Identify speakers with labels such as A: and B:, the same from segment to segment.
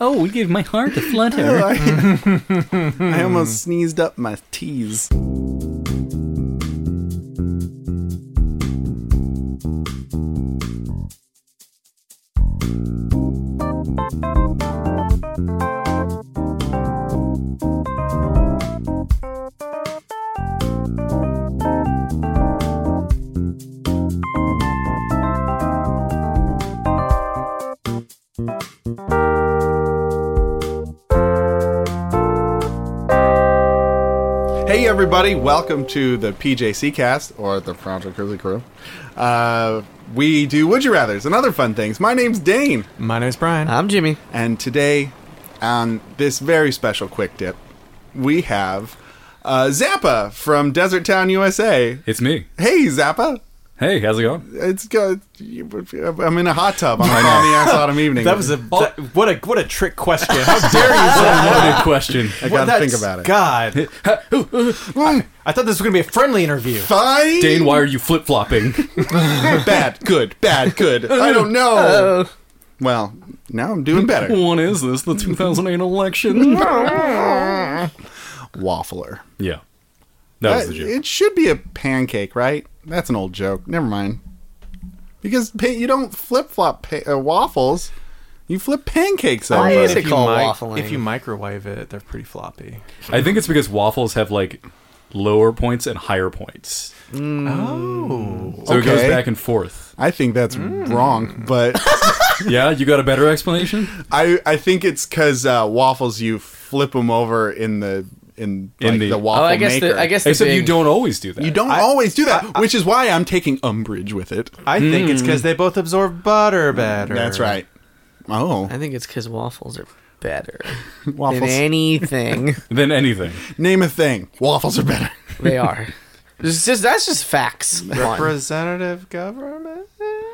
A: Oh, it gave my heart a flutter.
B: I,
C: Hmm.
B: I almost sneezed up my teas. Hey everybody, welcome to the PJC cast or the Frontal Cruzy Crew. Uh, we do Would You Rathers and other fun things. My name's Dane,
C: My name's Brian.
D: I'm Jimmy.
B: and today on this very special quick dip, we have uh, Zappa from Desert Town, USA.
A: It's me.
B: Hey Zappa,
A: Hey, how's it going?
B: it's good. I'm in a hot tub on a balmy ass autumn evening.
C: that was a that- what a what a trick question. How dare you?
A: Loaded question.
B: I gotta think about it.
C: God, I thought this was gonna be a friendly interview.
B: Fine.
A: Dane, why are you flip flopping?
B: bad, good, bad, good. I don't know. Well, now I'm doing better.
A: what is this? The 2008 election?
B: Waffler.
A: yeah. That was
B: Uh,
A: the joke.
B: it should be a pancake, right? That's an old joke. Never mind. Because pa- you don't flip flop pa- uh, waffles, you flip pancakes
D: I
B: over.
D: mean, it called waffling?
C: if you microwave it, they're pretty floppy.
A: I think it's because waffles have like lower points and higher points.
C: Oh,
A: So it goes
B: Okay.
A: back and forth.
B: I think that's
D: Mm.
B: wrong, but
A: Yeah, you got a better explanation?
B: I I think it's because uh, waffles you flip them over in the in,
A: In
B: like,
A: the-
B: the, waffle
D: Oh, I guess
B: maker.
D: the I guess the
A: Except you
D: big-
A: don't always do that.
B: you don't
C: I-
B: always do that, which is why I'm taking umbrage with it.
C: I think
D: Hmm.
C: it's because they both absorb butter better.
B: Mm, That's right. Oh,
D: I think it's because waffles are better
B: waffles.
D: than anything.
A: Then anything.
B: Name a thing. Waffles are better.
D: they are. It's just that's just facts. One.
C: Representative government.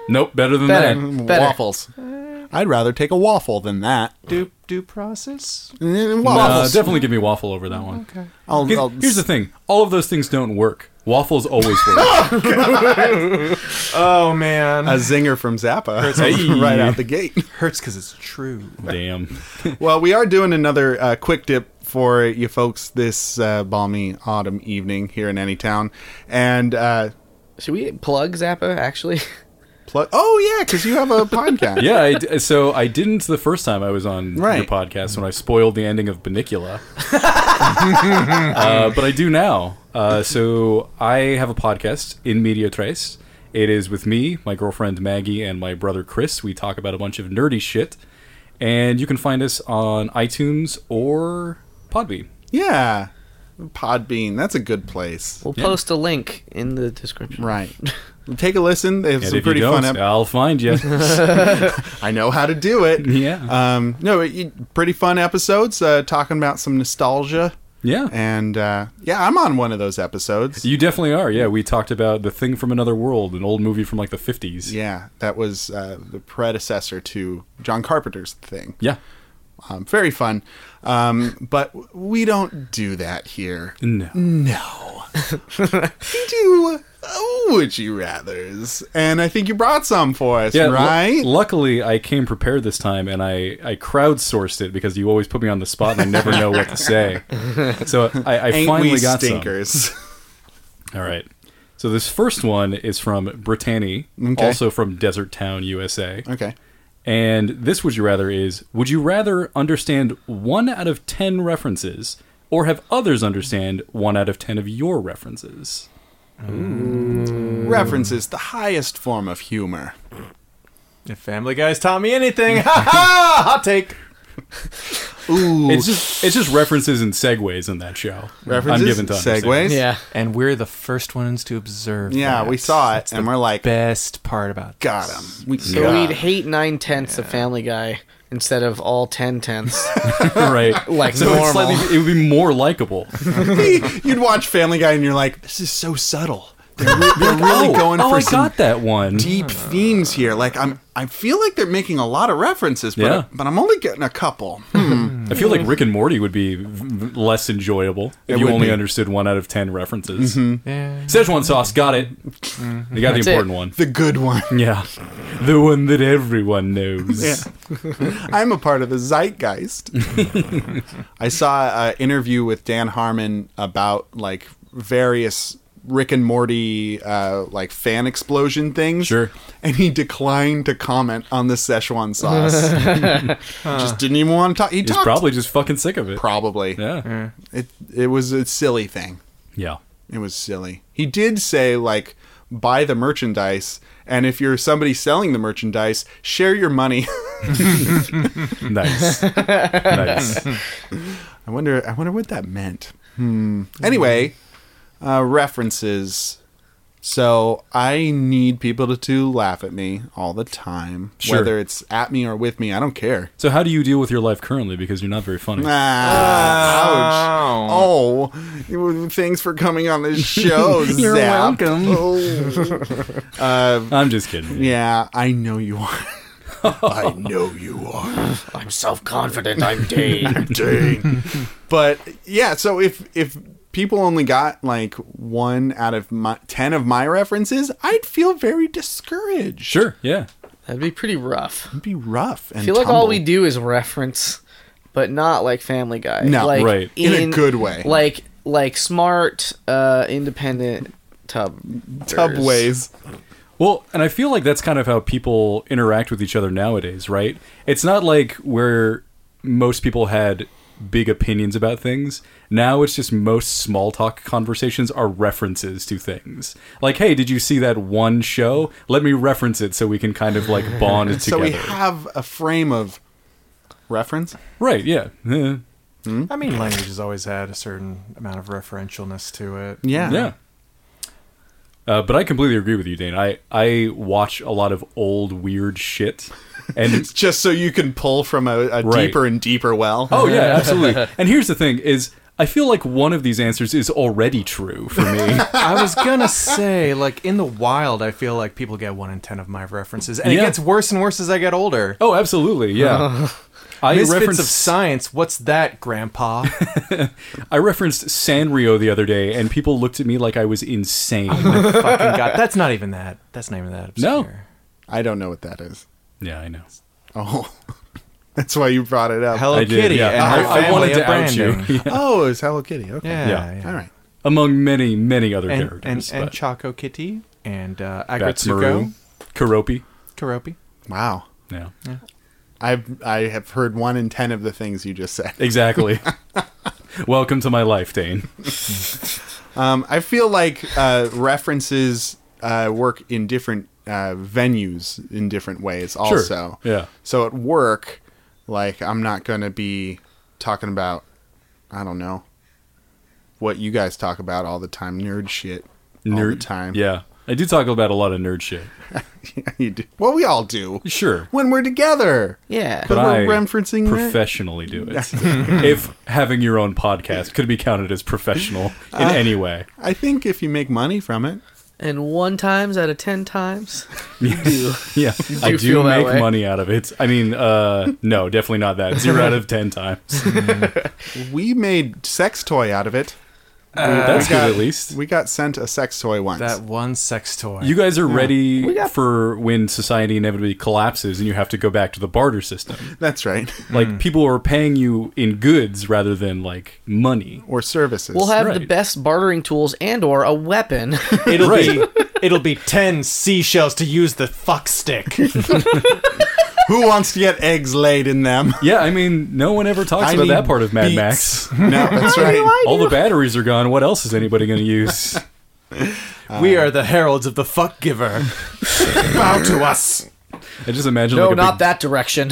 A: Nope, better than
D: Better.
A: that.
D: Better.
B: Waffles. Uh, I'd rather take a waffle than that.
C: Due due process.
B: Mm,
A: Nah,
B: Waffles.
A: definitely give me waffle over that one.
C: Okay.
B: I'll,
A: Here's,
B: I'll-
A: here's the thing: all of those things don't work. Waffles always work.
C: Oh man,
B: a zinger from Zappa
A: Hey.
B: right out the gate.
C: hurts because it's true.
A: Damn.
B: Well, we are doing another uh, quick dip for you folks this uh, balmy autumn evening here in Anytown. And uh,
D: Should we plug Zappa actually?
B: pl- oh yeah, because you have a podcast.
A: Yeah. I d so I didn't the first time I was on your
B: Right.
A: podcast when I spoiled the ending of Benicula. uh, but I do now. Uh, so I have a podcast in Media Trace. It is with me, my girlfriend Maggie, and my brother Chris. We talk about a bunch of nerdy shit, and you can find us on iTunes or Podbean.
B: Yeah. Podbean, that's a good place.
D: We'll
A: Yeah.
D: post a link in the description.
B: Right. Take a listen. They have
A: And
B: some
A: if you
B: pretty fun.
A: don't,
B: Ep-
A: I'll find you.
B: I know how to do it.
A: yeah.
B: Um, no, it- you- pretty fun episodes uh, talking about some nostalgia.
A: yeah.
B: And uh, yeah, I'm on one of those episodes.
A: You definitely are. Yeah, we talked about the thing from another world, an old movie from like the fifties.
B: Yeah, that was uh, the predecessor to John Carpenter's thing.
A: Yeah.
B: Um, very fun. Um, but we don't do that here.
A: No.
B: No. we do uh, Would You Rathers. And I think you brought some for us,
A: Yeah. lu-
B: right?
A: luckily, I came prepared this time, and I I crowdsourced it because you always put me on the spot, and I never know what to say. So I, I
B: Ain't
A: finally
B: we
A: got
B: stinkers?
A: some. All right. So this first one is from Brittany,
B: Okay.
A: also from Desert Town, USA.
B: okay.
A: And this would you rather is would you rather understand one out of ten references or have others understand one out of ten of your references?
B: References, the highest form of humor.
C: If Family Guy's taught me anything, ha ha! Hot take.
B: Ooh.
A: It's just it's just references and segues in that show.
B: references,
A: Mm. I'm given to understand.
B: segues.
D: Yeah.
C: And we're the first ones to observe.
B: Yeah,
C: that.
B: we saw it,
C: That's
B: and
C: the
B: we're like,
C: best part about
B: got him.
C: this.
B: We
D: So
B: got
D: we'd
B: 'em."
D: hate nine tenths of Family Guy instead of all ten tenths.
A: right?
D: Like
A: so
D: normal.
A: it's slightly, it would be more likable.
B: You'd watch Family Guy and you're like, this is so subtle. They're, re- they're really
A: oh,
B: going
A: oh,
B: for
A: I
B: some
A: got that one.
B: deep themes here. Like I'm, I feel like they're making a lot of references, but
A: Yeah.
B: but I'm only getting a couple. Hmm.
A: I feel like Rick and Morty would be v- v- less enjoyable if
B: It
A: you
B: would
A: only
B: be. Mm-hmm.
A: understood one out of ten references.
C: Yeah.
A: Szechuan sauce, got it. You got
D: That's
A: the
D: it.
A: important one.
B: The good one.
A: Yeah, the one that everyone knows.
B: Yeah. I'm a part of the zeitgeist. I saw an interview with Dan Harmon about like various Rick and Morty uh, like fan explosion things.
A: Sure.
B: And he declined to comment on the Szechuan sauce. Just didn't even want to talk. He
A: He's
B: talked
A: probably just fucking sick of it.
B: probably.
A: yeah,
B: It it was a silly thing.
A: yeah.
B: It was silly. He did say like buy the merchandise and if you're somebody selling the merchandise, share your money.
A: Nice, nice.
B: I wonder. I wonder what that meant. Hmm. Anyway, uh, references. So I need people to, to laugh at me all the time,
A: Sure.
B: whether it's at me or with me. I don't care.
A: So, how do you deal with your life currently? Because you're not very funny.
B: Ah, ouch.
C: Oh.
B: Oh, you- thanks for coming on this show.
D: You're
B: Zap.
D: welcome.
B: Oh. Uh,
A: I'm just kidding.
B: yeah, I know you are. I know you are.
D: I'm self confident. I'm Dave.
B: Dang. but yeah, so if if people only got like one out of my, ten of my references, I'd feel very discouraged.
A: Sure. Yeah.
D: That'd be pretty rough.
B: it'd be rough. And
D: I feel like all
B: tumble.
D: we do is reference, but not like Family Guy.
B: No.
D: like,
A: Right.
B: In a good way.
D: Like like smart, uh, independent tub
B: tub ways.
A: Well, and I feel like that's kind of how people interact with each other nowadays, right? It's not like where most people had big opinions about things. Now it's just most small talk conversations are references to things. Like, hey, did you see that one show? Let me reference it so we can kind of like bond it
B: So
A: together.
B: we have a frame of reference.
A: right, yeah. Eh,
B: Uh-huh.
C: I mean, language has always had a certain amount of referentialness to it.
B: Yeah.
A: Yeah. Uh, but I completely agree with you, Dane. I, I watch a lot of old weird shit, and
B: Just so you can pull from a, a
A: Right.
B: deeper and deeper well.
A: Oh yeah, absolutely. and here's the thing: is I feel like one of these answers is already true for me.
C: I was gonna say, like in the wild, I feel like people get one in ten of my references, and
A: Yeah.
C: it gets worse and worse as I get older.
A: oh, absolutely, yeah. I
C: Misfits
A: referenced
C: of science. What's that, Grandpa?
A: I referenced Sanrio the other day, and people looked at me like I was insane.
C: My fucking God, that's not even that. That's not even that
A: No.
C: obscure.
B: I don't know what that is.
A: yeah, I know.
B: Oh, that's why you brought it up.
C: Hello
A: I did,
C: Kitty
A: yeah.
C: and
A: I-
C: her
A: I
C: family
A: wanted
C: of
A: to out you.
C: branding.
B: Oh, it's Hello Kitty. Okay.
C: Yeah,
A: Yeah.
C: yeah.
B: All right.
A: Among many, many other
C: And and,
A: characters,
C: and
A: but
C: Choco Kitty and uh,
A: that's Maru,
C: Agretsuko
A: Karopi.
C: Karopi.
B: Wow.
A: Yeah,
B: I've I have heard one in ten of the things you just said.
A: exactly. Welcome to my life, Dane.
B: Um, I feel like uh, references uh, work in different uh, venues in different ways. Also,
A: yeah.
B: So at work, like I'm not gonna be talking about, I don't know, what you guys talk about all the time, nerd shit, all the time.
A: Yeah, I do talk about a lot of nerd shit.
B: you do. Well, we all do
A: Sure,
B: when we're together.
D: Yeah.
A: But
B: we're
A: I
B: referencing re-
A: professionally do it. if having your own podcast could be counted as professional in
D: Uh,
A: any way.
B: I think if you make money from it,
D: And one times out of ten times,
A: yeah, I do
D: do feel that
A: make
D: way.
A: money out of it. I mean, uh, no, definitely not that. Zero out of ten times.
B: we made sex toy out of it.
A: That's
B: got-
A: good, at least.
B: We got sent a sex toy once.
C: That one sex toy.
A: You guys are ready
D: We got-
A: for when society inevitably collapses and you have to go back to the barter system.
B: That's right.
A: Like people are paying you in goods rather than like money.
B: Or services.
D: we'll have the
A: Right.
D: best bartering tools and or a weapon.
C: it'll
A: Right.
C: be it'll be ten seashells to use the fuck stick.
B: Who wants to get eggs laid in them?
A: Yeah, I mean, no one ever talks
B: I
A: about
B: need
A: that part of Mad
B: beats.
A: Max.
B: No, that's right.
A: All the batteries are gone. What else is anybody going to use?
C: we are the heralds of the fuck giver. Bow to us.
A: I just imagine
D: no,
A: like a
D: not
A: big
D: that direction.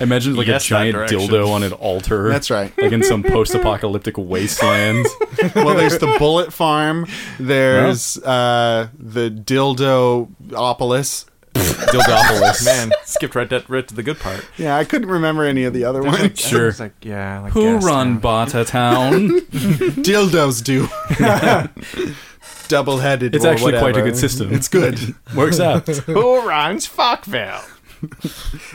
A: Imagine like
C: Yes,
A: a
C: that
A: giant
C: direction.
A: dildo on an altar.
B: That's right.
A: Like in some post-apocalyptic wasteland.
B: Well, there's the bullet farm. There's uh, the dildoopolis.
A: Dildopolis.
C: Man, skipped right, that, right to the good part.
B: Yeah, I couldn't remember any of the other ones.
A: Sure.
C: It's like, yeah, like
A: Who
C: gas
A: run
C: town.
A: Bata Town?
B: Dildos do. Double headed.
A: It's actually quite a good system.
B: It's good.
A: Works out.
C: Who runs Fuckville?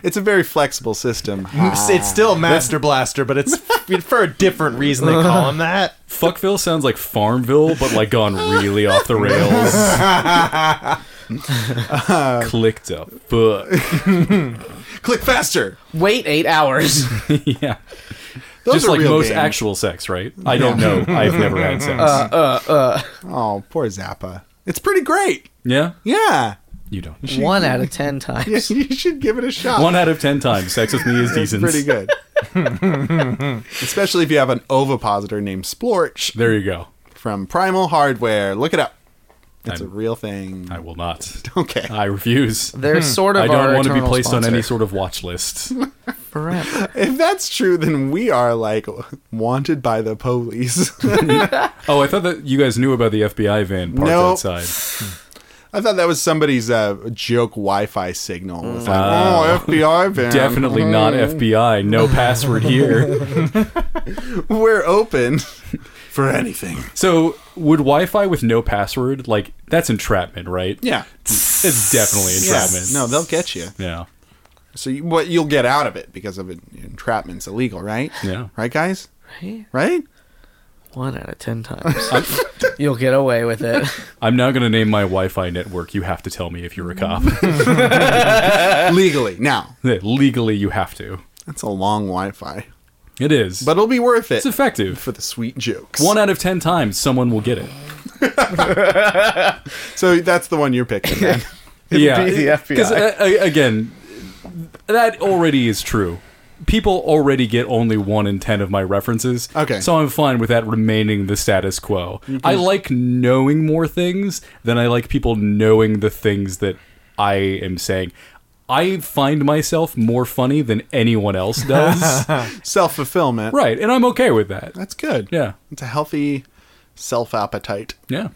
B: it's a very flexible system.
A: Mm.
C: It's, it's still Master Blaster, but it's for a different reason they call him that.
A: Fuckville sounds like Farmville, but like gone really off the rails. Click to fuck.
B: Click faster.
D: Wait eight hours.
A: yeah.
B: Those
A: Just
B: are
A: like
B: real
A: most
B: games. Uh,
A: actual sex, right? I don't know. I've never had sex.
B: Oh, poor Zappa. It's pretty great.
A: yeah?
B: Yeah.
A: You don't.
D: One out of ten
B: Yeah,
D: times.
B: you should give it a shot.
A: One out of ten times, sex with me is decent.
B: Pretty good. Especially if you have an ovipositor named Splorch
A: There you go.
B: from Primal Hardware. Look it up. It's
A: I'm-
B: a real thing.
A: I will not.
B: okay.
A: I refuse.
D: They're sort of.
A: I don't
D: our
A: want to be
D: eternal
A: placed on
D: sponsor.
A: any sort of watch list.
D: Forever.
B: if that's true, then we are like wanted by the police.
A: Oh, I thought that you guys knew about the FBI van parked
B: No.
A: outside.
B: I thought that was somebody's uh, joke Wi-Fi signal. It was like, oh, FBI van.
A: Mm. Uh, Definitely not FBI. No password here.
B: We're open for anything.
A: So, would Wi-Fi with no password like that's entrapment, right?
B: Yeah.
A: It's definitely entrapment.
B: No, they'll get you.
A: Yeah.
B: So you, what you'll get out of it because of it, entrapment's illegal, right?
A: Yeah.
B: Right, guys?
D: Right?
B: Right?
D: One out of ten times. You'll get away with it.
A: I'm now going to name my Wi-Fi network. You have to tell me if you're a cop. Uh.
B: Legally. Now,
A: Legally, you have to.
B: that's a long Wi-Fi,
A: It is.
B: but it'll be worth it
A: it's effective.
B: for the sweet jokes.
A: One out of ten times, someone will get it.
B: so that's the one you're picking. Then.
A: yeah,
D: be the FBI.
A: Because again, that already is true. People already get only one in ten of my references.
B: Okay.
A: so I'm fine with that remaining the status quo. I like knowing more things than I like people knowing the things that I am saying. I find myself more funny than anyone else does.
B: Self fulfillment.
A: right, and I'm okay with that.
B: That's good.
A: Yeah,
B: It's a healthy self appetite.
A: yeah.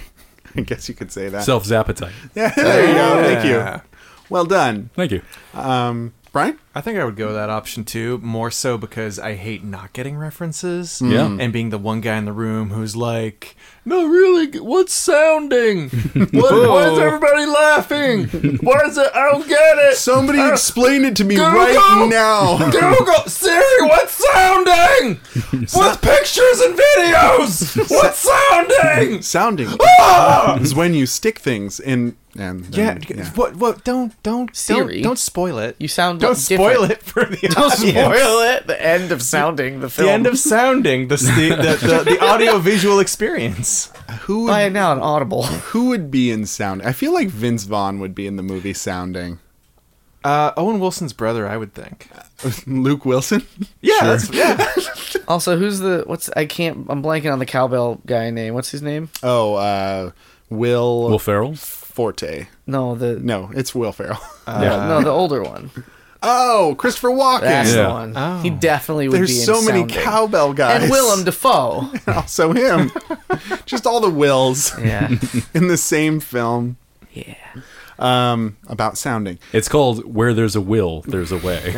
B: I guess you could say that.
A: Self zapatite.
B: yeah, there you go. Thank
C: Yeah.
B: you. Well done,
A: Thank you.
B: um, Brian.
C: I think I would go that option too, more so because I hate not getting references.
A: Mm. Yeah.
C: And being the one guy in the room who's like, no, really, what's sounding? What, why is everybody laughing? Why is it? I don't get it.
B: Somebody explain it to me
C: Google?
B: right now.
C: Google Siri, what's sounding? What's pictures and videos? What's sounding?
B: Sounding
A: Oh!
B: is when you stick things in. And,
C: Yeah,
B: and- yeah.
C: what? What? Don't, don't,
D: Siri?
C: don't, don't spoil it.
D: You sound
C: don't spoil
D: different.
C: it for the
D: Don't
C: audience.
D: spoil it. The end of sounding the film.
C: the end of sounding the the, the, the, the audio visual experience.
B: Who
D: Buy
B: would,
D: it now on Audible.
B: who would be in sound? I feel like Vince Vaughn would be in the movie Sounding.
C: Uh, Owen Wilson's brother, I would think.
B: Luke Wilson.
C: Yeah, that's, yeah.
D: Also, who's the what's I can't I'm blanking on the cowbell guy name. What's his name?
B: Oh, uh, Will,
A: Will Ferrell.
B: Forte.
D: No, the
B: No, it's Will Ferrell.
A: yeah.
D: uh, no, the older one.
B: oh, Christopher Walken.
D: That's
A: Yeah.
D: the one.
C: Oh.
D: He definitely would be
B: There's
D: in
B: so many
D: sounding.
B: cowbell guys.
D: and Willem Dafoe.
B: also him. Just all the Wills
D: Yeah.
B: in the same film
D: Yeah.
B: um, about sounding.
A: It's called "Where There's a Will, There's a Way."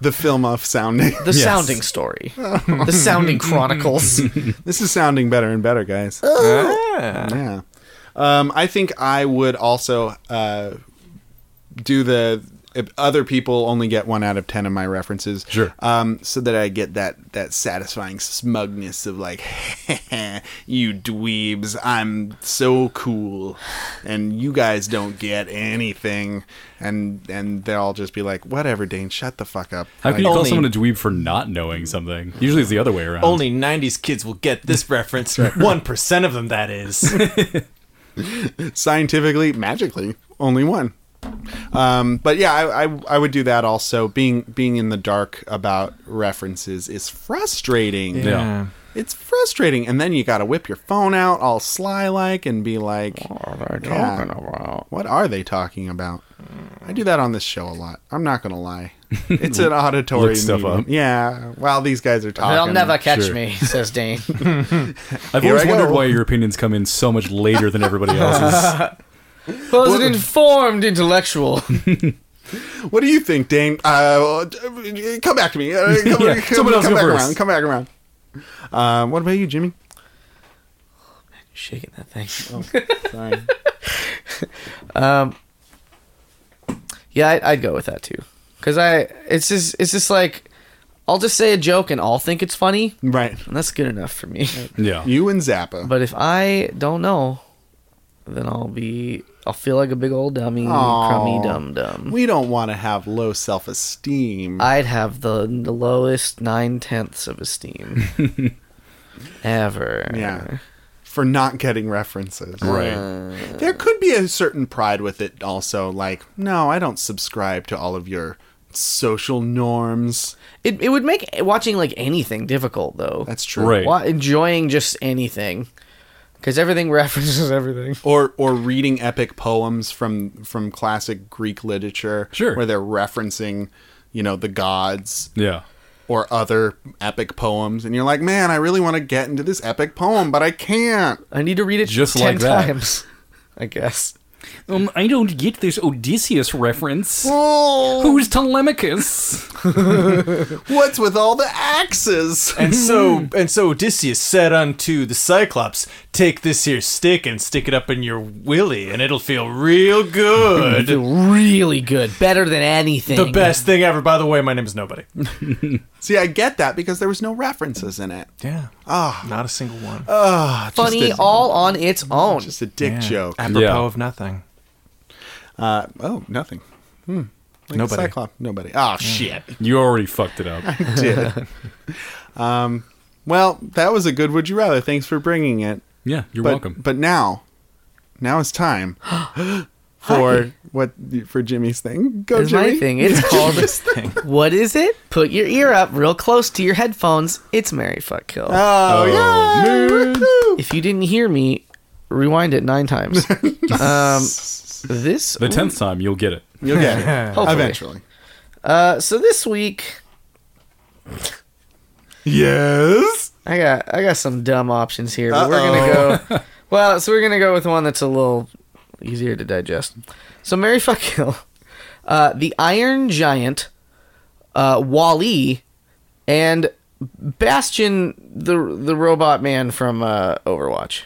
B: The film of sounding.
D: The sounding story. The sounding chronicles.
B: this is sounding better and better, guys.
C: Yeah.
B: Yeah. Um, I think I would also uh, do the if other people only get one out of ten of my references.
A: Sure.
B: Um, so that I get that that satisfying smugness of like, you dweebs, I'm so cool, and you guys don't get anything, and and they'll all just be like, whatever, Dane, shut the fuck up.
A: How can
B: Like,
A: you call
C: Only-
A: someone a dweeb for not knowing something? Usually it's the other way around.
C: Only 90s kids will get this reference. 1% of them, that is.
B: scientifically, magically, only one. Um, but yeah, I, I I would do that also. Being being in the dark about references is frustrating.
A: Yeah.
B: It's frustrating, and then you got to whip your phone out all sly like and be like, Yeah. "What are they talking about?" I do that on this show a lot. I'm not gonna lie. It's an auditory
A: Look stuff
B: medium.
A: up.
B: Yeah, while these guys are talking,
D: They'll never catch
A: Sure.
D: me, says Dane.
A: I've
B: Here
A: always
B: I
A: wondered
B: go.
A: why your opinions come in so much later than everybody else's.
D: Well, as an informed intellectual.
B: What do you think, Dane? Uh, uh, come back to me. Uh, come,
A: Yeah,
B: come-
A: someone else
B: come
A: go
B: back
A: first.
B: around. Come back around. Um, what about you, Jimmy?
D: Shaking that thing.
B: Sorry.
D: Um, Yeah, I'd, I'd go with that too. Cause I, it's just, it's just like, I'll just say a joke and I'll think it's funny,
B: Right.
D: and that's good enough for me.
A: Yeah.
B: You and Zappa.
D: But if I don't know, then I'll be, I'll feel like a big old dummy,
B: Aw.
D: crummy dum dum.
B: we don't want to have low self esteem.
D: I'd have the, the lowest nine tenths of esteem ever.
B: yeah. For not getting references.
A: right.
B: There could be a certain pride with it also. Like, no, I don't subscribe to all of your social norms.
D: It, it would make watching like anything difficult though.
B: That's true.
A: Right.
D: Wa- enjoying just anything, because everything references everything.
B: Or or reading epic poems from from classic Greek literature
A: Sure.
B: where they're referencing, you know, the gods
A: Yeah.
B: or other epic poems and you're like, "Man, I really want to get into this epic poem, but I can't."
D: I need to read it
A: Just
D: just
A: like
D: ten
A: that.
D: times. I guess.
A: Um, I don't get this Odysseus reference.
B: Oh,
A: Who's Telemachus?
B: what's with all the axes?
C: And so and so Odysseus said unto the Cyclops, Take this here stick and stick it up in your willy, and it'll feel real
D: I
C: good.
D: feel really good, better than anything.
C: the best thing ever. By the way, my name is nobody.
B: See, I get that because there was no references in it.
C: Yeah. Ah. Not a single one.
B: Ah, just
D: funny,
B: a-
D: all on its own.
B: just a dick
C: Yeah.
B: joke.
C: Apropos
A: Yeah.
C: of nothing.
B: Uh, oh, nothing. Hmm. Like
C: Nobody.
B: Cyclop. Nobody. Oh shit.
A: You already fucked it up.
B: Did. um, well, that was a good. Would you rather? Thanks for bringing it.
A: Yeah, you're
B: but,
A: welcome.
B: But now, now it's time for what for Jimmy's thing. Go
D: It's
B: Jimmy.
D: my thing. It's called. What is it? Put your ear up real close to your headphones. It's Mary Fuck Kill.
B: Oh, yeah. Woohoo.
D: if you didn't hear me, rewind it nine times. um, this
A: The tenth time you'll get it.
B: You'll get it
C: Yeah.
D: Hopefully.
B: eventually.
D: Uh, so this week
B: Yes.
D: I got I got some dumb options here, but we're gonna go. Well, so we're gonna go with one that's a little easier to digest. So Mary Fuck Kill, uh, the Iron Giant, uh, Wally, and Bastion, the the robot man from uh, Overwatch.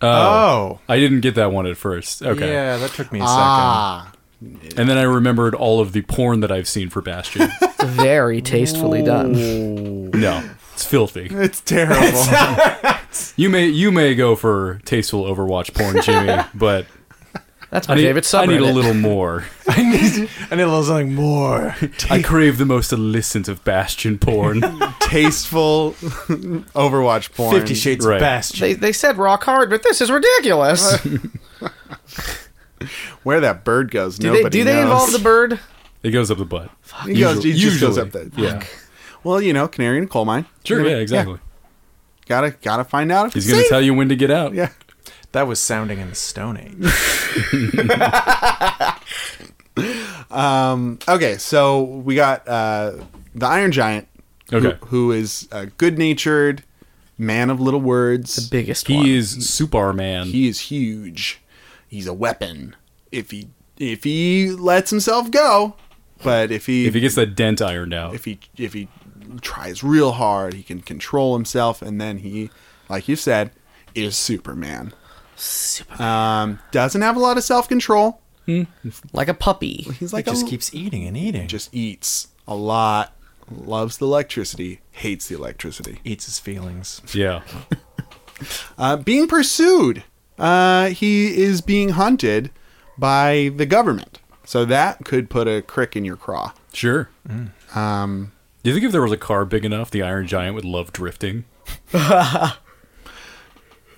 A: Uh,
C: Oh.
A: I didn't get that one at first. Okay.
C: Yeah, that took me a second.
B: Ah.
A: And then I remembered all of the porn that I've seen for Bastion.
D: Very tastefully done.
A: no, it's filthy.
B: It's terrible.
A: You may you may go for tasteful Overwatch porn, Jimmy, but
D: That's
A: I
D: my
A: need,
D: favorite subreddit.
A: I need a little more.
C: I need I need a little something more.
A: I crave the most illicit of Bastion porn.
B: Tasteful Overwatch porn.
C: Fifty Shades
A: Right.
C: Bastion.
D: They they said rock hard, but this is ridiculous.
B: Where that bird goes,
D: Do
B: nobody
D: they do
B: knows.
D: they involve the bird?
A: it goes up the butt.
B: He goes, he just goes
A: usually.
B: up there.
A: Yeah.
B: Well, you know, canary in a coal mine.
A: Sure.
B: Gonna-
A: Yeah. Exactly.
B: Gotta gotta find out. If
A: He's gonna
B: See?
A: tell you when to get out.
B: Yeah.
C: That was sounding in the Stone Age.
B: Um, okay, so we got uh, the Iron Giant, who-
A: Okay.
B: who is a good-natured man of little words.
D: Biggest one.
A: He is Superman.
B: he is huge. He's a weapon. If he if he lets himself go, but if he
A: if he gets that dent ironed out,
B: if he if he tries real hard, he can control himself, and then he, like you said, is Superman.
D: Super-
B: Um, doesn't have a lot of self control.
D: like a puppy.
B: He's
C: Like
B: like
C: it just
B: a,
C: keeps eating and eating. Just
B: just eats a lot, loves the electricity, hates the electricity.
C: eats his feelings.
A: yeah,
B: Uh, being pursued, uh, he is being hunted by the government. So that could put a crick in your craw.
A: sure.
B: Mm.
A: Um, Do you think if there was a car big enough, the Iron Giant would love drifting?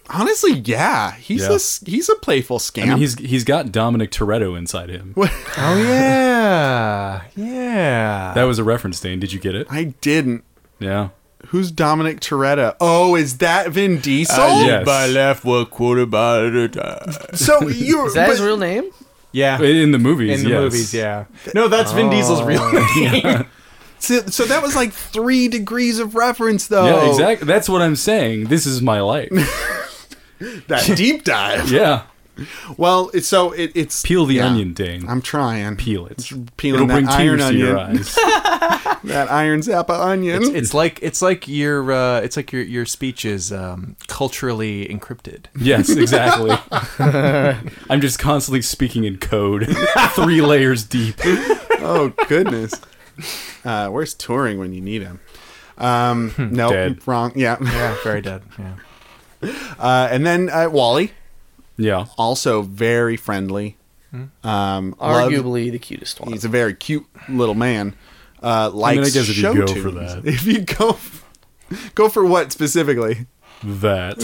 B: Honestly, yeah, he's
A: Yeah.
B: a s- he's a playful scamp.
A: I mean, he's he's got Dominic Toretto inside him.
C: Oh yeah. Yeah.
A: That was a reference, Dane. Did you get it?
B: I didn't.
A: Yeah.
B: Who's Dominic Toretto? Oh, is that Vin Diesel?
A: yeah. Yes.
C: By left one quarter by the time.
B: So you
D: Is that his
B: but-
D: real name?
C: Yeah.
A: In the movies.
C: in the
A: yes.
C: movies, yeah. No, that's Vin Diesel's
D: Oh,
C: real name.
B: So, so that was like three degrees of reference, though.
A: Yeah, exactly. That's what I'm saying. This is my life.
B: That deep dive.
A: yeah.
B: Well, it's so it, it's
A: Peel the
B: yeah.
A: onion, Dane.
B: I'm trying.
A: Peel it.
B: peeling
A: It'll
B: that
A: bring
B: iron
A: tears to your
B: onion.
A: eyes.
B: that iron zappa onion.
C: It's, it's like it's like your uh, it's like your your speech is um, culturally encrypted.
A: Yes, exactly. I'm just constantly speaking in code, three layers deep.
B: oh goodness. Uh, where's touring when you need him? Um, no,
A: Dead.
B: wrong. Yeah.
C: Yeah, very dead. Yeah.
B: Uh, and then uh, Wally,
A: Yeah.
B: also very friendly. Um, loved-
D: Arguably the cutest one.
B: he's a very cute little man. Uh, likes
A: mean, I guess if you
B: show
A: go
B: tunes.
A: for that.
B: If you go, f- go for what specifically?
A: That.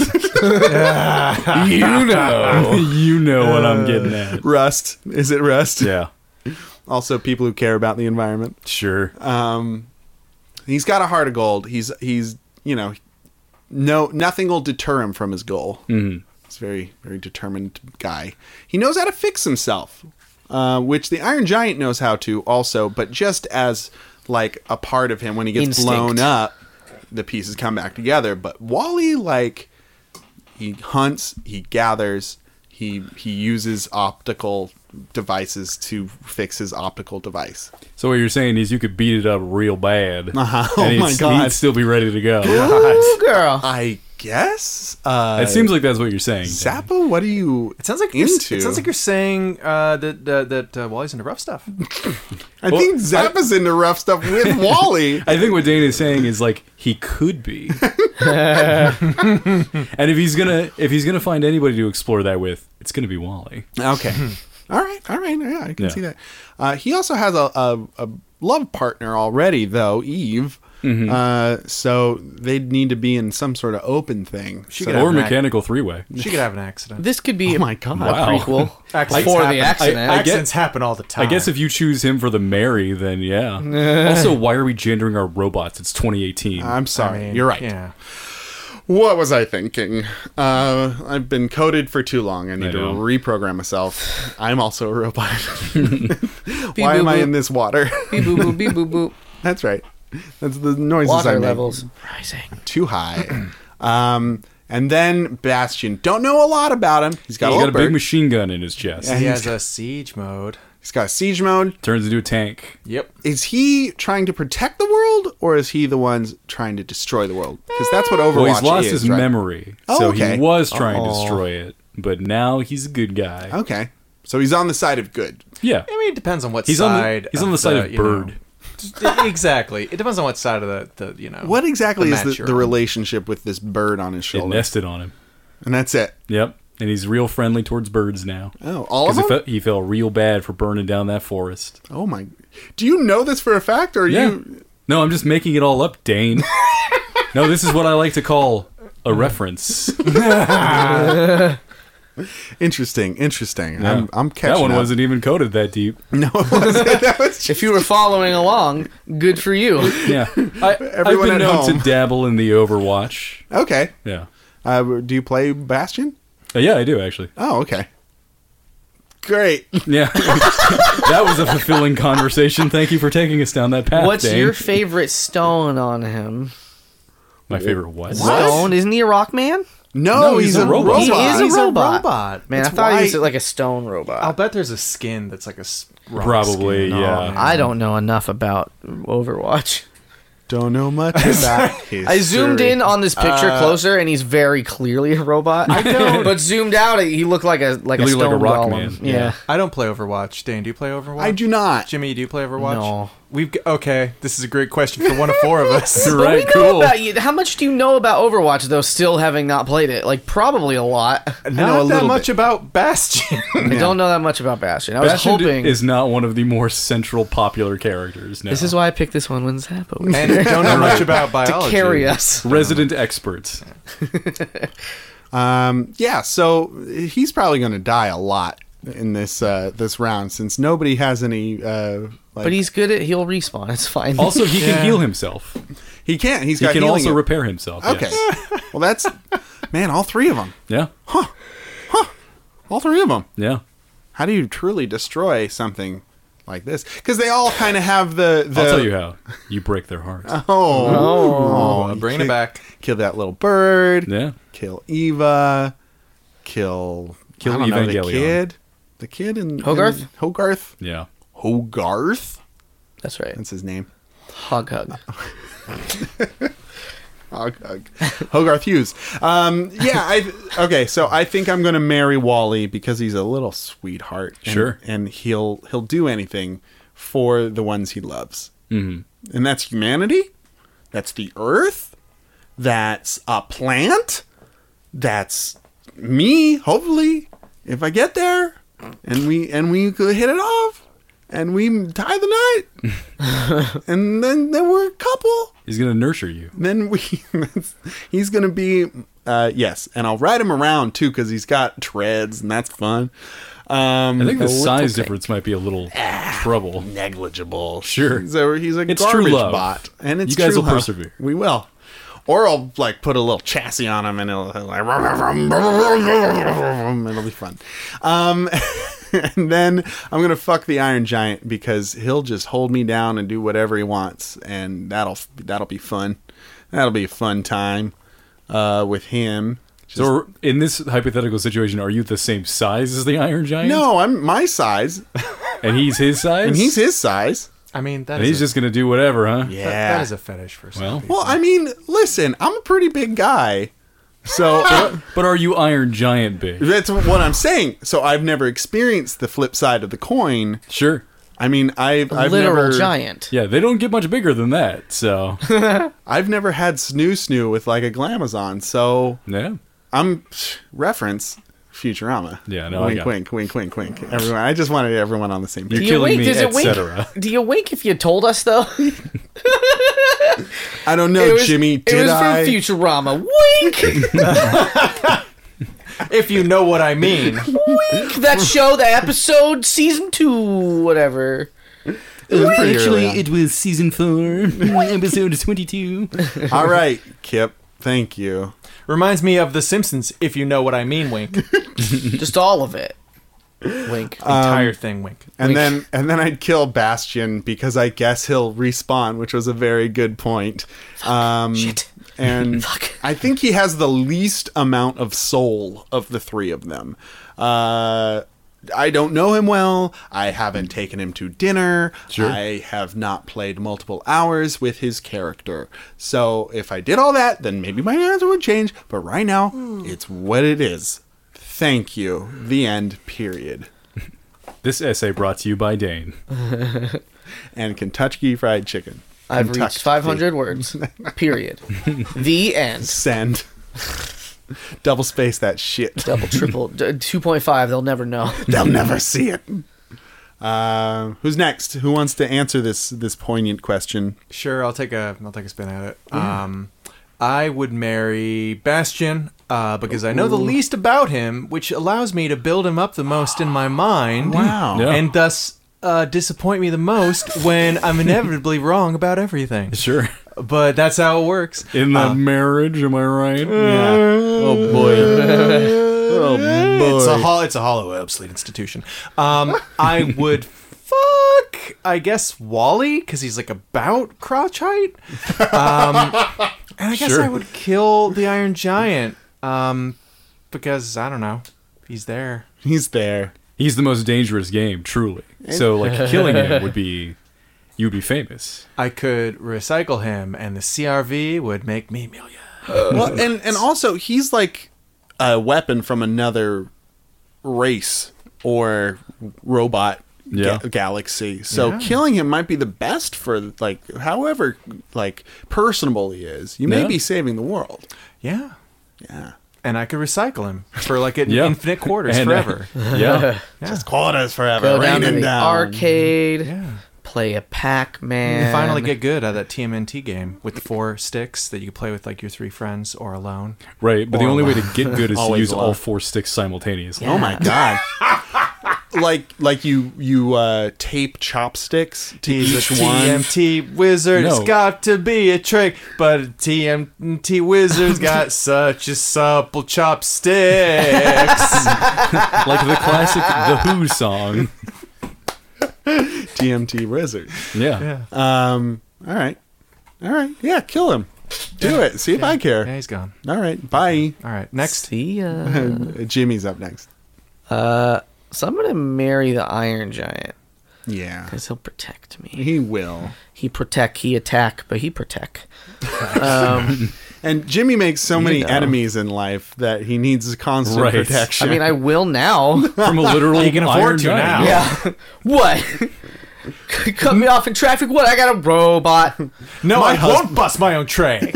A: you know. you know what I'm getting at.
B: Uh. Rust. Is it rust?
A: Yeah.
B: Also, people who care about the environment.
A: Sure.
B: Um, he's got a heart of gold. He's he's you know, no nothing will deter him from his goal.
A: Mhm.
B: He's a very very determined guy. He knows how to fix himself, uh, which the Iron Giant knows how to also, but just as like a part of him when he gets
D: Instinct.
B: blown up, the pieces come back together. But Wally like he hunts, he gathers, he he uses optical devices to fix his optical device.
A: So what you're saying is you could beat it up real bad,
B: Uh-huh. Oh
A: and he'd,
B: my
A: he'd
B: God.
A: still be ready to go.
D: Ooh, girl.
B: I guess. Uh,
A: It seems like that's what you're saying. Dan.
B: Zappa. What are you?
C: It sounds like you're,
B: into.
C: it sounds like you're saying uh, that uh, that uh, Wally's into rough stuff.
B: I think Zappa's into rough stuff with Wally.
A: I think what Dane is saying is like he could be, and if he's gonna if he's gonna find anybody to explore that with, it's gonna be Wally.
B: Okay. all right. All right. Yeah, I can
A: Yeah.
B: see that. Uh, he also has a, a, a love partner already, though Eve.
C: Mm-hmm.
B: Uh, so they'd need to be in some sort of open thing.
C: She
B: So-
C: could have
A: or
C: an ac-
A: mechanical three way.
C: She could have an accident.
D: This could be
B: Oh my God.
D: a
A: Wow.
D: prequel
C: Accidents
D: before
C: happen.
D: the accident.
A: I get-
C: Accidents happen all the time.
A: I guess if you choose him for the Mary, then yeah. also, why are we gendering our robots? It's 2018.
B: I'm sorry.
C: I mean,
B: You're right.
C: Yeah.
B: What was I thinking? Uh, I've been coded for too long. I need
A: I
B: to
A: know.
B: reprogram myself. I'm also a robot. Why am I
D: boop.
B: in this water?
D: beep boop boop beep boop boop.
B: That's right. That's the noises I
D: Water
B: make.
D: levels rising.
B: Too high. um, and then Bastion. Don't know a lot about him.
A: he's
B: He's got, a,
A: got a
B: little
A: big
B: bird.
A: machine gun in his chest.
B: Yeah.
C: He has a siege mode.
B: He's got siege mode.
A: Turns into a tank.
C: Yep.
B: Is he trying to protect the world, or is he the ones trying to destroy the world? Because that's what Overwatch
A: Well, he's lost
B: is,
A: his
B: right?
A: memory,
B: Oh,
A: so
B: okay.
A: he was trying to
B: Oh.
A: destroy it, but now he's a good guy.
B: Okay, so he's on the side of good.
A: Yeah,
C: I mean, it depends on what
A: he's on
C: side.
A: the, he's on the side of
C: you know- e,
A: Bird.
C: exactly. It depends on what side of the, the you know.
B: What exactly
C: the
B: is
C: match
B: the,
C: you're
B: the
C: on.
B: relationship with this bird on his
A: It
B: shoulder?
A: nested on him.
B: and that's it.
A: Yep, and he's real friendly towards birds now.
B: Oh, all of
A: Because he,
B: them.
A: felt he felt real bad for burning down that forest.
B: oh my! Do you know this for a fact, or are
A: Yeah.
B: you?
A: No, I'm just making it all up, Dane. no, this is what I like to call a reference.
B: Interesting, interesting. I'm, I'm catching
A: that one
B: up.
A: wasn't even coded that deep.
B: No, it wasn't. that was just-
D: If you were following along, good for you.
A: Yeah, I, I've
B: Everyone
A: been
B: at
A: known
B: home.
A: to dabble in the Overwatch.
B: okay.
A: Yeah,
B: Uh, do you play Bastion?
A: Uh, yeah, I do actually.
B: Oh, okay. Great.
A: Yeah, that was a fulfilling conversation. Thank you for taking us down that path.
D: What's
A: Dane.
D: your favorite stone on him?
A: my favorite? What?
B: What?
D: Stone? Isn't he a rock man?
B: No, he's, a, robot.
D: He is a
C: He's a
D: robot.
C: robot.
D: Man,
B: That's
D: I thought he was
B: why-
D: like a stone
C: I'll
D: robot.
C: bet there's a skin that's like a s- rock
A: Probably,
C: skin. Oh,
A: yeah.
C: man.
D: I don't know enough about Overwatch.
B: Don't know much about his.
D: I zoomed in on this picture
A: Uh,
D: closer, and he's very clearly a robot. I don't. but zoomed out, he looked like a like
A: He
D: a
A: looked
D: stone
A: like a rock
D: golem.
A: man.
D: Yeah.
A: Yeah.
C: I don't play Overwatch. Dane, do you play Overwatch?
B: I do not.
C: Jimmy, do you play Overwatch?
D: No.
C: We've g- okay. This is a great question for one of four of us.
A: You're
D: What do
A: right.
D: we know
A: Cool.
D: about you? How much do you know about Overwatch though? Still having not played it, like probably a lot.
C: Not
B: know a
C: that
B: little
C: much about Bastion.
D: I don't know that much about Bastion. I was
A: Bastion d-
D: hoping.
A: is not one of the more central popular characters. No.
D: this is why I picked this one when Zappa was
C: and I don't know much about biology.
D: to carry us.
A: resident experts.
B: Um, yeah, so he's probably going to die a lot in this uh, this round since nobody has any. Uh, like,
D: But he's good at he'll respawn. It's fine.
A: Also, he
C: Yeah.
A: can heal himself.
B: he can't. He's
A: He
B: got
A: can
B: healing
A: also
B: it.
A: repair himself.
B: Okay.
A: yes.
B: well, that's man. All three of them.
A: Yeah.
B: All three of them.
A: Yeah.
B: How do you truly destroy something like this? Because they all kind of have the. the
A: I'll tell you Uh-huh. how. You break their hearts.
B: Oh,
C: Oh, bringing it back.
B: kill that little bird.
A: Yeah.
B: Kill Eva. Kill
A: Kill
B: I don't know,
A: Evangelion.
B: the kid, the kid in
D: Hogarth?
B: in- Hogarth,
A: Yeah.
B: Hogarth.
D: That's right.
B: That's his name.
D: Hog hug.
B: Hog- hog. Hogarth Hughes. Um, yeah. I okay. So I think I'm going to marry Wally because he's a little sweetheart. and-
A: Sure.
B: And he'll he'll do anything for the ones he loves.
A: Mhm.
B: And that's humanity. That's the earth. That's a plant. That's me. Hopefully, if I get there, and we and we could hit it off, and we tie the knot, and then then we're a couple
A: He's gonna nurture you.
B: then we he's gonna be uh yes and i'll ride him around too because he's got treads and that's fun um
A: I think the Ah.
D: A little
A: size
D: thing.
A: difference might be a little trouble.
B: negligible
A: Sure.
B: so he's a
A: It's true
B: garbage
A: love.
B: bot and it's
A: You guys
B: true
A: will
B: love.
A: persevere.
B: we will or i'll like put a little chassis on him and it'll, it'll like it'll be fun um and then i'm gonna fuck the iron giant because he'll just hold me down and do whatever he wants and that'll that'll be fun that'll be a fun time uh with him
A: So are- in this hypothetical situation, are you the same size as the Iron Giant?
B: no i'm my size
A: And he's his size.
B: and he's his size
C: I mean, that
A: And
C: is
A: he's
C: a,
A: just gonna do whatever, huh?
B: yeah
C: that- that is a fetish for some
A: Well.
C: people.
B: well i mean listen i'm a pretty big guy so
A: But are you Iron Giant big?
B: That's what I'm saying. So I've never experienced the flip side of the coin.
A: Sure.
B: I mean, I've I've
D: Literal
B: never
D: giant.
A: Yeah, they don't get much bigger than that. So
B: I've never had snoo snoo with like a glamazon. So
A: yeah.
B: I'm reference Futurama.
A: Yeah, no, I
B: wink,
A: got it.
B: wink, wink, wink, wink. Everyone, I just wanted everyone on the same
A: You're
B: page.
A: killing
D: wink?
A: me,
D: Does it wink?
A: etc.
D: Do you wink if you told us though?
B: I don't know, Jimmy.
D: it
B: Did
D: was
B: I?
D: from Futurama. Wink!
C: If you know what I mean.
D: Wink! That show, that episode, season two, whatever.
B: It was pretty early on.
A: was season four, episode twenty-two.
B: All right, Kip. Thank you.
C: Reminds me of The Simpsons, if you know what I mean, wink.
A: Um,
D: Just all of it. Wink.
C: Entire thing, wink.
B: And then and then I'd kill Bastion because I guess he'll respawn, which was a very good point. Um,
D: Shit.
B: And
D: Fuck.
B: I think he has the least amount of soul of the three of them. Uh, I don't know him well. I haven't taken him to dinner.
A: Sure.
B: I have not played multiple hours with his character. So if I did all that, then maybe my answer would change. But right now,
D: Hmm.
B: it's what it is. Thank you. The end. Period.
A: This essay brought to you by Dane.
B: and Kentucky Fried Chicken.
D: I've
B: Kentucky.
D: reached 500 words. Period. the end.
B: Send. Double space that shit.
D: Double, triple, d- 2.5. They'll never know.
B: They'll never see it. Um, who's next? Who wants to answer this this poignant question?
C: Sure, I'll take a I'll take a spin at it. Um, I would marry Bastion uh, because I know the least about him, which allows me to build him up the most in my mind.
B: Wow.
A: Yeah.
C: and thus uh, disappoint me the most when I'm inevitably wrong about everything.
A: Sure.
C: But that's how it works.
A: In the marriage, am I right?
B: Ah. Oh boy. oh boy.
C: It's a hol- it's a hollow obsolete institution. Um, I would fuck, I guess Wally because he's like about crotch height. Um, and I guess
A: Sure.
C: I would kill the Iron Giant um, because I don't know, he's there.
B: He's there.
A: He's the most dangerous game, truly. So like killing him would be, you'd be famous.
C: I could recycle him, and the CRV would make me million.
B: Well, and and also he's like a weapon from another race or robot
A: Yeah.
B: ga- galaxy. So killing him might be the best for like however like personable he is. You may
A: Yeah.
B: be saving the world.
C: Yeah.
B: Yeah.
C: and I could recycle him for like an
A: Yeah.
C: infinite quarters
A: And, uh,
C: forever.
A: Yeah.
B: Just quarters forever.
D: Go down to
B: raining
D: the arcade.
C: yeah.
D: Play a Pac-Man.
C: And finally get good at that TMNT game with the four sticks that you play with like your three friends or alone.
A: Right, but the
C: Or
A: only way to get good is to
B: Always
A: use all
B: love.
A: four sticks simultaneously.
B: Oh my god. like like you you uh tape chopsticks to
C: He's
B: each
C: a
B: one.
C: TMT wizard.
A: No.
C: It's got to be a trick, but a TMT wizard's got such a supple chopsticks.
A: Like the classic The Who song.
B: DMT wizard.
A: Yeah.
C: yeah.
B: Um all right. All right. Yeah, kill him. Do it. See if I
C: yeah,
B: care.
C: he's gone.
B: All right. Bye.
C: All right, next.
D: See ya.
B: Jimmy's up next.
D: Uh, so I'm gonna marry the Iron Giant
B: Yeah.
D: because he'll protect me.
B: He will.
D: He protect, he attack, but he protect. Um,
B: And Jimmy makes so many
D: know.
B: enemies in life that he needs constant
A: Right.
B: protection.
D: I mean, I will now.
A: From a literal
C: You can afford
A: iron
C: to
A: giant.
C: now.
D: yeah. what? Cut me off in traffic? What? I got a robot.
C: No,
B: My
C: I
B: husband-
C: won't bust my own train.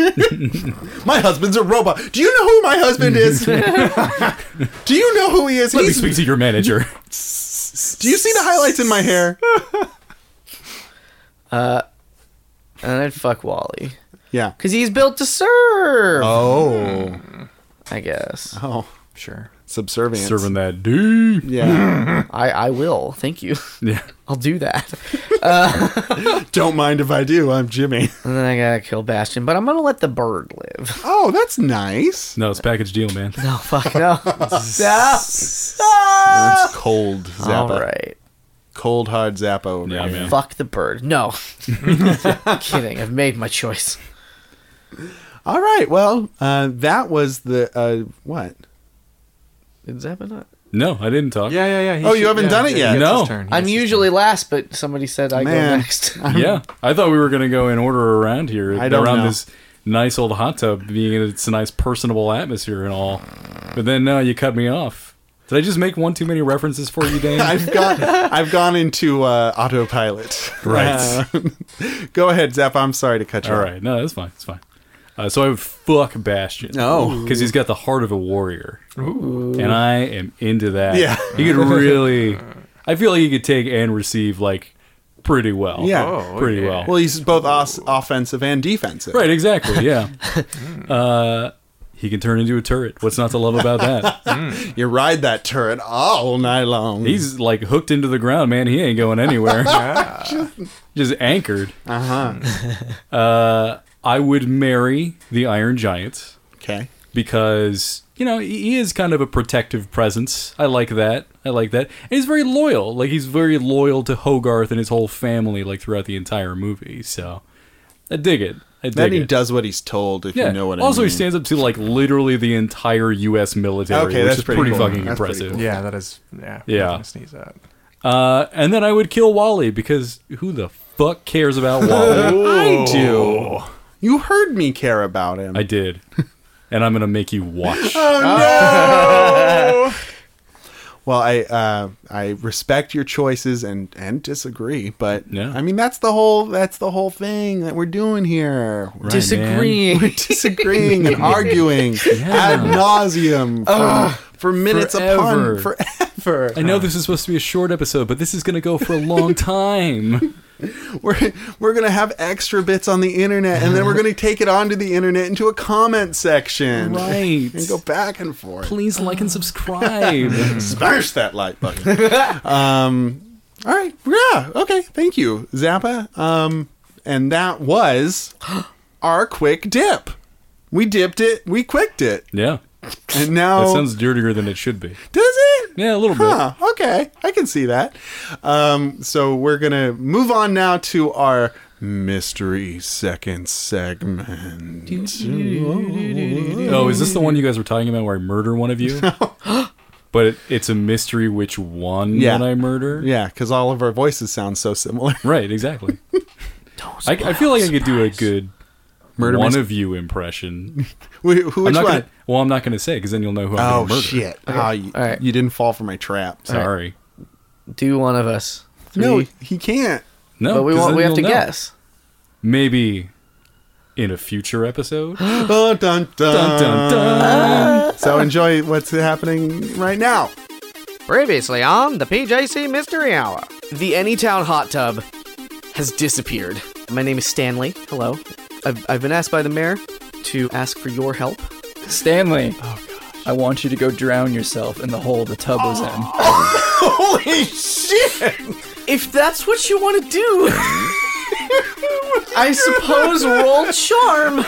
B: my husband's a robot. Do you know who my husband is? Do you know who he is?
A: Let me
B: He's-
A: speak to your manager.
B: do you see the highlights in my hair?
D: And I'd fuck Wally.
B: Yeah.
D: Because he's built to serve,
B: Oh.
D: I guess.
B: Oh.
C: sure.
B: Subservience.
A: Serving that dude.
B: Yeah.
D: I, I will. Thank you.
A: Yeah.
D: I'll do that.
B: Don't mind if I do. I'm Jimmy.
D: And then I gotta kill Bastion, but I'm gonna let the bird live.
B: Oh, that's nice.
A: No, it's package deal, man.
D: No, fuck no.
B: That's cold Zappa.
D: All right.
B: Cold hard Zappa over
A: Yeah,
B: here.
A: man.
D: Fuck the bird. No. Kidding. I've made my choice.
B: All right. Well, uh, that was the uh, what?
D: Did Zappa not?
A: No, I didn't talk.
C: Yeah, yeah, yeah. he
B: Oh, you haven't done it
C: he
B: yet.
C: gets
A: No.
C: his turn. He
D: I'm
C: gets his
D: usually last, but somebody said I go
B: Man.
D: next.
A: Yeah. I thought we were going to go in order around here.
B: I don't
A: around
B: know.
A: this nice old hot tub, being in it's a nice personable atmosphere and all. But then no, you cut me off. Did I just make one too many references for you, Dan?
B: I've got I've gone into uh, autopilot.
A: Right.
B: Uh, go ahead, Zappa. I'm sorry to cut you.
A: All
B: off.
A: right. No, that's fine. It's fine. Uh, so I would fuck Bastion.
B: Oh.
A: Because he's got the heart of a warrior. And I am into that.
B: Yeah.
A: He could really. I feel like he could take and receive, like, pretty well.
B: Yeah.
C: Oh,
A: pretty
C: yeah.
A: well.
B: Well, he's both os- offensive and defensive.
A: Right, exactly. Yeah. uh, he can turn into a turret. What's not to love about that?
B: You ride that turret all night long.
A: He's like hooked into the ground, man. He ain't going anywhere.
C: turn.
A: Just anchored. Uh-huh. uh I would marry the Iron Giant
B: okay.
A: because you know he he is kind of a protective presence. I like that. I like that. And he's very loyal. Like he's very loyal to Hogarth and his whole family, like throughout the entire movie. So I dig it. I dig
B: Then he
A: it.
B: does what he's told. If
A: Yeah.
B: you know what
A: also,
B: I mean.
A: he stands up to like literally the entire U.S. military,
B: Okay,
A: which
B: that's
A: is
B: pretty
A: pretty,
B: cool.
A: fucking
B: That's pretty
A: impressive.
B: cool.
C: Yeah, that is. Yeah.
A: Yeah.
C: I'm gonna Sneeze at.
A: Uh, and then I would kill Wally because who the fuck cares about Wally?
B: I do. You heard me care about him.
A: I did, and I'm gonna make you watch.
B: Well, I uh, I respect your choices and and disagree, but
A: Yeah.
B: I mean that's the whole that's the whole thing that we're doing here. We're
A: Right, man.
D: Disagreeing.
B: disagreeing and arguing ad nauseum for, for minutes upon
A: Forever.
B: forever.
A: I know this is supposed to be a short episode, but this is gonna go for a long time.
B: We're we're gonna have extra bits on the internet, and then we're gonna take it onto the internet into a comment section,
A: Right.
B: And go back and forth.
A: Please like and subscribe.
B: Smash that like button. um, all right, yeah, okay, thank you, Zappa. Um, and that was our quick dip. We dipped it, we quicked it,
A: yeah,
B: and
A: that
B: now
A: sounds dirtier than it should be.
B: does it?
A: Yeah, a little bit.
B: Oh. Huh, okay, I can see that. Um, so we're gonna move on now to our mystery second segment.
A: Oh, is this the one you guys were talking about where I murder one of you? but it, it's a mystery which one
B: Yeah.
A: that I murder.
B: Yeah, because all of our voices sound so similar.
A: Right, exactly. I, I feel like I could do a good
B: Murder
A: one
B: mys-
A: of you impression.
B: Wh- Who,
A: I'm
B: which
A: not
B: one?
A: Gonna, well, I'm not going to say because then you'll know who I'm
B: Oh
A: going to murder.
B: shit! Oh, you,
D: All right.
B: you didn't fall for my trap.
A: Sorry.
D: Do one of us.
B: No,
D: Three.
B: he can't.
A: No,
D: but we
A: 'cause
D: want.
A: then
D: We have
A: you'll
D: to
A: know.
D: guess.
A: Maybe in a future episode. dun,
B: Oh, dun, dun.
A: dun, dun.
B: So enjoy what's happening right now.
D: Previously on the PJC Mystery Hour. The Anytown hot tub has disappeared. My name is Stanley. Hello. I've, I've been asked by the mayor to ask for your help.
E: Stanley, I want you to go drown yourself in the hole the tub was in.
B: Holy shit!
D: If that's what you want to do, I suppose roll charm.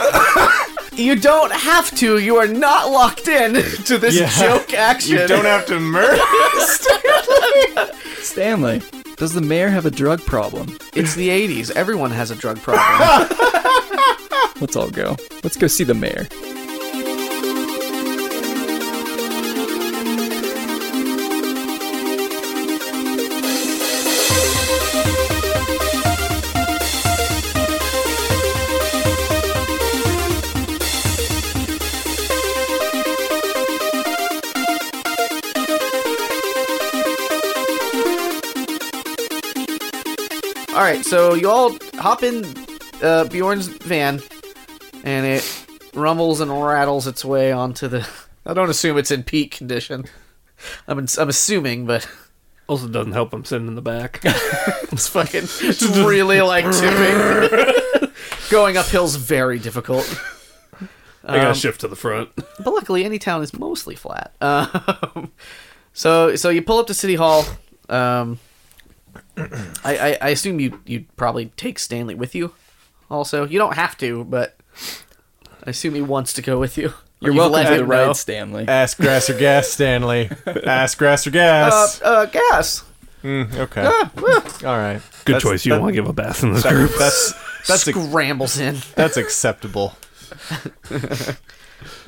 D: you don't have to. You are not locked in to this joke action.
B: have to murder.
E: Stanley, does the mayor have a drug problem?
D: it's the 80s. Everyone has a drug problem.
E: Let's all go. Let's go see the mayor.
D: right, so you all hop in uh, Bjorn's van, and it rumbles and rattles its way onto the. I don't assume it's in peak condition. I'm, I'm assuming, but
F: Also doesn't help I'm sitting in the back.
D: it's fucking it's really like tipping. Going uphill's very difficult.
F: I gotta
D: Um,
F: shift to the front.
D: but luckily any town is mostly flat. Um, so so you pull up to city hall. Um, I, I I assume you you probably take Stanley with you. Also, you don't have to, but I assume he wants to go with you. Or
E: You're
D: you've
E: welcome
D: let
E: to
D: him
E: the ride,
D: know.
E: Stanley.
C: Ass grass or gas, Stanley. Ass grass or
D: Uh,
C: gas.
D: uh, gas. Ah,
C: Mm, okay. All right.
F: Good
C: That's-
F: choice. You
C: that-
F: don't want to give a bath in this
C: that-
F: group.
C: That's that's ac-
D: scrambles in.
C: that's acceptable.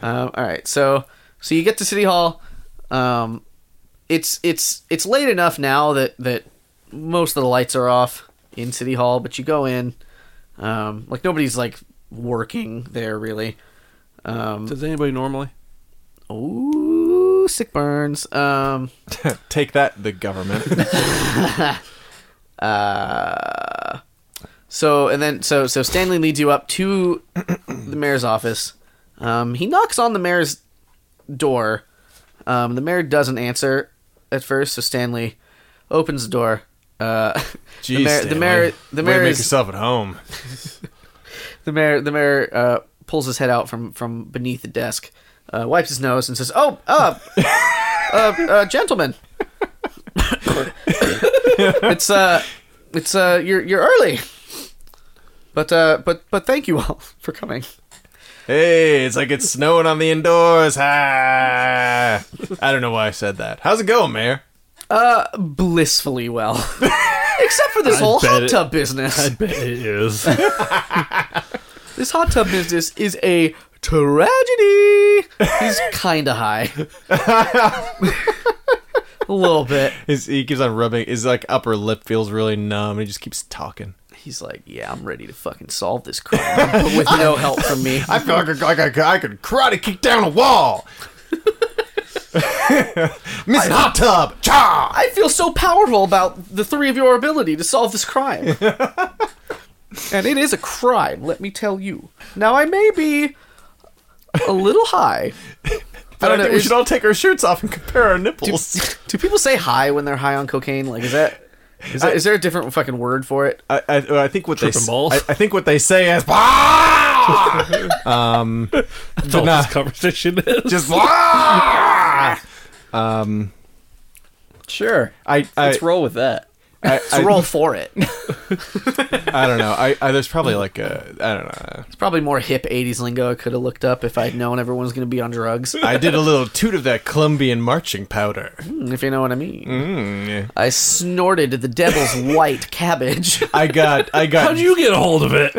D: Um, all right, so so you get to City Hall. Um, it's it's it's late enough now that that most of the lights are off in City Hall, but you go in. Um, like nobody's like working there really. Um,
F: Does anybody normally?
D: ooh, sick burns. Um,
C: Take that, the government.
D: uh, so and then so so Stanley leads you up to the mayor's office. Um, he knocks on the mayor's door. Um, the mayor doesn't answer at first, so Stanley opens the door. Uh,
C: Jeez,
D: the mayor, the
C: Stanley.
D: mayor, the
C: Way
D: mayor,
C: to make
D: is-
C: yourself at home.
D: the mayor, the mayor uh, pulls his head out from from beneath the desk, uh, wipes his nose, and says, "Oh, uh, uh, uh gentlemen, it's uh, it's uh, you're you're early, but uh, but but thank you all for coming."
C: Hey, it's like it's snowing on the indoors. Ha! I don't know why I said that. How's it going, Mayor?
D: Uh, blissfully well. Except for this whole
F: bet
D: hot
F: it-
D: tub business.
F: I bet it is.
D: This hot tub business is a tragedy. He's kind of high. a little bit.
C: His, he keeps on rubbing. His like upper lip feels really numb, and he just keeps talking.
D: He's like, yeah, I'm ready to fucking solve this crime, but with no help from me.
C: I feel like I, like I, could- I could karate kick down a wall. Miss Hot Tub, cha!
D: I feel so powerful about the three of your ability to solve this crime. and it is a crime, let me tell you. Now, I may be a little high.
C: But I, think we
D: is-
C: should all take our shirts off and compare our
D: Do,
C: nipples.
D: do people say high when they're high on cocaine? Like, is that is, that, is there a different fucking word for it?
C: I, I, I think what
F: Tripping
C: they s-
F: balls.
C: I, I think what they say is "Bah!"
F: That's all
C: nah.
F: this conversation is.
C: just "Bah!" um
E: Sure.
C: I I,
E: Let's roll with that.
C: I,
D: To
C: I,
D: roll for it. It's
C: I don't know I, I there's probably like a I don't know
D: probably more hip '80s lingo I could have looked up if I'd known everyone was gonna be on drugs.
C: I did a little toot of that Colombian marching powder
D: If you know what I mean. I snorted the devil's white cabbage.
C: I got I got
F: How'd you get a hold of it?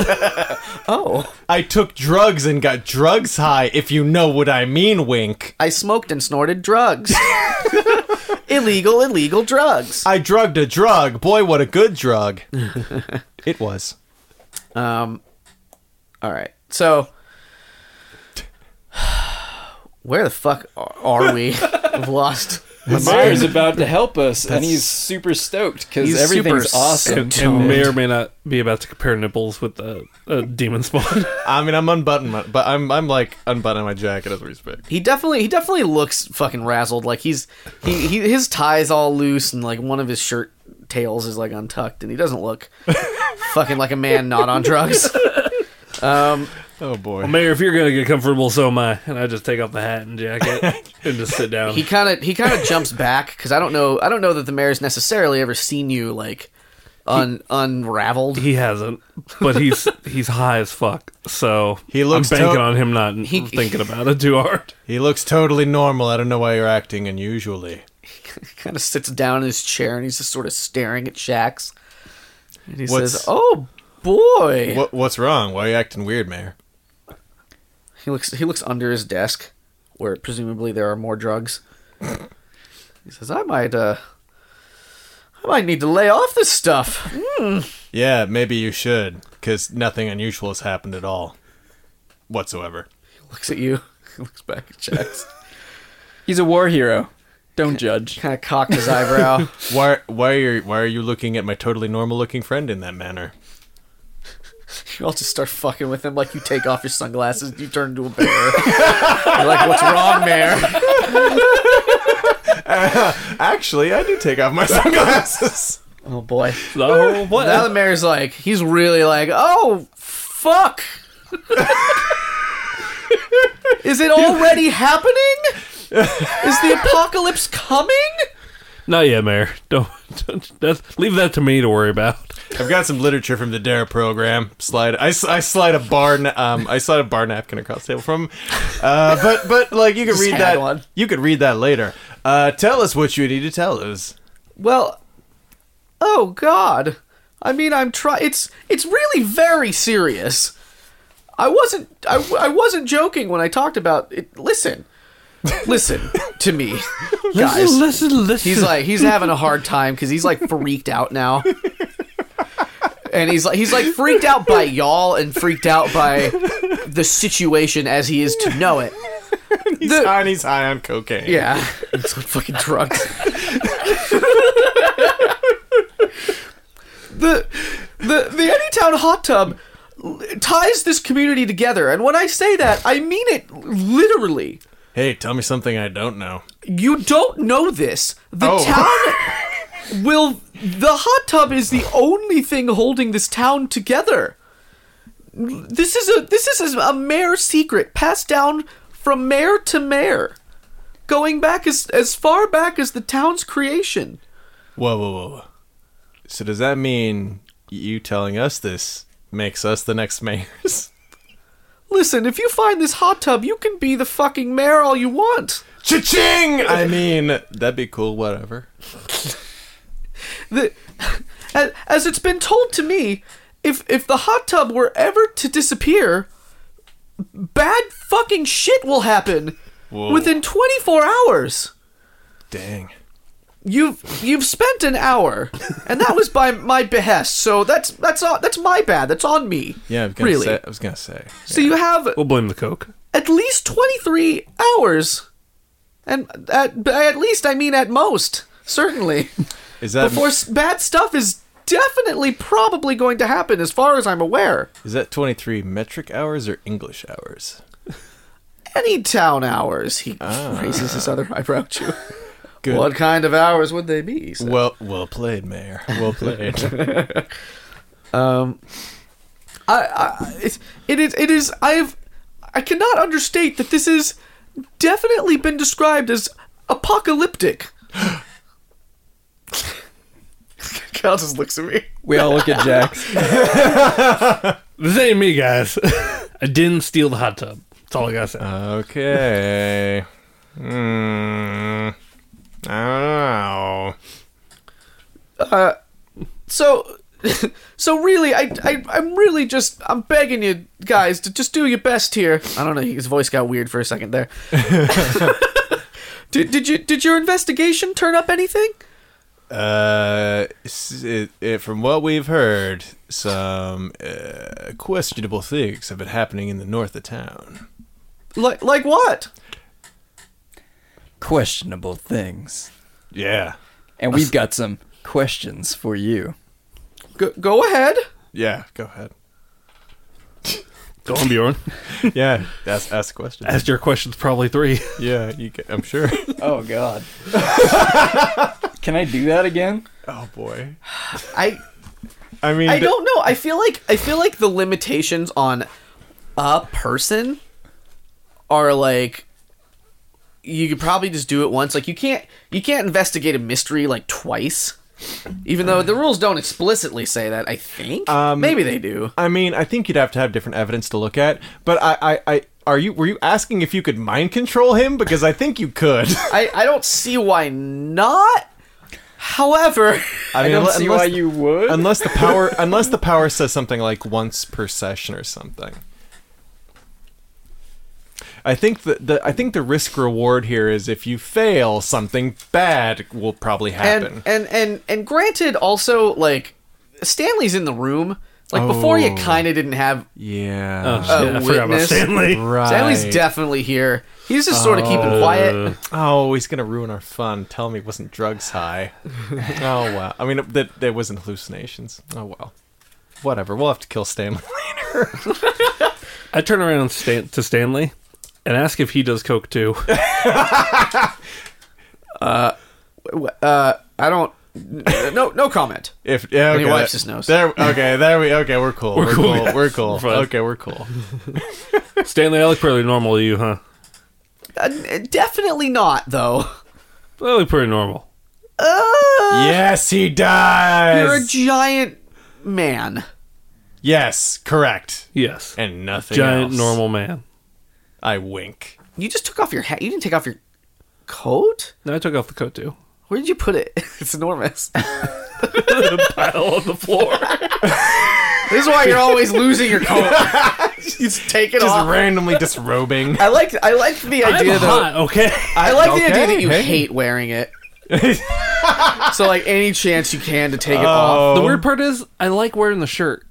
D: Oh,
C: I took drugs and got drugs high if you know what I mean wink
D: I smoked and snorted drugs. illegal, illegal drugs.
C: I drugged a drug boy what a good drug it was
D: Um. All right. So, where the fuck are- are we? I've lost.
E: The mayor's about to help us, and he's super stoked because
D: He's
E: everything's
D: super
E: awesome.
F: and, and may or may not be about to compare nipples with a, a demon spawn.
C: I mean I'm unbuttoned my, but I'm I'm like unbuttoning my jacket as we speak
D: He definitely he definitely looks fucking razzled. Like he's he, he his tie's all loose and like one of his shirt tails is like untucked and he doesn't look fucking like a man not on drugs. Um,
C: oh boy
F: Mayor, if you're gonna get comfortable, so am I. And I just take off the hat and jacket and just sit down.
D: He kind of he kind of jumps back because I don't know I don't know that the mayor's necessarily ever seen you like un unraveled.
F: He hasn't, but he's he's high as fuck. So
C: He looks
F: I'm banking
C: to-
F: on him not
D: He-
F: thinking about it too hard.
C: He looks totally normal. I don't know why you're acting unusually.
D: kind of sits down in his chair and he's just sort of staring at Shax. And he
C: What's-
D: says, "Oh boy."
C: What what's wrong? Why are you acting weird, Mayor?
D: He looks he looks under his desk, where presumably there are more drugs. he says, "I might uh, I might need to lay off this stuff."
C: Yeah, maybe you should, because nothing unusual has happened at all, whatsoever.
D: He looks at you. He looks back at Jax.
E: He's a war hero. Don't judge.
D: Kind of cocked his eyebrow.
C: Why? Why are Why are you looking at my totally normal looking friend in that manner?
D: You all just start fucking with him. Like you take off your sunglasses, you turn into a bear. You're like, what's wrong, Mayor?
C: Actually, I do take off my sunglasses.
D: Oh boy.
F: The whole play.
D: Now the mayor's like, he's really like, oh fuck. Is it already happening? Is the apocalypse coming?
F: Not yet, Mayor. Don't, don't that's, leave that to me to worry about.
C: I've got some literature from the Dare program. Slide. I, s- I slide a bar. na- Um, I slide a bar napkin across the table from. Uh, but but like you could read
D: had
C: that.
D: one.
C: You could read that later. Uh, tell us what you need to tell us.
D: Well, oh god. I mean, I'm try. It's it's really very serious. I wasn't I, I wasn't joking when I talked about it. Listen, listen to me, guys.
F: listen, listen.
D: He's like he's having a hard time because he's like freaked out now. And he's like he's like freaked out by y'all and freaked out by the situation as he is to know it.
C: He's
D: The-
C: high and he's high on cocaine.
D: Yeah, it's on fucking drugs. the the the Anytown hot tub l- ties this community together, and when I say that, I mean it literally.
C: Hey, tell me something I don't know.
D: You don't know this. The town will. The hot tub is the only thing holding this town together. This is a this is a mayor secret passed down from mayor to mayor, going back as as far back as the town's creation.
C: Whoa, whoa, whoa, whoa. So does that mean you telling us this makes us the next mayors?
D: Listen, if you find this hot tub, you can be the fucking mayor all you want.
C: Cha-ching! I mean, that'd be cool, whatever.
D: the as, as it's been told to me, if if the hot tub were ever to disappear, bad fucking shit will happen within 24 hours.
C: Dang.
D: You've you've spent an hour, and that was by my behest. So that's that's on, that's my bad. That's on me.
C: Yeah, I was gonna
D: really.
C: say. I was gonna say.
D: So you have
F: we'll blame the Coke.
D: at least 23 hours, and at by at least I mean at most certainly.
C: Is that
D: before s- bad stuff is definitely probably going to happen as far as i'm aware
C: is that twenty three metric hours or English hours?
D: any town hours he raises his other eyebrow at you
C: Good.
D: what kind of hours would they be he said.
C: Well, well played, Mayor. Well played.
D: um, I, I, it, it is it is i've i cannot understate that this is definitely been described as apocalyptic Cal just looks at me.
E: We all look at Jax.
F: This ain't me, guys. Uh, I didn't steal the hot tub. That's all I gotta say.
C: okay. Hmm. I don't know.
D: Uh, So, so really, I, I, I'm really just, I'm begging you guys to just do your best here. I don't know, his voice got weird for a second there. did, did you, did your investigation turn up anything?
C: Uh, s- it, it, from what we've heard, some uh, questionable things have been happening in the north of town.
D: Like, like what?
E: Questionable things.
C: Yeah,
E: And we've got some questions for you.
D: Go, go ahead.
C: yeah. Go ahead.
F: Go on, Bjorn.
C: Yeah, ask ask questions.
F: Asked your questions probably three.
C: yeah, you. Can, I'm sure.
E: Oh God. Can I do that again?
C: oh boy.
D: I,
C: I mean,
D: I don't know. I feel like, I feel like the limitations on a person are like, you could probably just do it once. Like, you can't, you can't investigate a mystery like twice. Even though the rules don't explicitly say that, I think maybe they do.
C: I mean, I think you'd have to have different evidence to look at. But I, I, I are you? Were you asking if you could mind control him? Because I think you could.
D: I, I don't see why not. However,
C: I mean,
E: don't
C: unle-
E: see why you would.
C: Unless the power, unless the power says something like once per session or something. I think the, the I think the risk reward here is if you fail, something bad will probably happen.
D: and and and and granted, also like Stanley's in the room. Like before, you
C: Oh.
D: kind of didn't have.
C: yeah.
F: Oh, shit, I forgot about
D: witness.
F: Stanley.
C: right.
D: Stanley's definitely here. He's just sort of
F: Uh.
D: keeping quiet.
C: Oh, he's gonna ruin our fun. Tell me, it wasn't drugs high? oh wow. I mean, it- that there wasn't hallucinations. Oh well. Whatever. We'll have to kill Stanley.
F: I turn around and Stan- to Stanley and ask if he does coke too.
D: Uh, I don't. n- No, no comment.
C: If yeah,
D: he
C: okay,
D: wipes
C: that-
D: his nose.
C: There. Okay. There we. Okay. We're cool. We're,
F: cool,
C: cool.
F: yes.
C: We're cool.
F: We're fine.
C: okay. We're cool.
F: Stanley, I look pretty normal to you, huh?
D: Uh, n- definitely not, though.
F: I look pretty normal.
D: Uh,
C: yes, he does.
D: You're a giant man.
C: yes. Correct.
F: Yes.
C: And nothing.
F: Giant
C: else.
F: normal man.
C: I wink.
D: You just took off your hat. You didn't take off your coat.
F: No, I took off the coat too.
D: Where did you put it? It's enormous.
F: the pile on the floor.
D: This is why you're always losing your coat. just take it
C: Just
D: off.
C: randomly disrobing.
D: I like I like the idea
F: I'm
D: though.
F: hot, okay?
D: I like the idea
C: okay,
D: that you
C: hey.
D: hate wearing it. so like any chance you can to take it off.
C: Oh.
F: The weird part is, I like wearing the shirt.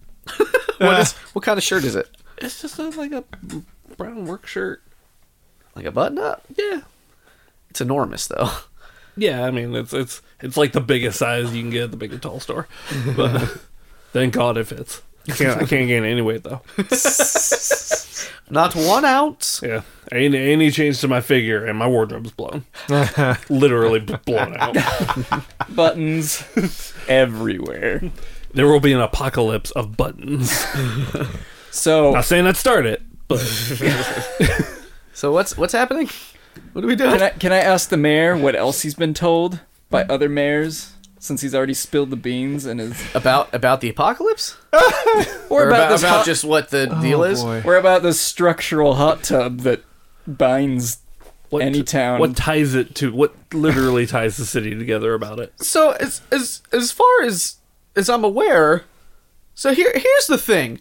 D: What is what kind of shirt is it?
F: It's just a, like a brown work shirt.
D: Like a button up?
F: Yeah.
D: It's enormous though.
F: Yeah, I mean it's it's it's like the biggest size you can get at the big and tall store. But thank God it fits. I can't, I can't gain any weight though.
D: Not one ounce.
F: Yeah, any any change to my figure and my wardrobe's blown, literally b- blown out.
E: Buttons everywhere.
F: There will be an apocalypse of buttons.
E: So
F: Not saying I'd start it, but
D: So what's what's happening? What are we doing?
E: can I can I ask the mayor what else he's been told by other mayors since he's already spilled the beans and is
D: about about the apocalypse?
E: or
D: Or about, about,
E: this hot,
D: just what the
C: Oh,
D: deal is?
E: or about this structural hot tub that binds
F: what
E: Any
F: t-
E: town.
F: What ties it to? What literally ties the city together about it?
D: so as as as far as as I'm aware, so here here's the thing.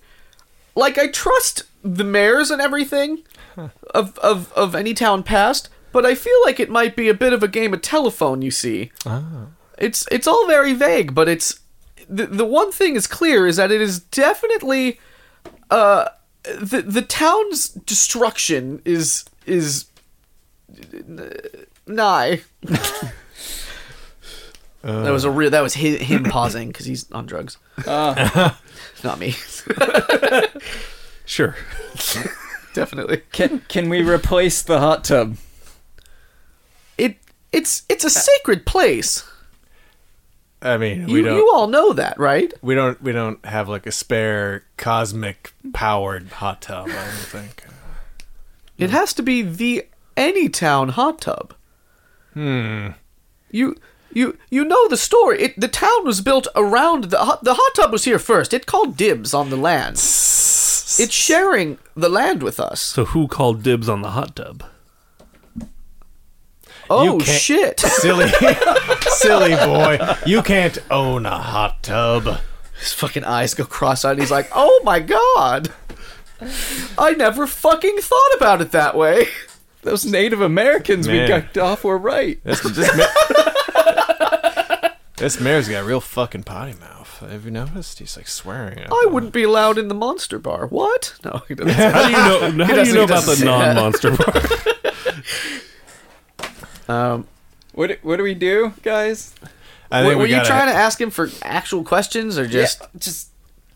D: Like I trust the mayors and everything of of of any town past, but I feel like it might be a bit of a game of telephone, you see. It's it's all very vague, but it's the, the one thing is clear is that it is definitely uh the the town's destruction is is n- nigh that was a real. That was hi him pausing because he's on drugs.
C: Ah.
D: Not me,
F: Sure.
D: definitely.
E: can can we replace the hot tub?
D: It it's it's a sacred place.
C: I mean,
D: You,
C: we don't.
D: you all know that, right?
C: we don't. We don't have like a spare cosmic powered hot tub. I don't think. Hmm.
D: It has to be the any town hot tub. Hmm. You you you know the story. It, the town was built around the hot, the hot tub was here first. It called dibs on the land. It's sharing the land with us.
F: So who called dibs on the hot tub?
D: Oh
C: can't-
D: shit!
C: silly, silly boy. You can't own a hot tub.
D: His fucking eyes go cross-eyed. and He's like, "Oh my god, I never fucking thought about it that way."
E: Those Native Americans we
C: Man.
E: got off were right.
C: This, this, ma- this mayor's got a real fucking potty mouth. Have you noticed? He's like swearing.
D: I wouldn't be allowed in the monster bar. What? No, he doesn't. say
F: How do you know? How do
D: doesn't-
F: you know
D: he
F: about
D: doesn't
F: the
D: say that.
F: non-monster part?
D: that. um,
E: What what do we do, guys?
C: I
D: were
C: think
D: were you
C: gotta-
D: trying to ask him for actual questions or just? Uh,
E: just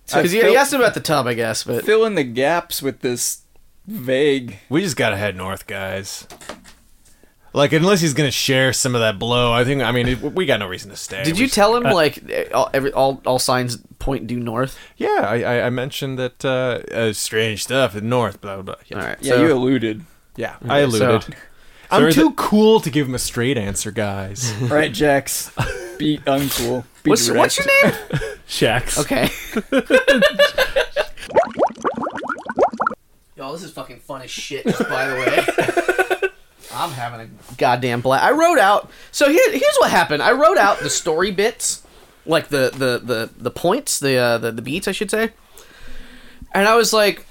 D: Because he,
E: fill,
D: he asked him about the tub, I guess. But
E: fill in the gaps with this vague.
C: We just gotta head north, guys. Like, unless he's gonna share some of that blow, I think. I mean, it, we got no reason to stay.
D: did
C: We
D: you
C: just-
D: tell him like eh, all, every all all signs point due north?
C: yeah, I, I, I mentioned that uh, uh, strange stuff in north. Blah blah. blah. Yeah,
D: All right.
E: Yeah,
D: so,
E: you alluded.
C: yeah. I alluded.
D: so-
C: I'm
F: is
C: too cool to give him a straight answer, guys.
E: All right, Jax. Be uncool. Be
D: what's what's your
E: direct.
D: name?
F: Shacks.
D: Okay. Y'all, this is fucking fun as shit, just by the way. I'm having a goddamn blast. I wrote out. So here, here's what happened. I wrote out the story bits, like the the the, the points, the, uh, the the beats, I should say. And I was like,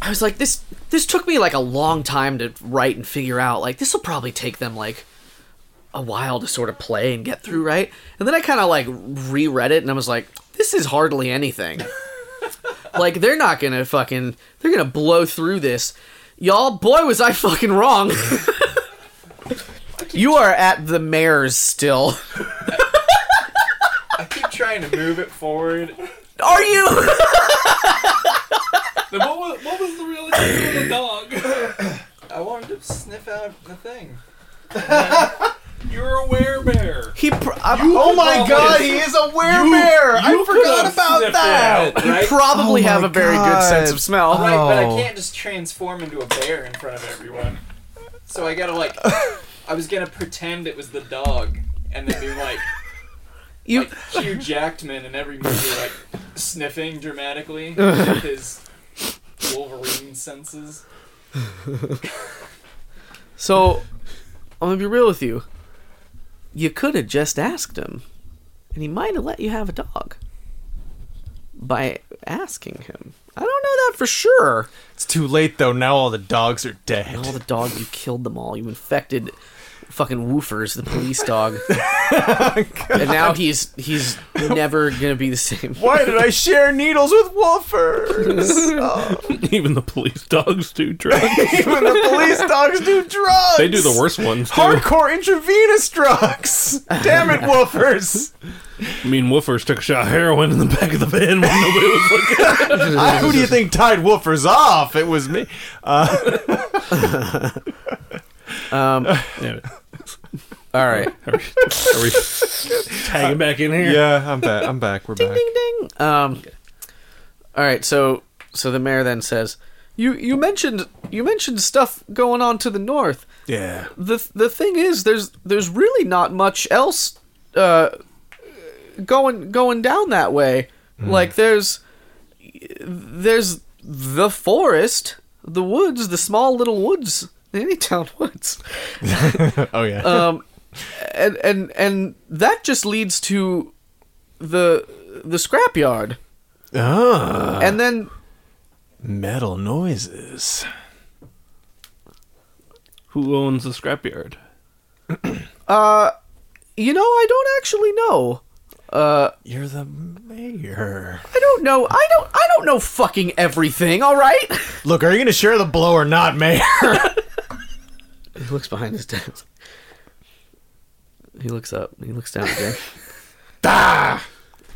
D: I was like, this this took me like a long time to write and figure out. Like, this will probably take them like a while to sort of play and get through, right? And then I kind of like reread it and I was like, this is hardly anything. like they're not going to fucking they're going to blow through this. y'all, boy, was I fucking wrong. you are at the mayor's still.
E: I keep trying to move it forward.
D: Are you?
F: Then what, was, what was the real intention of the dog?
E: I wanted to sniff out the thing.
F: You're a werebear.
D: He. Pr- I-
B: Oh my god, he is a werebear! I forgot about that!
E: Right? right?
D: Probably
C: Oh
D: have
C: my
D: a very good sense
C: God.
D: of smell.
E: But I
C: Oh.
E: can't just transform into a bear in front of everyone. So I gotta like, I was gonna pretend it was the dog, and then be like,
D: You-
E: like Hugh Jackman in every movie, like sniffing dramatically with his Wolverine senses.
D: So, I'm gonna be real with you. You could have just asked him, and he might have let you have a dog by asking him. I don't know that for sure.
C: It's too late though. Now all the dogs are
D: All
C: dead.
D: the dog, you killed them all. You infected fucking Woofers, the police dog, and now he's he's never gonna be the same.
C: Why did I share needles with wolfers?
F: Even the police dogs do drugs.
C: Even the police dogs do drugs.
F: they do the worst ones too.
C: Hardcore intravenous drugs. Damn it, wolfers.
F: I mean, Woofers took a shot of heroin in the back of the van when nobody was looking.
C: I- who do you think tied wolfers off? It was me.
D: Um, all
F: Damn it.
D: right.
F: Are we, are we tagging back in here?
C: Yeah, I'm back. I'm back. We're back.
D: ding ding. Um, all right, so so the mayor then says, "You you mentioned you mentioned stuff going on to the north.
C: Yeah.
D: The the thing is, there's there's really not much else uh, going going down that way.
C: Mm.
D: Like there's there's the forest, the woods, the small little woods, Anytown woods."
C: Oh yeah.
D: um, and and and that just leads to the the scrapyard,
C: ah,
D: and then
C: metal noises.
F: Who owns the scrapyard?
D: you know I don't actually know. Uh,
C: You're the mayor.
D: I don't know. I don't. I don't know fucking everything. All right.
C: Look, are you gonna share the blow or not, mayor?
D: He looks behind his desk. He looks up. He looks down again.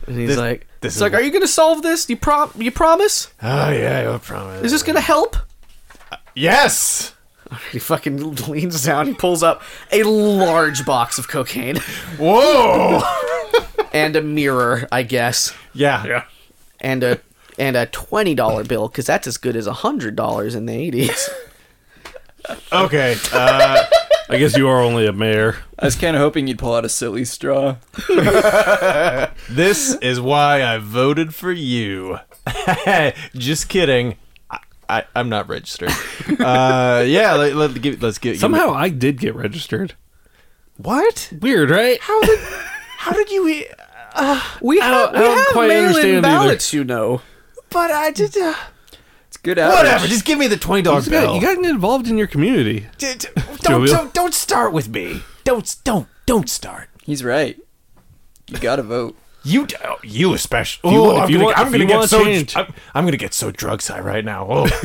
D: And he's
C: This-
D: like,
C: this
D: "It's
C: is
D: like,
C: wh-
D: are you gonna solve this? You prom? You promise?
C: oh yeah, I promise.
D: Is this gonna help?"
C: Yes.
D: He fucking leans down. He pulls up a large box of cocaine
C: Whoa.
D: and a mirror, I guess.
C: yeah.
F: Yeah.
D: and a and a twenty dollar bill because that's as good as a hundred dollars in the eighties.
C: Okay. Uh,
F: I guess you are only a mayor.
E: I was kind of hoping you'd pull out a silly straw.
C: this is why I voted for you. Just kidding. I, I, I'm not registered. Uh, yeah. Let, let, give, let's get
F: Somehow I did get registered.
C: What?
F: Weird, right?
C: How did? How did you? e-
D: We
F: I
D: have,
F: don't-
D: we
F: I don't
D: have
F: quite
D: mail-in
F: understand either.
D: ballots, you know.
C: But I did. Uh,
E: It's good average.
C: whatever. Just give me the twenty dollars
F: You got,
C: bill.
F: you got involved in your community.
C: D- d-
F: Joe,
C: don't,
F: Bill.
C: don't don't start with me. Don't don't don't start.
E: He's right. You gotta vote.
C: You d- oh, you especially.
F: you
C: Oh,
F: want- if
C: I'm
F: you
C: gonna,
F: want-
C: I'm
F: if
C: gonna
F: you
C: get
F: want
C: so
F: change.
C: I'm, I'm gonna get so drug high right now.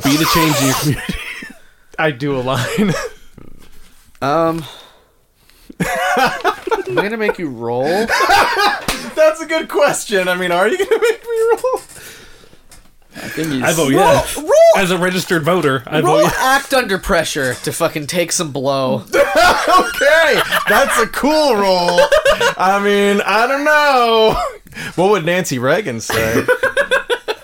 C: Oh,
F: Be the change in your community.
C: I do a line.
D: Um, I'm gonna make you roll.
C: That's a good question. I mean, are you gonna make me roll?
E: I think he's.
F: I vote yes.
D: roll,
F: As a registered voter, I
D: roll.
F: vote yes.
D: Act under pressure to fucking take some blow.
C: okay, that's a cool roll. I mean, I don't know. What would Nancy Reagan say?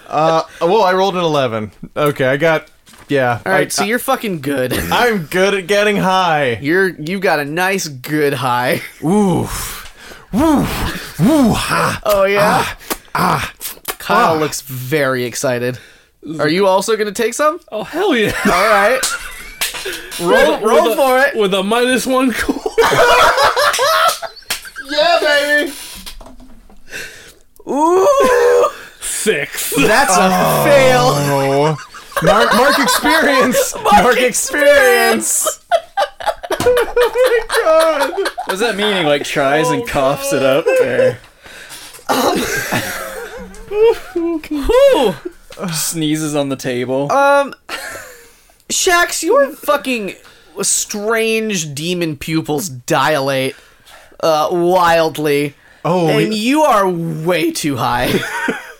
C: Uh, well, I rolled an eleven. Okay, I got. Yeah.
D: All right, so you're fucking good.
C: I'm good at getting high.
D: You're you got a nice good high.
C: Oof. Woof. Woo ha.
D: Oh yeah. Ah. Kyle looks very excited. Are you also gonna take some?
F: Oh hell yeah!
D: All right. Roll,
F: With
D: roll
F: a-
D: for it.
F: with a minus one cool.
C: Yeah, baby.
D: Ooh,
F: Six.
D: that's a fail.
C: Oh. Mark, mark experience. Mark, experience.
E: What does that mean? He, like tries and coughs it up. Or
D: Ooh.
E: sneezes on the table.
D: Um, Shax, your fucking strange demon pupils dilate uh, wildly.
C: Oh,
D: and
C: we-
D: you are way too high.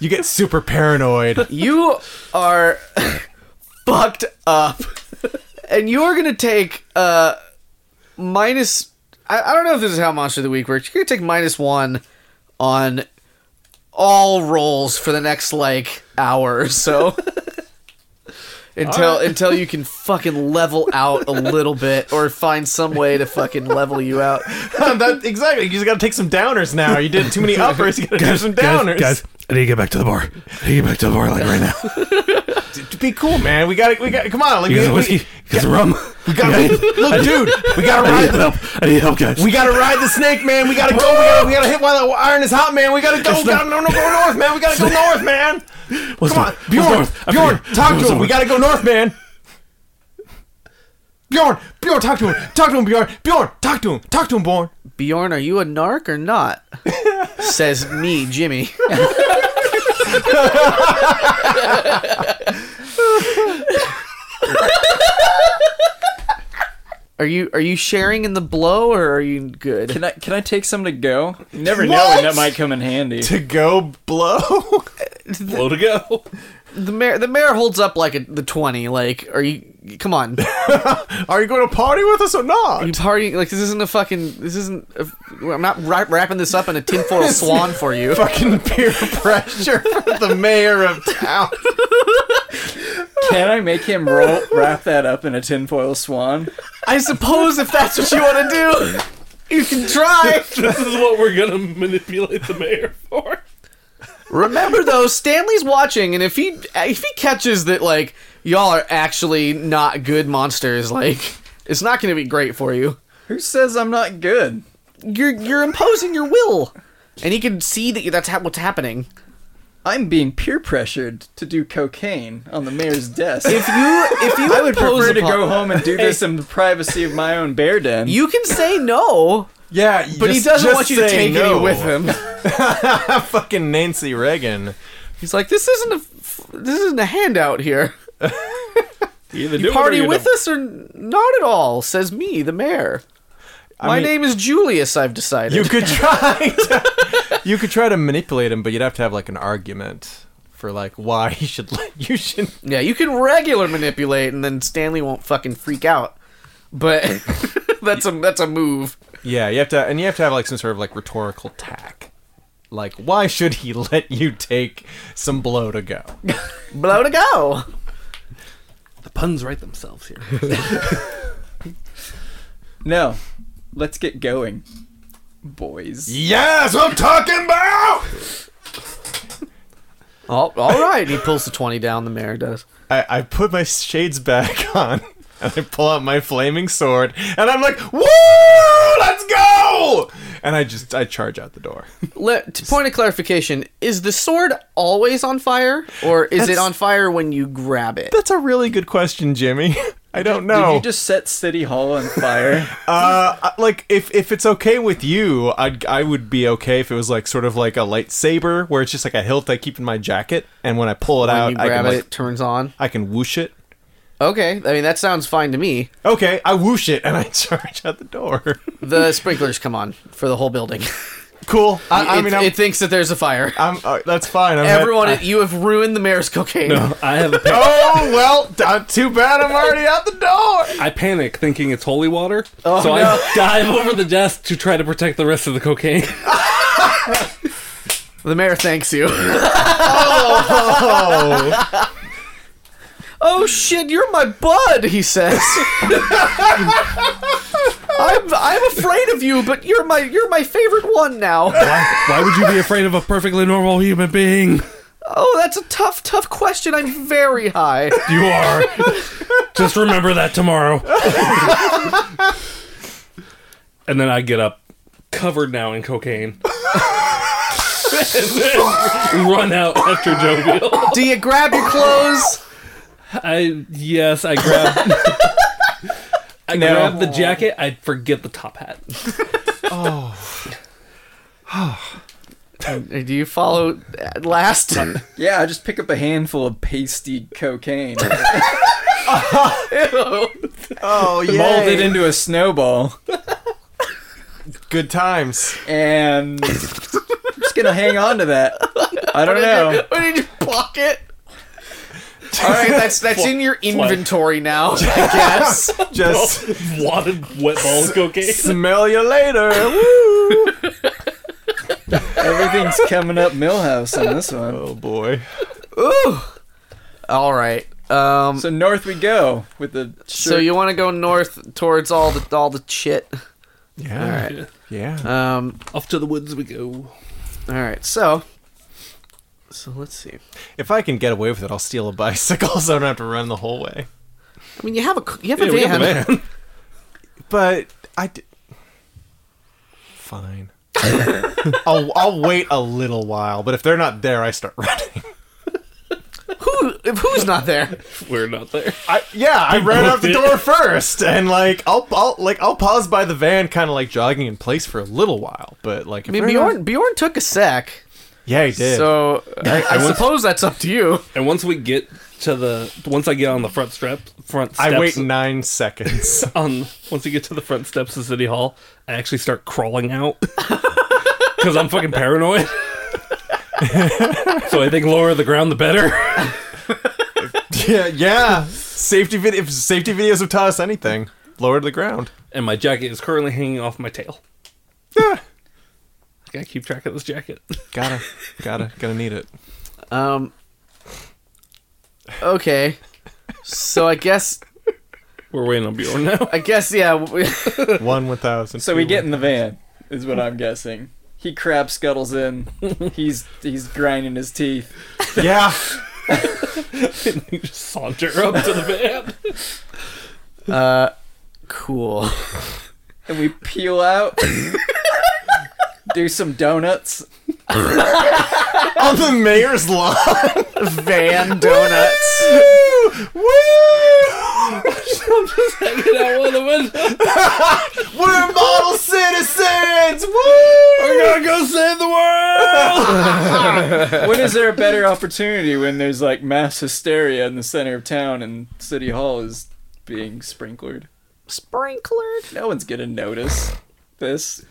C: You get super paranoid.
D: you are fucked up, and you are gonna take uh minus. I, I don't know if this is how Monster of the Week works. You're gonna take minus one on all rolls for the next like hour or so. Until until you can fucking level out a little bit or find some way to fucking level you out.
C: that, exactly. You just got to take some downers now. You did too many uppers. You got to do some downers.
F: Guys, I need to get back to the bar. I need to get back to the bar like right now.
C: be cool, man. We got to. We got. Come on. Like,
F: You
C: we,
F: guys
C: we-
F: whiskey? You guys rum?
C: we gotta- look, dude. We got to
F: I
C: ride
F: need
C: the.
F: help. I need help, guys.
C: We gotta ride the snake, man. We gotta go. We gotta, we gotta hit while the iron is hot, man. We gotta go. We gotta, no, no, go north, man. We gotta go north, man.
F: What's
C: Come on,
F: north? What's
C: Bjorn.
F: north? I
C: Bjorn,
F: forget.
C: talk
F: What's
C: to him. We
F: north?
C: gotta go north, man. Bjorn, Bjorn, talk to him. Talk to him, Bjorn. Bjorn, talk to him. Talk to him, Bjorn.
D: Bjorn, are you a narc or not? Says me, Jimmy. are you are you sharing in the blow or are you good?
E: Can I can I take some to go? You never know when that might come in handy.
C: To go blow.
F: Blow to go.
D: the mayor the mayor holds up like a, the twenty. Like, are you? Come on, are
C: Are you going to party with us or
D: you
C: not?
D: partying? Like, this isn't a fucking. This isn't. A, I'm not wrap, wrapping this up in a tinfoil swan for you.
C: Fucking peer pressure for the mayor of town.
E: Can I make him roll wrap that up in a tinfoil swan?
D: I suppose if that's what you want to do, you can try.
F: This is what we're gonna manipulate the mayor for.
D: Remember though, Stanley's watching, and if he if he catches that like y'all are actually not good monsters, like it's not going to be great for you.
E: Who says I'm not good?
D: You're you're imposing your will, and he can see that that's ha- what's happening.
E: I'm being peer pressured to do cocaine on the mayor's desk.
D: If you if you
E: I would
D: impose
E: prefer to
D: upon-
E: go home and do this in the privacy of my own bear den.
D: you can say no,
C: Yeah,
D: but he doesn't want you to take any with him.
C: Fucking Nancy Reagan.
D: He's like, this isn't a f- this isn't a handout here.
F: Either
D: You party with us or not at all, says me, the mayor. My
C: mean-
D: name is Julius. I've decided.
C: You could try. To, you could try to manipulate him, but you'd have to have like an argument for like why he should let you should.
D: Yeah, you can regular manipulate, and then Stanley won't fucking freak out. But that's a that's a move.
C: Yeah, you have to, and you have to have like some sort of like rhetorical tack. Like, why should he let you take some blow to go?
D: Blow to go.
F: The puns write themselves here.
E: no, let's get going, boys.
C: Yes, I'm talking about.
D: All, all right, he pulls the twenty down. The mayor does.
C: I, I put my shades back on and I pull out my flaming sword and I'm like, woo, let's go! And I just I charge out the door.
D: Let, to point of clarification: Is the sword always on fire, or is it
C: That's-
D: on fire when you grab it?
C: That's a really good question, Jimmy. I don't
E: Did
C: know.
E: you just set City Hall on fire?
C: uh, I- like if if it's okay with you, I'd I would be okay if it was like sort of like a lightsaber where it's just like a hilt I keep in my jacket, and when I pull it
D: When
C: out,
D: you
C: I can
D: grab it,
C: like,
D: it turns on.
C: I can whoosh it.
D: Okay, I mean that sounds fine to me.
C: Okay, I whoosh it and I charge out the door.
D: The sprinklers come on for the whole building.
C: cool. I, I
D: it,
C: mean, I'm,
D: it thinks that there's a fire.
C: I'm uh, that's fine. I'm
D: Everyone, you have ruined the mayor's cocaine.
F: I have a pa-
C: oh well, d- too bad I'm already out the door.
F: I panic thinking it's holy water, so I dive over the desk to try to protect the rest of the cocaine.
D: The mayor thanks you. oh.
C: Oh,
D: Oh, shit, you're my bud, he says. I'm I'm afraid of you, but you're my you're my favorite one now.
F: why, why would you be afraid of a perfectly normal human being?
D: Oh, that's a tough, tough question. I'm very high.
F: You are. Just remember that tomorrow. and then I get up, covered now in cocaine. and then run out after Jovial.
D: Do you grab your clothes?
F: I yes, I grab I grab the jacket, I forget the top hat.
D: Do you follow uh, last?
E: Yeah, I just pick up a handful of pasty cocaine.
C: Oh yeah.
E: mold it into a snowball
C: Good times.
E: and I'm just gonna hang on to that. I don't know.
D: What did you pocket? All right, that's that's in your inventory now. I guess.
C: Just
F: Wadded wet balls cocaine.
C: smell you later. Woo.
E: Everything's coming up Millhouse on this one.
C: Oh boy.
D: Ooh. All right. Um. So,
E: So north we go with the shirt.
D: you want to go north towards all the all the shit.
C: Yeah.
D: All right.
C: Yeah.
D: Um.
F: Off to the woods we go.
D: All right. So. So let's see.
C: If I can get away with it, I'll steal a bicycle so I don't have to run the whole way.
D: I mean, you have a c- you have a
F: Yeah, we
D: van.
F: have a van.
C: But I. D- Fine. I'll I'll wait a little while, but if they're not there, I start running.
D: Who if who's not there?
F: We're not there.
C: I, yeah, I ran out the
F: booked it.
C: door first, and like I'll, I'll like I'll pause by the van, kind of like jogging in place for a little while. But like,
D: I
C: if
D: mean,
C: they're
D: Bjorn
C: not-
D: Bjorn took a sec.
C: yeah, he did.
D: So I, I suppose that's up to you.
F: And once we get to the, once I get on the front step, front steps,
C: I wait nine seconds.
F: on once you get to the front steps of City Hall, I actually start crawling out because I'm fucking paranoid. so I think lower the ground the better.
C: yeah, yeah. Safety video. If safety videos have taught us anything, lower to the ground.
F: And my jacket is currently hanging off my tail.
C: Yeah,
F: I gotta keep track of this jacket.
C: gotta, gotta, gonna need it.
D: Um. Okay. So I guess
F: We're waiting on Bjorn now.
D: I guess yeah. we-
C: One one thousand.
E: So we
C: two,
E: get
C: one-
E: in the van, is what I'm guessing. He crab scuttles in. He's he's grinding his teeth.
C: Yeah,
F: you just saunter up to the van.
D: Uh, cool.
E: And we peel out. do some donuts.
C: on the mayor's lawn.
D: Van donuts.
C: Woo!
F: I'm just hanging out one of the windows.
C: We're model citizens. Woo!
F: We're gonna go save the world.
E: When is there a better opportunity when there's like mass hysteria in the center of town and City Hall is being sprinklered?
D: Sprinklered.
E: No one's gonna notice this.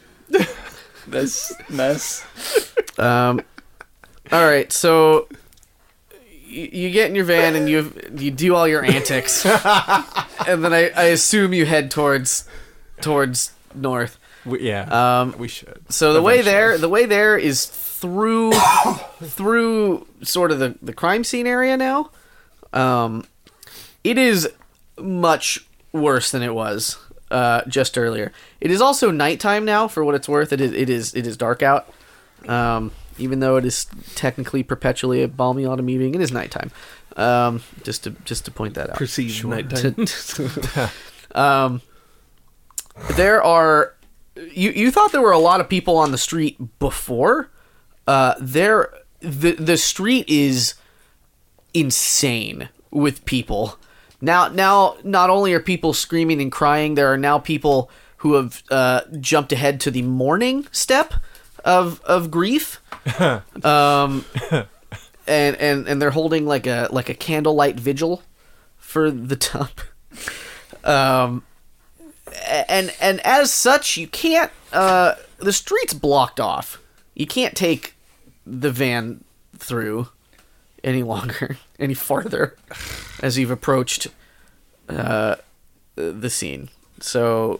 E: This mess.
D: Um. All right. So y- you get in your van and you you do all your antics, and then I, I assume you head towards towards north.
C: We, yeah,
D: Um.
C: we should.
D: So the way there the way there is through through sort of the the crime scene area now. Um. It is much worse than it was uh, just earlier. It is also nighttime now. For what it's worth, it is it is it is dark out. Um, even though it is technically perpetually a balmy autumn evening, it is nighttime. Um, just to just to point that out.
F: Perceived nighttime.
D: To- um, there are you you thought there were a lot of people on the street before. Uh, there the the street is insane with people. Now, now, not only are people screaming and crying, there are now people who have uh, jumped ahead to the mourning step of of grief, um, and and and they're holding like a like a candlelight vigil for the top. Um, a- and and as such, you can't. Uh, the street's blocked off. You can't take the van through any longer, any farther, as you've approached uh, the scene. So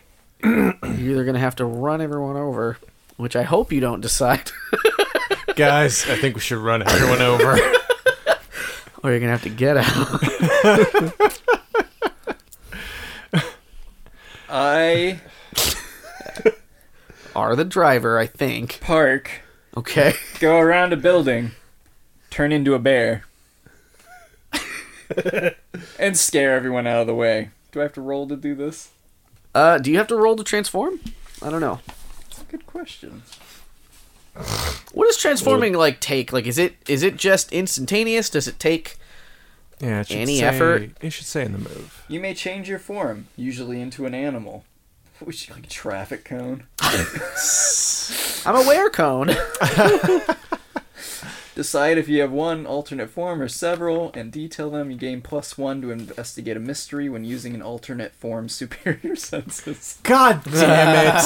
D: you're either gonna have to run everyone over, which I hope you don't decide,
C: Guys, I think we should run everyone over.
D: or you're gonna have to get out.
E: I
D: Are the driver, I think.
E: park,
D: Okay.
E: go around a building, turn into a bear, and scare everyone out of the way. Do I have to roll to do this?
D: Uh, do you have to roll to transform? I don't know.
E: Good question.
D: What does transforming like take? Like, is it is it just instantaneous? Does it take?
C: Yeah, it should
D: Any
C: say-
D: effort?
C: It should say in the move.
E: You may change your form, usually into an animal. We should like traffic cone.
D: I'm a wear cone.
E: Decide if you have one alternate form or several, and detail them. You gain plus one to investigate a mystery when using an alternate form superior senses.
B: God damn it!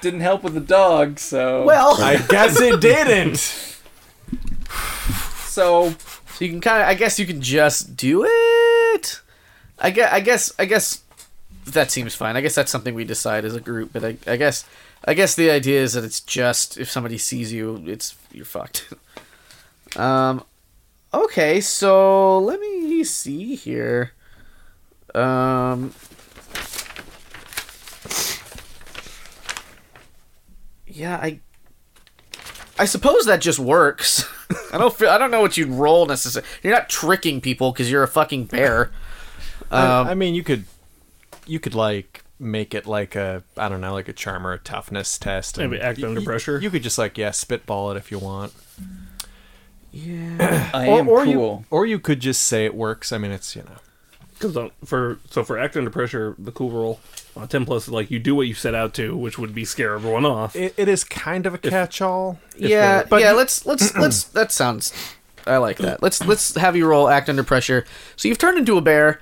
E: Didn't help with the dog,
C: Oh.
E: so
D: well,
B: I guess it didn't.
E: so
D: so you can kind of. I guess you can just do it. I guess. I guess. I guess that seems fine. I guess that's something we decide as a group. But I, I guess. I guess the idea is that it's just if somebody sees you, it's you're fucked. um. Okay, so let me see here. Um. Yeah, I. I suppose that just works. I don't feel. I don't know what you'd roll necessarily. You're not tricking people because you're a fucking bear. Um,
C: I, I mean, you could, you could like make it like a, I don't know, like a charm or a toughness test.
F: Maybe act
C: y-
F: under
C: y-
F: pressure.
C: You could just like yeah, spitball it if you want.
D: yeah.
E: I
C: or,
E: am
C: or
E: cool.
C: you, or you could just say it works. I mean, it's you know,
F: Because um, for so for act under pressure, the cool roll on ten plus is like you do what you set out to, which would be scare everyone off.
C: it, it is kind of a catch-all.
D: yeah,
C: but
D: yeah.
C: you-
D: let's let's let's. That sounds. I like that. Let's let's have you roll act under pressure. So you've turned into a bear.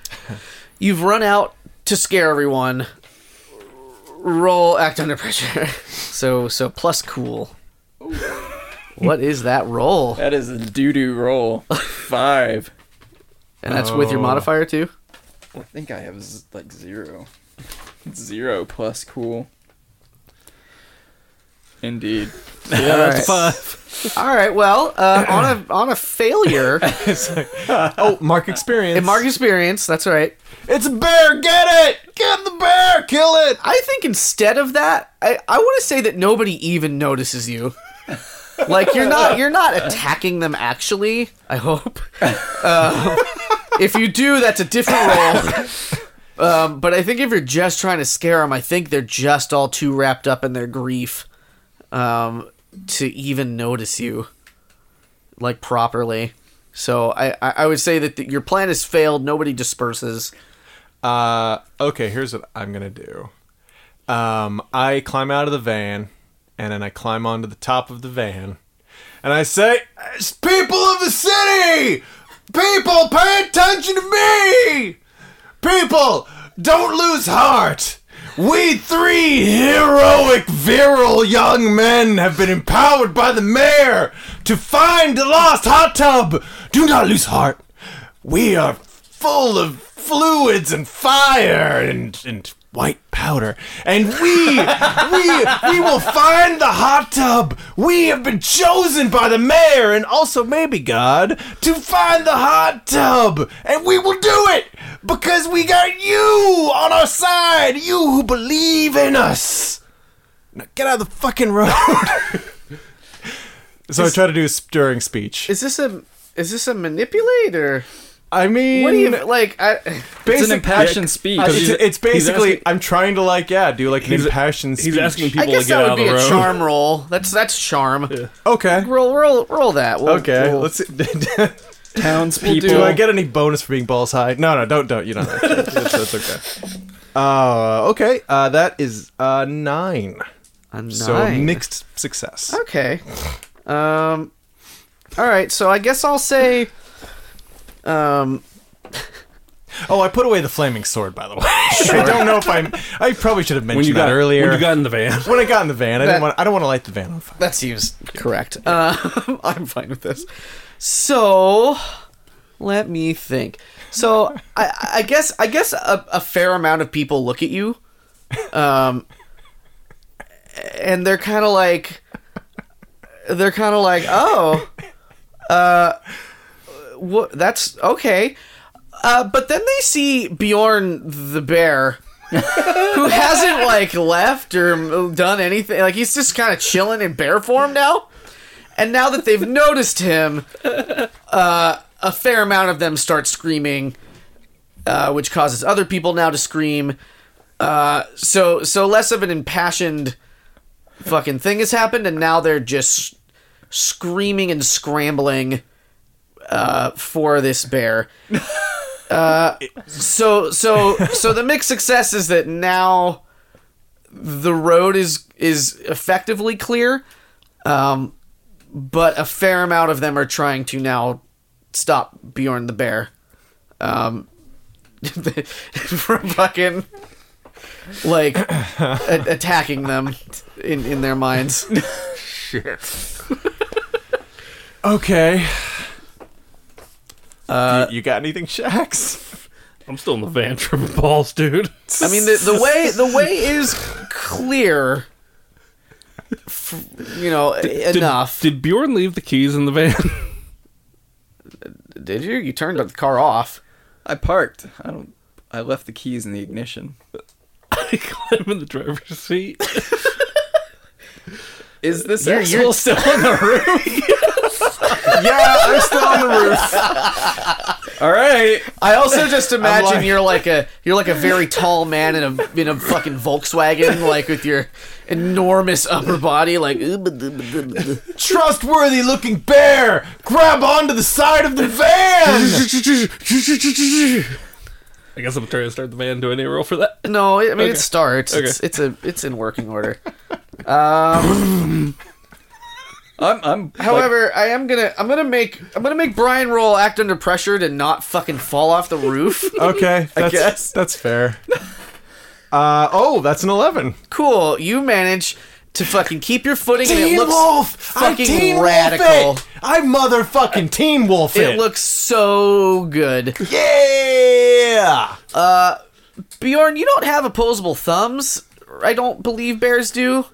D: You've run out to scare everyone. Roll act under pressure. So so plus cool.
C: Oh.
D: What is that roll?
E: That is a doo doo roll. Five.
D: And that's with your modifier too.
E: I think I have z- like zero. Zero plus cool. Indeed.
D: Yeah, that's five. All right. Well, uh, on a on a failure
C: Oh, mark experience.
D: in mark experience, that's right.
C: it's a bear. Get it. Get the bear. Kill it.
D: I think instead of that, I, I want to say that nobody even notices you. like you're not you're not attacking them actually. I hope. Uh, if you do, that's a different role. Um, but I think if you're just trying to scare them, I think they're just all too wrapped up in their grief um, to even notice you, like properly. So I, I I would say that the, your plan has failed. Nobody disperses.
C: Uh, okay, here's what I'm gonna do. Um, I climb out of the van, and then I climb onto the top of the van, and I say, "It's "People of the city, people, pay attention to me. People, don't lose heart." We three heroic, virile young men have been empowered by the mayor to find the lost hot tub. Do not lose heart. We are full of fluids and fire and, and white powder. And we, we, we will find the hot tub. We have been chosen by the mayor and also maybe God to find the hot tub. And we will do it because we got you on our side. You who believe in us. Now get out of the fucking road. so I try to do a stirring speech.
D: Is this a is this a manipulator?
C: I mean,
D: What do you like? I
E: It's an
C: basic-
E: impassioned speech.
C: It's,
F: he's-
C: it's basically
F: he's asking-
C: I'm trying to like yeah do like an
F: He's-
C: impassioned speech.
F: He's asking
D: I
F: people to
D: guess
F: get
D: that would
F: out
D: be
F: of the
D: a
F: road.
D: charm roll. That's that's charm.
C: Okay.
D: Roll, roll, roll that. We'll-
C: Okay.
D: we'll-
C: Let's. See. do
E: Townspeople.
C: I get any bonus for being balls high? No, no, don't, don't. You don't. That's, that's okay. Uh, okay. Uh, that is uh nine.
D: a nine.
C: So mixed success.
D: Okay. Um. All right. So I guess I'll say. Um.
C: Oh, I put away the flaming sword by the way. I don't know if I'm. I probably should have mentioned
F: When you
C: that
F: got
C: earlier.
F: when you got in the van,
C: When I got in the van, I
D: That-
C: didn't want. I don't want to light the van on fire.
D: That seems correct. Uh, I'm fine with this. So, let me think. So, I, I guess I guess a, a fair amount of people look at you, um, and they're kind of like, they're kind of like, oh, uh, what? That's okay. Uh, but then they see Bjorn the bear who hasn't like left or m- done anything. Like he's just kind of chilling in bear form now. And now that they've noticed him, uh, a fair amount of them start screaming, uh, which causes other people now to scream. Uh, so so less of an impassioned fucking thing has happened, and now they're just screaming and scrambling uh, for this bear. so so so the mixed success is that now the road is is effectively clear um but a fair amount of them are trying to now stop Bjorn the bear um from fucking like a- attacking them in in their minds
C: Okay. Uh, you, you got anything, Shax?
F: I'm still in the van tripping balls, dude.
D: I mean, the, the way the way is clear. f- You know,
F: Did-
D: enough.
F: Did, Bjorn leave the keys in the van?
D: Did, you? You turned the car off.
E: I parked. I don't. I left the keys in the ignition.
F: I climb in the driver's seat.
E: Is this
D: You're-
E: asshole
D: you're-
E: still on the roof?
B: yeah, I'm still on the roof.
E: All right.
D: I also just imagine
B: like-
D: you're like a you're like a very tall man in a in a fucking Volkswagen, like with your enormous upper body, like.
C: Trustworthy looking bear! Grab onto the side of the van!
F: I guess I'm trying to start the van. Do I need a roll for that?
D: No, I mean it starts. It's,
F: Okay.
D: it's a it's in working order. Um,
E: I'm. I'm.
D: However, I am gonna I'm gonna make I'm gonna make Brian roll act under pressure to not fucking fall off the roof.
C: okay, that's,
E: guess.
C: that's fair. Uh, oh, that's an 11.
D: cool. You manage to fucking keep your footing, and
C: Teen
D: it looks
C: Wolf! I
D: fucking
C: teen wolf
D: radical.
C: it! I motherfucking Teen Wolf
D: it looks so good.
C: Yeah!
D: Bjorn, you don't have opposable thumbs. I don't believe bears do.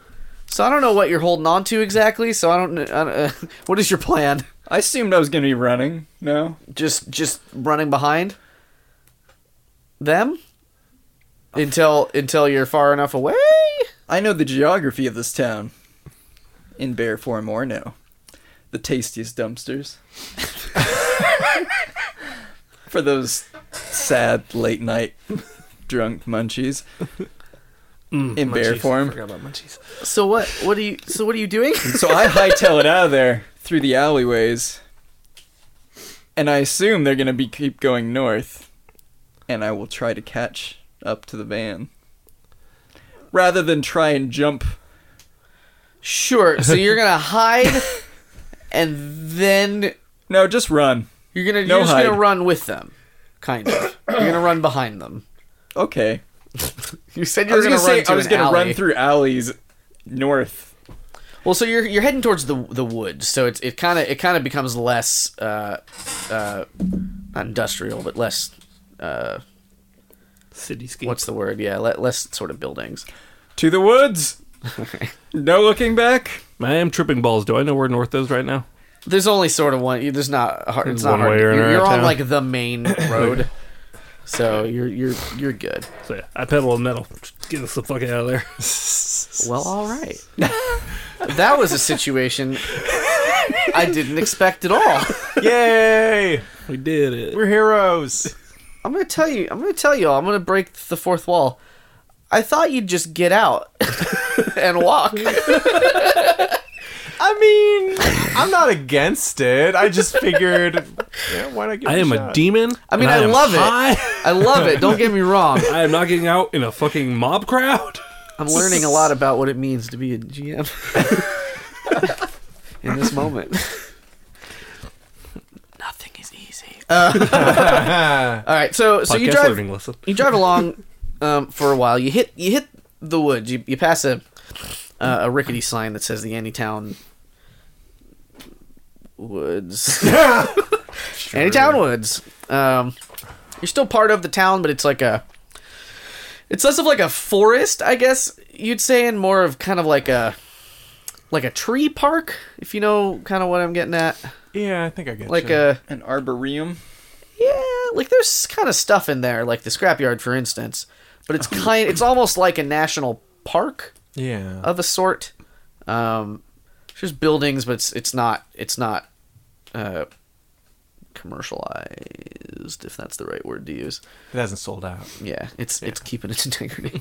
D: So I don't know what you're holding on to exactly. So I don't. I don't uh, what is your plan?
E: I assumed I was gonna be running. No.
D: Just just running behind them until until you're far enough away.
E: I know the geography of this town. In bear form or no. The tastiest dumpsters. For those sad late night drunk munchies. in bear form.
D: So what what are you so what are you doing?
E: So I hightail it out of there through the alleyways. And I assume they're gonna be keep going north. And I will try to catch up to the van. Rather than try and jump
D: sure. So you're gonna hide, and then
E: No, just run.
D: You're gonna
E: No
D: you're just
E: hide.
D: gonna run with them, kind of. you're gonna run behind them.
E: Okay.
D: You said you were
E: I was
D: gonna,
E: gonna, say
D: run to
E: I was
D: an
E: gonna
D: alley.
E: run through alleys north.
D: Well, so you're you're heading towards the the woods, so it's it kind of it kind of becomes less uh, uh, not industrial, but less uh,
F: Cityscape.
D: what's the word? Yeah, le- less sort of buildings.
E: To the woods. no looking back.
F: I am tripping balls. Do I know where north is right now?
D: There's only sort of one. There's not hard. It's not
F: One
D: hard.
F: way or
D: You're,
F: another
D: you're on
F: town.
D: like the main road, so you're you're you're good.
F: So yeah, I pedal the metal. Get us the fuck out of there.
D: Well, all right. that was a situation I didn't expect at all.
C: Yay!
F: We did it.
C: We're heroes!
D: I'm gonna tell you. I'm gonna tell you all. I'm gonna break the fourth wall. I thought you'd just get out and walk.
C: I mean, I'm not against it. I just figured, yeah, why not give
F: I
C: it
F: am
C: shot?
F: a demon.
D: I mean,
F: and
D: I,
F: am
D: love
F: high.
D: it. I love it. Don't get me wrong.
F: I am not getting out in a fucking mob crowd.
D: I'm learning a lot about what it means to be a GM in this moment. Nothing is easy. Uh, all right. So, so you
F: Podcast
D: drive.
F: learning lesson.
D: you drive along um, for a while. You hit you hit the woods. You, you pass a uh, a rickety sign that says the Anytown Woods. Anytown Woods. Um, you're still part of the town, but it's like a it's less of like a forest, I guess you'd say, and more of kind of like a like a tree park, if you know kind of what I'm getting at.
C: Yeah, I think I get
D: Like
C: you.
D: a
E: An arboreum.
D: yeah, like there's kind of stuff in there, like the scrapyard, for instance. But it's kind, it's almost like a national park
C: yeah.
D: of a sort. Um, there's buildings, but it's it's not it's not uh, commercialized, if that's the right word to use.
C: it hasn't sold out.
D: Yeah, it's it's keeping its integrity.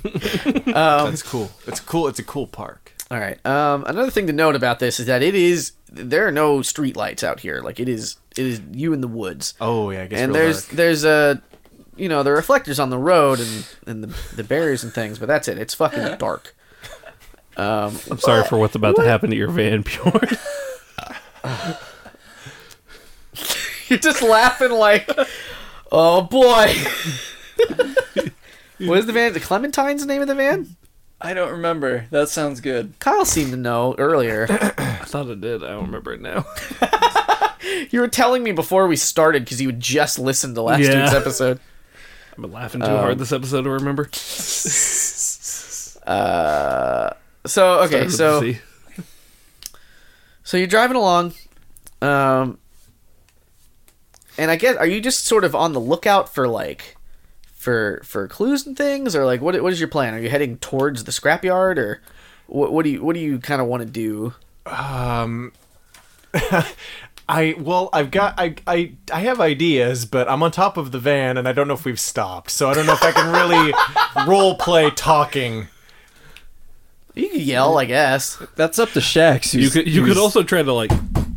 D: Um,
C: That's cool. It's cool. It's a cool park.
D: All right. Um, another thing to note about this is that it is there are no streetlights out here. Like it is it is you in the woods.
C: Oh yeah, I guess.
D: and there's there's a you know the reflectors on the road and and the, the barriers and things, but that's it. It's fucking dark. Um,
F: I'm sorry for what's about to happen to your van, Bjorn.
D: you're just laughing like, oh boy. what is the van? Clementine's the name of the van?
E: I don't remember. That sounds good.
D: Kyle seemed to know earlier.
F: I thought it did. I don't remember it now.
D: You were telling me before we started because you had just listened to last
F: Yeah.
D: week's episode.
F: I've been laughing too hard this episode to remember.
D: So okay,
F: Started
D: so
F: to see.
D: So you're driving along, um, and I guess are you just sort of on the lookout for like for for clues and things, or like what what is your plan? Are you heading towards the scrapyard, or what what do you what do you kind of want to do?
C: I well, I've got I I I have ideas, but I'm on top of the van, and I don't know if we've stopped, so I don't know if I can really role play talking.
D: You could yell, I guess.
E: That's up to Shax. Who's,
F: You could you
E: who's
F: could also try to like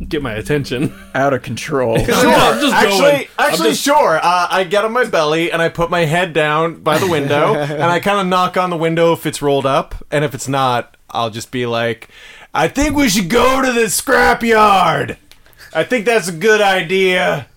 F: get my attention.
E: out of control.
F: Sure, I'm just
C: actually,
F: going. I'm
C: actually,
F: just-
C: sure. Uh, I get on my belly and I put my head down by the window, and I kind of knock on the window if it's rolled up, and if it's not, I'll just be like, "I think we should go to the scrapyard. I think that's a good idea.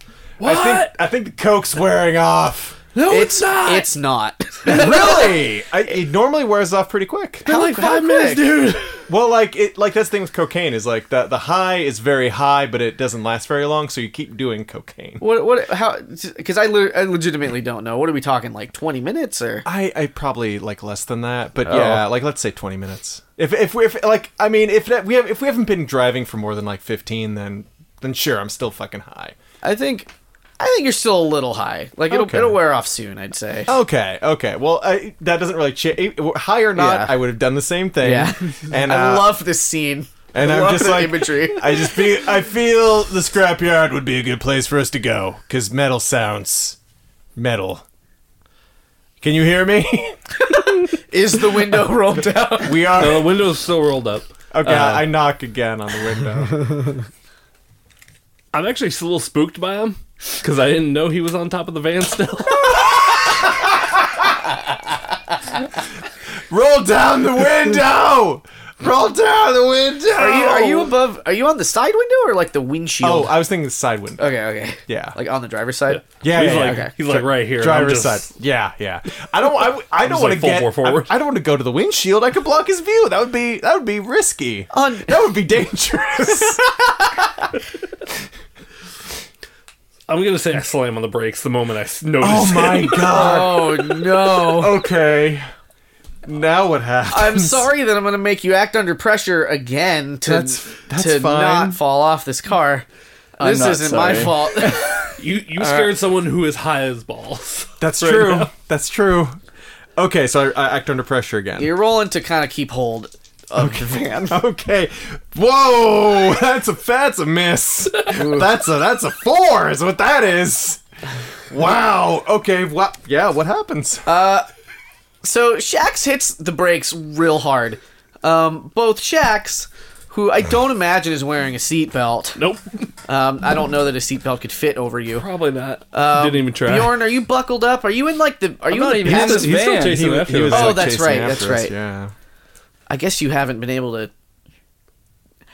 C: I think I think the coke's wearing off.
F: No,
D: it's It's not.
C: really? I, it normally wears off pretty quick.
F: Been like five minutes, dude.
C: Well, like it, like that's the thing with cocaine is like the the high is very high, but it doesn't last very long, so you keep doing cocaine.
D: what what how? Because I, le- I legitimately don't know. What are we talking? Like twenty minutes or?
C: I, I probably like less than that, but yeah, like let's say twenty minutes. If if we if like I mean if that, we have if we haven't been driving for more than like fifteen, then then sure I'm still fucking high.
D: I think I think you're still a little high. Like it'll
C: Okay.
D: it'll wear off soon. I'd say.
F: Oh,
C: Okay, okay. Well, I, that doesn't really change. High or not,
D: Yeah.
C: I would have done the same thing.
D: Yeah.
C: and
D: I
C: uh,
D: love this scene.
C: and
D: I
C: I'm
D: love
C: just
D: the
C: like
D: imagery.
C: I just feel I feel the scrapyard would be a good place for us to go because metal sounds metal. Can you hear me?
D: Is the window rolled down?
C: we are
F: No, the window's still rolled up.
C: okay.
F: uh,
C: I knock again on the window.
F: I'm actually a little spooked by him because I didn't know he was on top of the van still.
C: Roll down the window. Roll down the window.
D: Are you are you above? Are you on the side window or like the windshield?
C: Oh, I was thinking the side window.
D: okay, okay,
C: Yeah.
D: like on the driver's side.
C: Yeah,
F: Uh, he's
C: yeah,
F: like
D: okay.
F: he's like right here. and I'm
C: Driver's
F: just-
C: side. Yeah, yeah. I don't. I, w- I don't
F: just
C: want to
F: like full
C: get.
F: bore forward.
C: I, I don't want to go to the windshield. I could block his view. That would be. That would be risky.
D: On
C: that would be dangerous.
F: I'm gonna say I slam on the brakes the moment I s- notice.
C: oh my god.
D: oh no!
C: Okay. Now what happens?
D: I'm sorry that I'm gonna make you act under pressure again to
C: That's- that's
D: to
C: fine.
D: not fall off this car. This
E: not
D: isn't my
E: sorry.
D: fault.
F: You you scared someone who is high as balls.
C: That's
F: Right
C: true.
F: now.
C: That's true. Okay, so I, I act under pressure again.
D: You're rolling to kind of keep hold of the van.
C: Okay. Whoa, that's a that's a miss. that's a that's a four is what that is. Wow. Okay. What? Yeah. What happens?
D: So Shax hits the brakes real hard. Um, both Shax, who I don't imagine is wearing a seatbelt.
F: Nope,
D: Um, I don't know that a seatbelt could fit over you. Um,
F: probably not.
E: Um,
F: Didn't even try.
D: Bjorn, are you buckled up? Are you in like the? Are you
E: not
D: in the
E: even in
D: passenger
E: this
F: he's still
E: van,
F: chasing
E: he-
F: after
E: he
F: us.
E: was
D: Oh,
F: Like,
D: that's
C: Chasing
D: right,
C: after
D: that's
C: us,
D: right.
C: Yeah.
D: I guess you haven't been able to.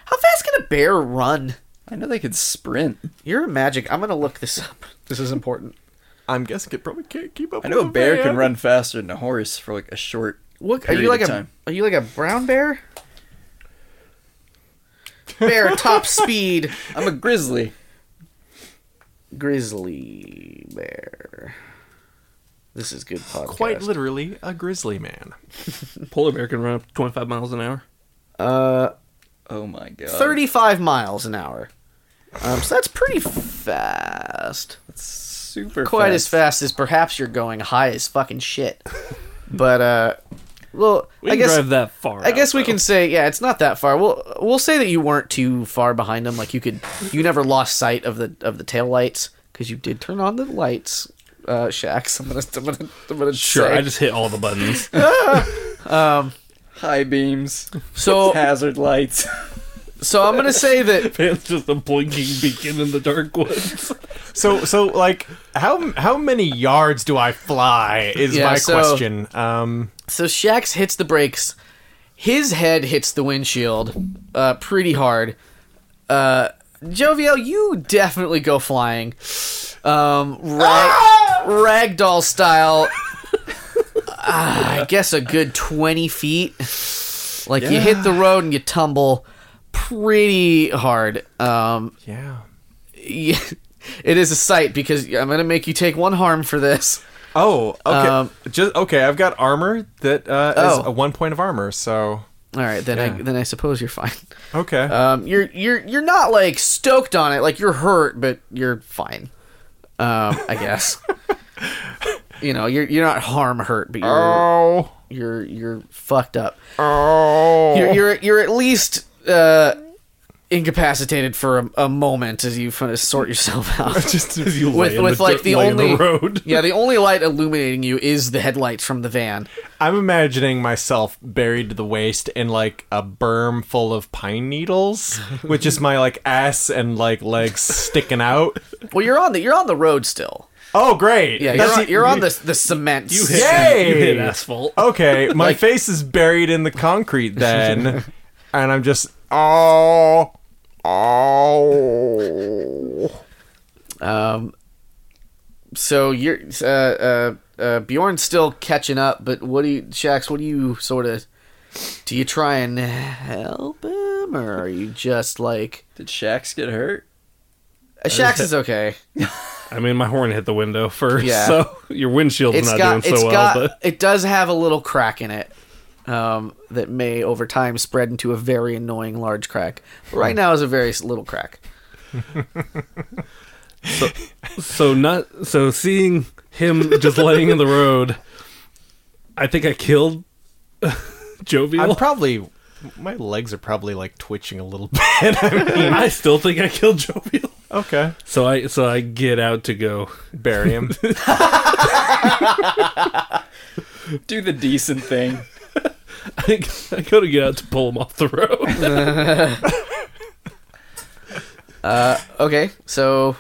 D: How fast can a bear run?
E: I know they could sprint.
D: You're a magic. I'm gonna look this up. This is important.
C: I'm guessing it probably can't keep up.
E: I know
C: with
E: a bear
C: van.
E: can run faster than a horse for like a short.
D: What are
E: Period
D: you like
E: of
D: a?
E: time.
D: Are you like a brown bear? Bear top speed
E: I'm a grizzly.
D: grizzly bear. This is good podcast.
C: Quite literally a grizzly man.
F: Polar bear can run up 25 miles an hour.
D: uh,
E: Oh my god.
D: 35 miles an hour. Um, so that's pretty fast.
E: That's super.
D: quite as fast as perhaps you're going high as fucking shit. but uh well,
F: We
D: I
F: can
D: guess
F: drive that far.
D: I guess
F: out,
D: we
F: though.
D: can say yeah, it's not that far. We'll we'll say that you weren't too far behind them. Like you could you never lost sight of the of the tail lights because you did turn on the lights. Uh, Shax, I'm gonna, I'm gonna, I'm gonna
F: Sure,
D: say.
F: I just hit all the buttons.
E: High beams,
D: so Oh.
E: hazard lights.
D: So I'm gonna say that
F: It's just a blinking beacon in the dark woods.
C: So so like how how many yards do I fly is
D: Yeah,
C: my
D: so-
C: question. Um
D: so Shax hits the brakes, his head hits the windshield, uh, pretty hard. Uh, Jovial, you definitely go flying, um, rag, ragdoll style. Ah, I guess a good twenty feet. Like you hit the road and you tumble pretty hard. Um,
C: yeah.
D: yeah, it is a sight because I'm gonna make you take one harm for this.
C: Oh, okay.
D: Um,
C: Just okay, I've got armor that uh
D: Oh.
C: is a one point of armor, so
D: All right, then I then I suppose you're fine.
C: okay.
D: Um, you're you're you're not like stoked on it. Like you're hurt, but you're fine. Um, I guess. you know, you're you're not harm hurt, but you're
C: oh.
D: you're you're fucked up.
C: Oh.
D: You're you're you're at least uh, incapacitated for a, a moment as you fin- sort yourself out.
F: Just as you
D: With-
F: lay in
D: with,
F: the
D: like,
F: dirt-
D: the
F: lay in
D: only-
F: road.
D: yeah, the only light illuminating you is the headlights from the van.
C: I'm imagining myself buried to the waist in like a berm full of pine needles with just my like ass and like legs sticking out.
D: Well, you're on the you're on the road still.
C: Oh great.
D: Yeah, you're
C: That's
D: on,
C: e-
D: you're on the the cement.
F: You hit,
C: Yay!
F: you hit asphalt.
C: Okay, my
D: Like-
C: face is buried in the concrete then, and I'm just oh, oh.
D: Um, so you're uh, uh, uh, Bjorn's still catching up, but what do you, Shax? What do you sort of? Do you try and help him, or are you just like
E: Did Shax get hurt?
D: uh, Shax is okay?
F: I mean, my horn hit the window first,
D: Yeah.
F: so your windshield's
D: It's
F: not
D: got
F: doing
D: it's
F: so well.
D: got
F: But
D: it does have a little crack in it, um, that may over time spread into a very annoying large crack. But right
F: Hmm.
D: now is a very s- little crack.
F: so not so seeing him just laying in the road. I think I killed Jovial.
C: I'm probably my legs are probably like twitching a little bit.
F: I still think I killed Jovial.
C: okay,
F: So I so I get out to go.
C: bury him.
E: Do the decent thing.
F: I, I go to get out to pull him off the road.
D: Okay, so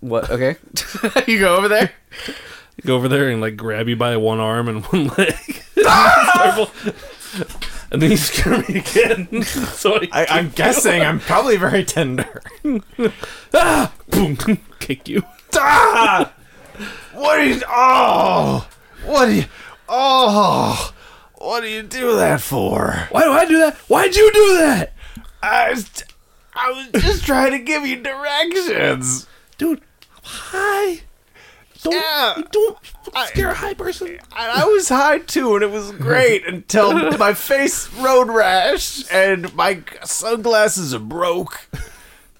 D: what? Okay, you go over there.
F: go over there and like grab you by one arm and one leg. and then you scare me again. so I,
C: I, I'm guessing I'm probably very tender.
F: ah, boom kick you.
C: Ah! What is oh? What do you oh? What do you do that for?
F: Why do I do that? Why'd you do that?
C: I was, I was just trying to give you directions.
F: Dude, hi. Don't
C: Yeah.
F: you don't scare a high person.
C: And I was high too, and it was great until my face road rash and my sunglasses are broke.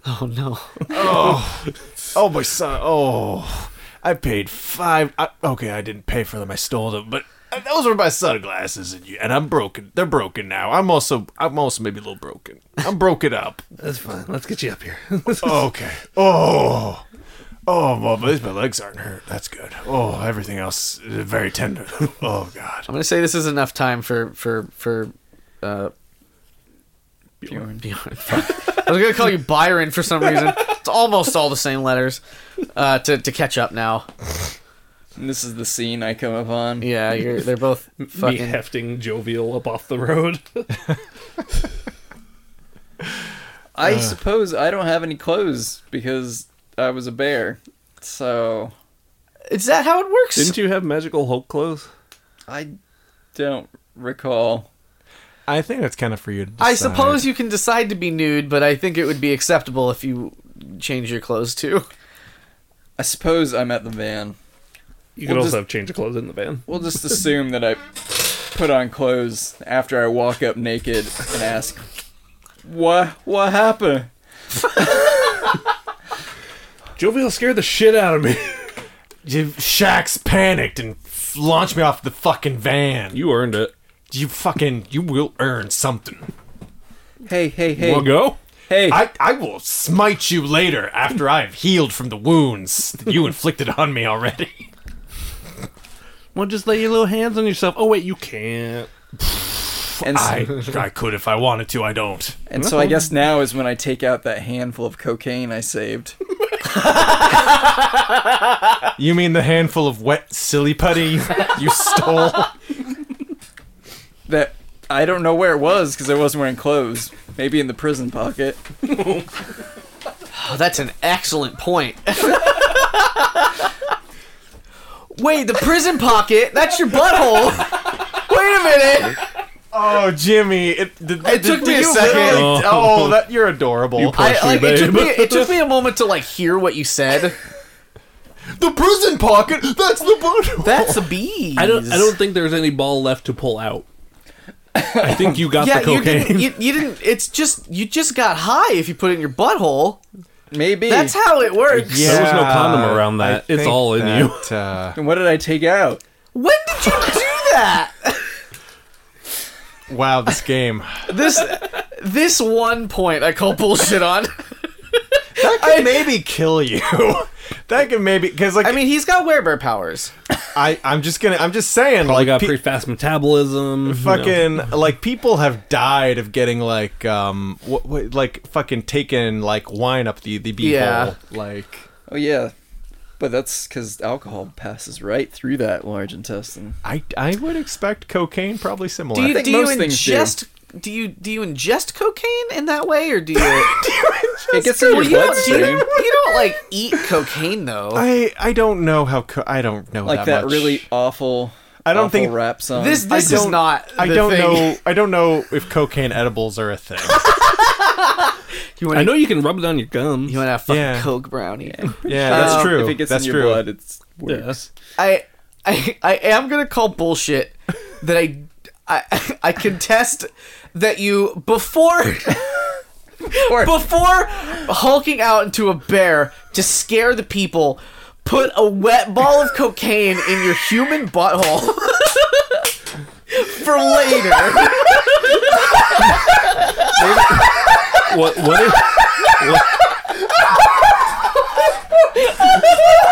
D: Oh no.
C: Oh my son! Oh, I paid five. I, okay, I didn't pay for them. I stole them, but those were my sunglasses, and you, and I'm broken. They're broken now. I'm also I'm also maybe a little broken. I'm broken up.
F: That's fine. Let's get you up here.
C: Okay. Oh. Oh, well, at least my legs aren't hurt. That's good. Oh, everything else is very tender. though. Oh, God.
D: I'm gonna say this is enough time for for for uh,
E: Bjorn.
D: Bjorn. Fuck. I was gonna call you Byron for some reason. It's almost all the same letters. Uh, to to catch up now.
E: And this is the scene I come upon.
D: Yeah, you're they're both
F: Me
D: fucking.
F: hefting Jovial up off the road.
E: I suppose I don't have any clothes because I was a bear. So
D: Is that how it works?
F: Didn't you have magical Hulk clothes?
E: I don't recall.
C: I think that's kind of for you to
D: I suppose you can decide to be nude, but I think it would be acceptable if you change your clothes too.
E: I suppose I'm at the van.
F: You can
E: Well,
F: also
E: just-
F: have change of clothes in the van.
E: We'll just assume that I put on clothes after I walk up naked and ask, "What? What happened?"
F: Jovial scared the shit out of me.
C: You, Shax panicked and f- launched me off the fucking van. You,
F: You earned it.
C: you fucking, you will earn something.
E: Hey, hey, hey,
F: Wanna go?
E: hey!
C: I, I will smite you later after I have healed from the wounds that you inflicted on me already.
F: Well, just lay your little hands on yourself. Oh wait, you can't.
E: And s-
F: I could if I wanted to. I don't.
E: And so I guess now is when I take out that handful of cocaine I saved.
C: You mean the handful of wet silly putty you stole?
E: That I don't know where it was because I wasn't wearing clothes. Maybe in the prison pocket.
D: Oh, that's an excellent point. Wait, the prison pocket? That's your butthole. Wait a minute.
C: Oh, Jimmy! It, did,
D: It
C: did-
D: took
C: did
D: me a
C: you
D: second.
C: really-
F: Oh.
C: Oh, that you're adorable.
D: I, like, it, took
F: babe.
D: me, it took me a moment to like hear what you said.
B: The prison pocket. That's the bottle.
D: That's a bees.
F: I don't. I don't think there's any ball left to pull out. I think you got
D: Yeah,
F: the
D: you
F: cocaine.
D: didn't, you, you didn't. It's just you just got high if you put it in your butthole.
E: Maybe.
D: That's how it works.
C: Yeah.
F: There was no condom around
C: I
F: that. It's
C: think
F: all in you.
C: that, uh,
E: and what did I take out?
D: When did you do that?
C: wow, this game.
D: this this one point I call bullshit on.
C: That could maybe kill you. that could maybe because like
D: I mean, he's got werebear powers.
C: I I'm just gonna I'm just saying
F: I
C: like
F: got
C: pe-
F: pretty fast metabolism. you know.
C: fucking like people have died of getting like um what, what like fucking taken like wine up the the beehole
D: Yeah.
C: like
E: Oh yeah. But that's because alcohol passes right through that large intestine.
C: I I would expect cocaine probably similar.
D: Do you
E: think
D: do you
E: most things do.
D: ingest do. you do you ingest cocaine in that way or do you?
E: It gets in your
D: Well, you, don't, do you,
E: bloodstream.
D: you don't like eat cocaine though.
C: I I don't know how co- I don't know
E: Like that,
C: much.
E: really awful.
C: I don't
E: awful
C: think-
E: rap song.
D: this
C: I
D: this is
C: don't-
D: not.
C: I
D: the
C: don't
D: thing.
C: know I don't know if cocaine edibles are a thing.
D: You want
F: I
D: to
F: know you can rub it on your gums.
D: you want to have fucking
C: Yeah.
D: coke brownie.
C: yeah, that's
D: Um,
C: true.
E: If it gets
C: that's
E: in your
C: true.
E: blood, it's
F: Yeah.
E: worse.
D: I I I am gonna call bullshit that I I I contest that you before before hulking out into a bear to scare the people put a wet ball of cocaine in your human butthole for later
F: What? What? If,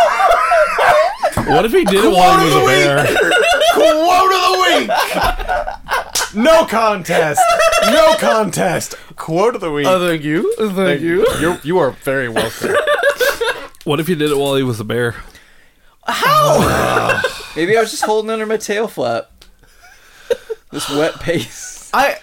F: what, what if he did it while he was a bear?
C: Quote of the week. No contest. No contest. Quote of the week.
D: thank you thank you
C: You're, you are very welcome.
F: What if he did it while he was a bear?
E: Maybe I was just holding under my tail flap. This wet paste.
D: I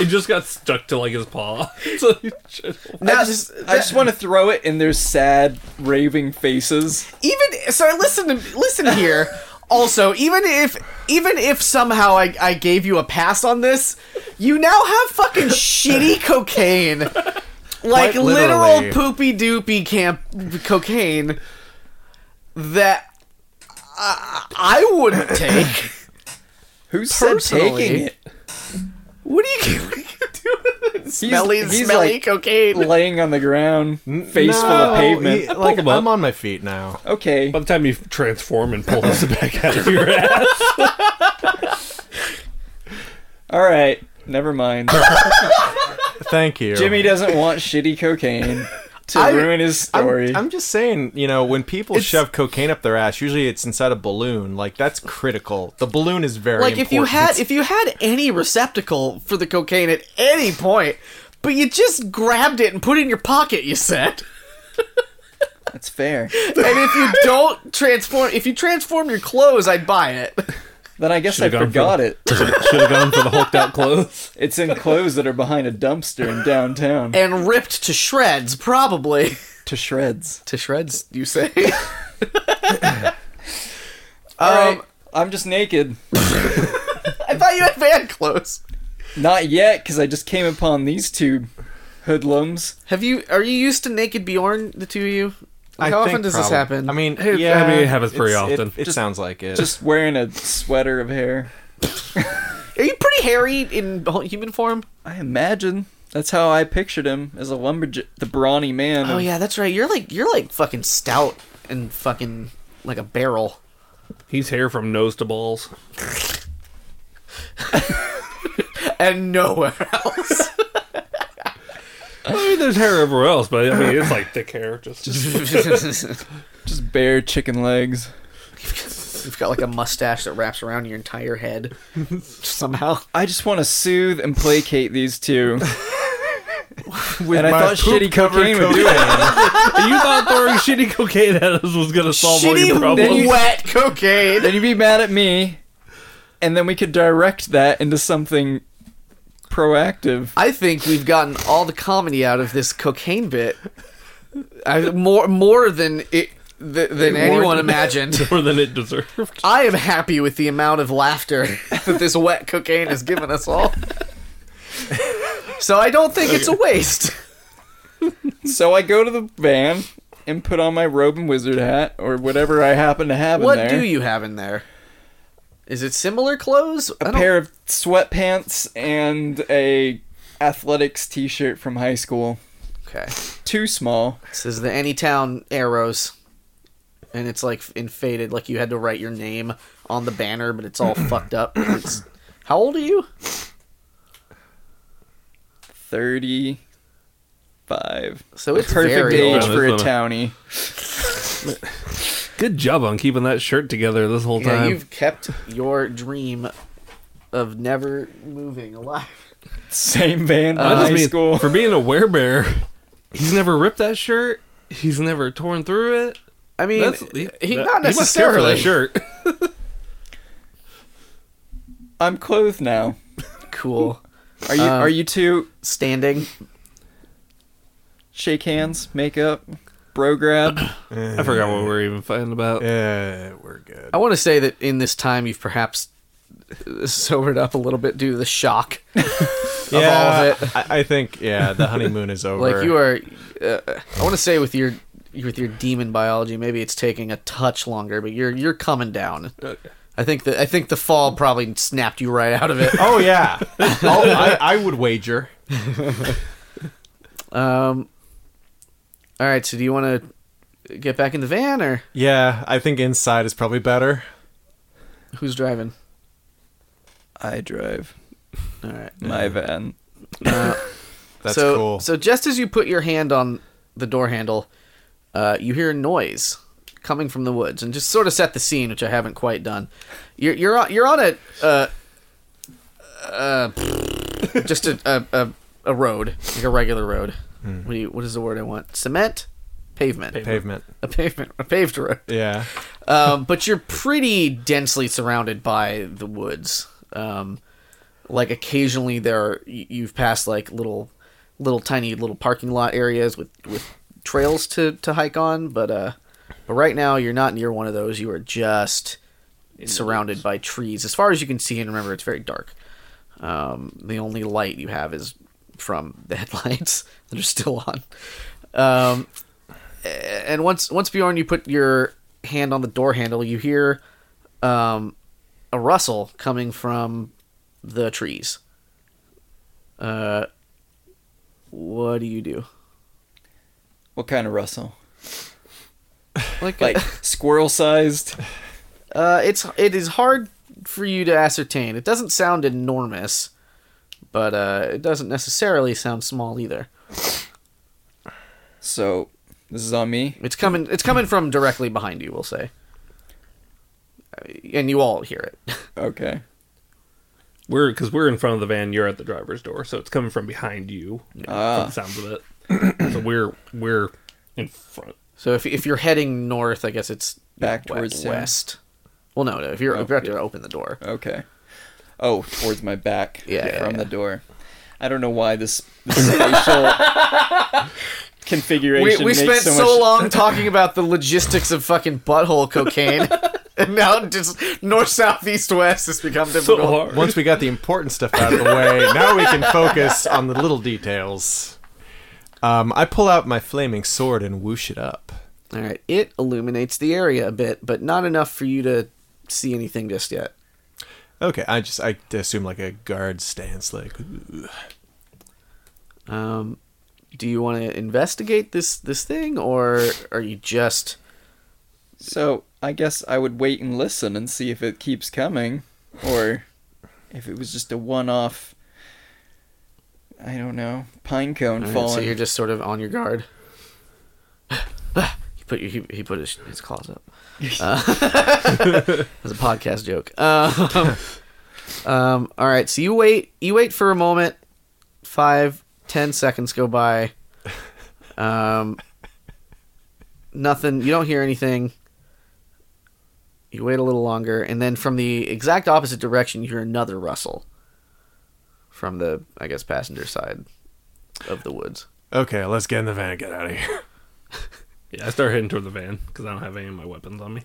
F: It just got stuck to like his paw. So he just-
D: now
E: I just, I just want to throw it in their sad, raving faces.
D: even so listen to listen here also even if even if somehow I, I gave you a pass on this you now have fucking shitty cocaine like
C: Quite literally.
D: literal poopy doopy camp cocaine that I, I wouldn't take
E: Who said
D: Personally,
E: taking it?
D: what are you, what are you doing smelly
E: he's
D: smelly
E: like-
D: cocaine
E: Laying on the ground, face full
C: No,
E: of pavement.
C: he- like
F: him up.
C: I'm on my feet now.
E: Okay.
F: By the time you transform and pull this back out of your ass,
E: All right. Never mind.
C: Thank you,
E: Jimmy doesn't want shitty cocaine to
C: I-
E: ruin his story.
C: I'm, I'm just saying, you know, when people shove cocaine up their ass, usually it's inside a balloon. Like that's critical. The balloon is very
D: like if you had if you had any receptacle for the cocaine at any point but you just grabbed it and put it in your pocket you said
E: That's fair.
D: and if you don't transform if you transform your clothes i'd buy it
E: Then I guess
F: Should've
E: I
F: gone for
E: forgot
F: the-
E: it.
F: should have gone for the hulked out clothes.
E: It's in clothes that are behind a dumpster in downtown.
D: and ripped to shreds probably
E: To shreds.
D: to shreds you say
E: All right,
D: Um,
E: I'm just naked.
D: i thought you had van clothes
E: Not yet, because I just came upon these two hoodlums.
D: have you are you used to naked bjorn the two of you
C: I
D: Like, how
C: think
D: often does this
C: probably-
D: happen
C: I mean,
F: It-
C: yeah,
F: I mean, it happens pretty
C: it's-
F: often.
C: It, it sounds like it.
E: Just wearing a sweater of hair.
D: are you pretty hairy in human form
E: I imagine that's how I pictured him as a lumberjack, the brawny man.
D: oh
E: of-
D: yeah that's right you're like you're like fucking stout and fucking like a barrel
F: He's hair from nose to balls.
D: and nowhere else.
F: I mean, there's hair everywhere else, but I mean, it's like thick hair. Just,
E: Just bare chicken legs.
D: You've got like a mustache that wraps around your entire head somehow.
E: I just want to soothe and placate these two. and
C: my
E: I thought shitty cocaine would do it.
F: you thought throwing shitty cocaine at us was gonna solve all your problems.
D: wet cocaine.
E: then you'd be mad at me, and then we could direct that into something proactive.
D: I think we've gotten all the comedy out of this cocaine bit. I, more more than it th- than anyone imagined.
F: more than it deserved.
D: I am happy with the amount of laughter that this wet cocaine has given us all. So I don't think it's a waste.
E: So I go to the van and put on my robe and wizard hat or whatever I happen to have
D: What
E: in there.
D: do you have in there? Is it similar clothes? I
E: a
D: don't-
E: pair of sweatpants and a athletics t-shirt from high school.
D: Okay.
E: Too small.
D: This is the Anytown arrows, and it's like in faded, like you had to write your name on the banner, but it's all fucked up. It's, how old are you?
E: 35.
D: So it's
E: Perfect
D: very
E: age
D: old.
E: for a
F: That's
E: townie.
F: Good job on keeping that shirt together this whole
D: Yeah,
F: time.
D: you've kept your dream of never moving alive.
E: Same van
D: Uh,
E: from
F: I just
E: high
F: mean,
E: school.
F: for being a werebear, he's never ripped that shirt. He's never torn through it.
D: I mean,
F: That's,
D: he,
F: that-
D: not
F: he must care for
D: necessarily.
F: that shirt.
E: I'm clothed now.
D: Cool.
E: Are you
D: Um,
E: are you two
D: Standing.
E: shake hands, make up, bro grab?
F: I forgot what we were even fighting about.
C: Yeah, we're good.
D: I want to say that in this time you've perhaps uh, sobered up a little bit due to the shock of all of it.
C: I, I think yeah, the honeymoon is over.
D: like you are uh, i want to say with your with your demon biology maybe it's taking a touch longer but you're you're coming down i think that i think the fall probably snapped you right out of it
C: Oh yeah. oh, I, I would wager.
D: um all right so do you want to get back in the van or
C: Yeah, I think inside is probably better.
D: who's driving
E: I drive
D: all right
E: my van.
C: That's
D: so,
C: cool.
D: so just as you put your hand on the door handle uh, you hear a noise coming from the woods and just sort of set the scene which i haven't quite done you're you're on, you're on a uh, uh, just a, a, a, a road like a regular road
C: Hmm.
D: what, do you, what is the word i want cement pavement
C: Pavement.
D: a pavement a paved road
C: Yeah.
D: um, but you're pretty densely surrounded by the woods. Um, like occasionally there, are, y- you've passed like little, little tiny little parking lot areas with with trails to to hike on. But uh, but right now you're not near one of those. You are just surrounded by trees as far as you can see. And remember, it's very dark. Um, the only light you have is from the headlights that are still on. Um, and once once Bjorn, you put your hand on the door handle, you hear um, a rustle coming from the trees. Uh, what do you do?
E: What kind of rustle?
D: Like,
E: Like uh, squirrel sized.
D: uh, it's it is hard for you to ascertain. It doesn't sound enormous, but uh, it doesn't necessarily sound small either.
E: So this is on me.
D: It's coming. It's coming from directly behind you. We'll say, and you all hear it.
E: Okay.
F: We're because we're in front of the van. You're at the driver's door, so it's coming from behind you. From
E: Ah.
F: the sounds of it. so we're we're in front.
D: So if if you're heading north, I guess it's
E: Back
D: we-
E: towards Oh, him.
D: west. Well, no, no. If you're about to open the door,
E: Okay. Oh, towards my back.
D: Yeah, yeah,
E: From
D: yeah.
E: the door. I don't know why this, this spatial configuration.
D: we, we
E: makes
D: spent so,
E: so, much-
D: long talking about the logistics of fucking butthole cocaine, and now just north, south, east, west has become
F: So
D: difficult.
F: hard.
C: Once we got the important stuff out of the way, now we can focus on the little details. Um, I pull out my flaming sword and whoosh it up.
D: All right, it illuminates the area a bit, but not enough for you to see anything just yet.
C: Okay, I just I assume like a guard stance, like
D: Um, do you want to investigate this this thing, or are you just
E: So I guess I would wait and listen and see if it keeps coming, or if it was just a one-off. I don't know. Pine cone
D: all right,
E: falling.
D: so you're just sort of on your guard? put your, he, he put his, his claws up. Uh, that's a podcast joke. Um, um, all right, so you wait. You wait for a moment. Five, ten seconds go by. Um, nothing. You don't hear anything. You wait a little longer, and then from the exact opposite direction, you hear another rustle. From the, I guess, passenger side of the woods.
C: Okay, let's get in the van and get out of here.
F: Yeah, I start heading toward the van because I don't have any of my weapons on me.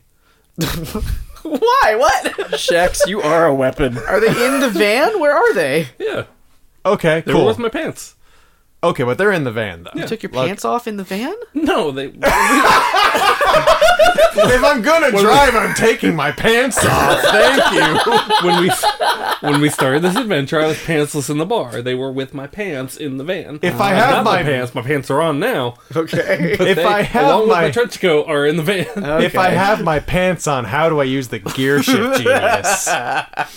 D: Why? What?
E: Shax, you are a weapon.
D: Are they in the van? Where are they?
F: Yeah,
C: Okay,
F: they were
C: cool.
F: with my pants.
C: okay, but they're in the van though.
D: You took your
C: Look.
D: pants off in the van?
F: No, they.
C: if I'm gonna drive, I'm taking my pants off. Thank you.
F: when we when we started this adventure, I was pantsless in the bar. They were with my pants in the van.
C: If I
F: Not
C: have my,
F: pants, my pants are on now.
B: Okay.
F: But
C: If
F: they,
C: I have
F: along with
C: my-
F: my Uh, trench coat, are in the van.
C: if I have my pants on, how do I use the gear shift genius?
F: Are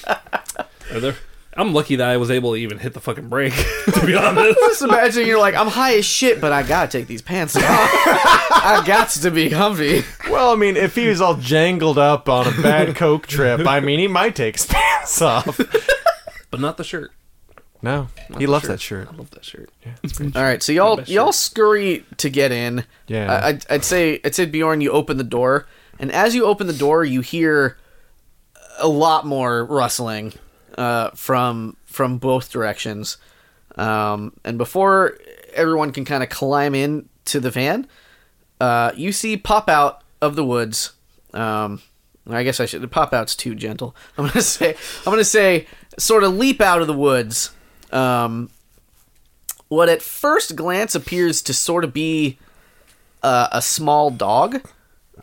F: there- I'm lucky that I was able to even hit the fucking brake. To be honest,
D: Just imagine you're like, I'm high as shit, but I gotta take these pants off. I got to be comfy.
C: well, I mean, if he was all jangled up on a bad coke trip, I mean, he might take his pants off.
F: but not the shirt.
C: No, he loves that shirt.
F: I love that shirt.
D: All right, so y'all y'all scurry to get in.
C: Yeah.
D: I, I'd, I'd say I'd say Bjorn, you open the door, and as you open the door, you hear a lot more rustling uh, from from both directions. Um, and before everyone can kind of climb in to the van, uh, you see pop out of the woods. Um, I guess I should pop out's too gentle. I'm gonna say I'm gonna say sort of leap out of the woods. Um, what at first glance appears to sort of be uh, a small dog,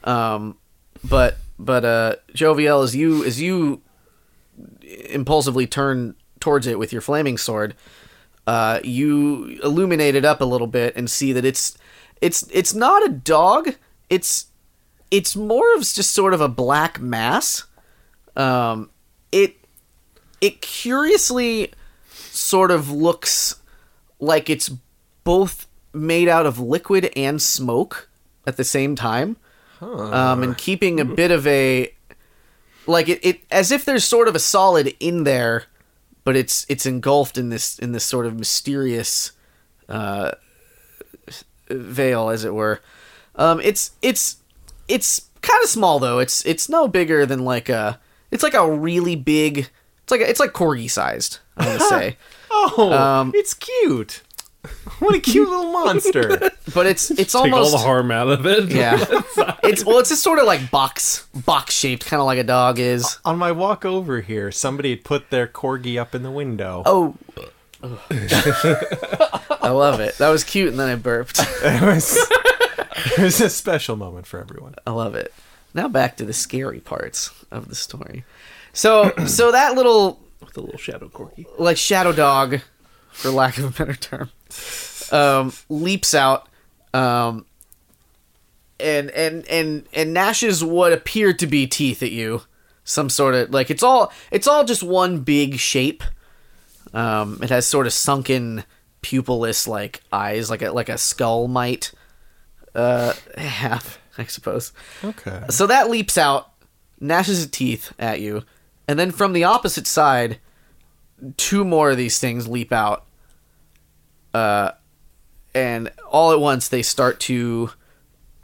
D: um, but but uh, Joviel, as you as you impulsively turn towards it with your flaming sword, uh, you illuminate it up a little bit and see that it's it's it's not a dog. It's it's more of just sort of a black mass. Um, it it curiously sort of looks like it's both made out of liquid and smoke at the same time, um, and keeping
C: Mm-hmm.
D: a bit of a like it, it as if there's sort of a solid in there, but it's it's engulfed in this in this sort of mysterious uh, veil, as it were. Um, it's it's it's kind of small though. It's it's no bigger than like a it's like a really big. It's like a, it's like corgi sized. I want to say.
C: Oh,
D: Um,
C: it's cute. What a cute little monster.
D: but it's it's
F: Take
D: almost
F: all the harm out of it.
D: yeah. it's well, it's just sort of like box box shaped, kind of like a dog is.
C: On my walk over here, somebody had put their corgi up in the window.
D: Oh. I love it. That was cute, and then I burped.
C: It was, it was a special moment for everyone.
D: I love it. Now back to the scary parts of the story. So, so that little
F: with a little shadow corky.
D: like shadow dog, for lack of a better term, um, leaps out, um, and and and and gnashes what appear to be teeth at you. Some sort of like it's all it's all just one big shape. Um, it has sort of sunken pupilless like eyes, like a like a skull might uh, have, I suppose.
C: Okay.
D: So that leaps out, gnashes its teeth at you, and then from the opposite side, two more of these things leap out. Uh, and all at once, they start to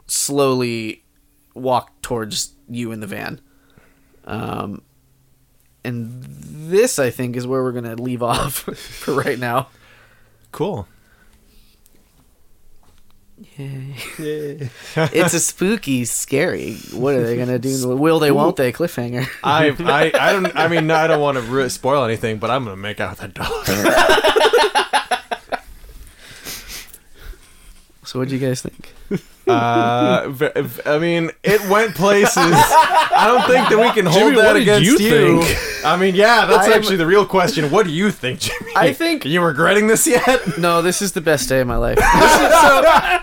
D: slowly walk towards you in the van. Um, and this, I think, is where we're going to leave off for right now.
C: Cool.
D: It's a spooky, scary. What are they going to do? Will they, won't they? Cliffhanger.
C: I, I, I don't. I mean, I don't want to ru- spoil anything, but I'm gonna make out with that dog.
D: So, what do you guys think?
C: Uh, v- v- I mean, it went places. I don't think that we can hold
F: Jimmy,
C: that
F: what did
C: against
F: you
C: you.
F: think?
C: I mean, yeah, that's
D: I'm-
C: actually the real question. What do you think, Jimmy?
D: I think-
C: Are you regretting this yet?
D: No, this is the best day of my life. So,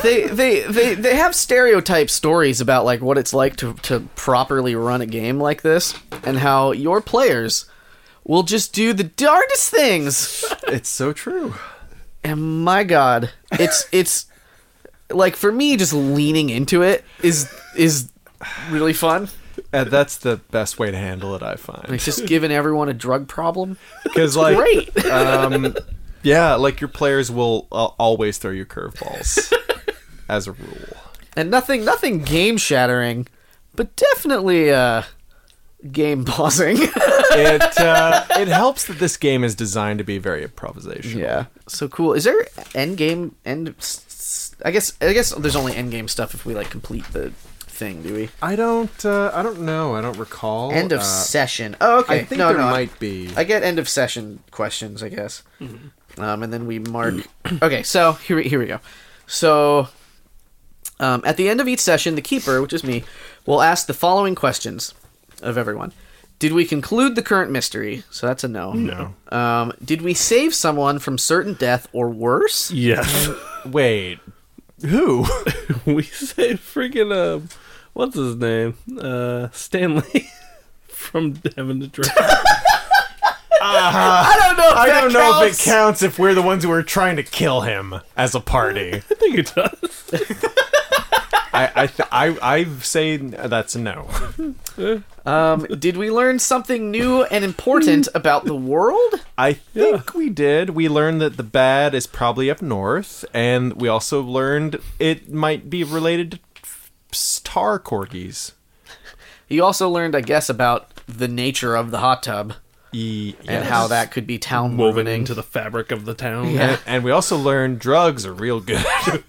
D: they, they they they have stereotype stories about like what it's like to to properly run a game like this and how your players will just do the darndest things.
C: It's so true.
D: And my god, it's it's like for me, just leaning into it is is really fun.
C: And Uh, that's the best way to handle it, I find.
D: Like just giving everyone a drug problem.
C: Because like,
D: Great.
C: um, yeah, like your players will uh, always throw you curveballs, as a rule.
D: and nothing nothing game shattering, but definitely uh game pausing.
C: It uh, it helps that this game is designed to be very improvisational.
D: yeah. So cool. Is there end game end s- s- I guess I guess there's only end game stuff if we like complete the thing, do we?
C: I don't. Uh, I don't know. I don't recall.
D: End of
C: Uh,
D: session. Oh, okay.
C: I think
D: no,
C: there
D: no, I-
C: might be.
D: I get end of session questions, I guess. Um, and then we mark. okay, so here we, here we go. So um, at the end of each session, the keeper, which is me, will ask the following questions of everyone. Did we conclude the current mystery? So that's a no. No. Um, did we save someone from certain death or worse?
F: Yes.
C: Wait, who?
F: we saved freaking um, what's his name? Uh, Stanley from having to drink.
D: I don't know. If
C: I
D: that
C: don't know if
D: counts.
C: it counts if we're the ones who are trying to kill him as a party.
F: I think it does.
C: I I th- I I say that's a no.
D: Um, did we learn something new and important about the world?
C: I think we did. We learned that the bad is probably up north, and we also learned it might be related to star corgis.
D: You also learned, I guess, about the nature of the hot tub.
C: E-
D: and
C: yes.
D: how that could be town
F: Woven
D: ruining.
F: into the fabric of the town.
D: Yeah.
C: And, and we also learned drugs are real good.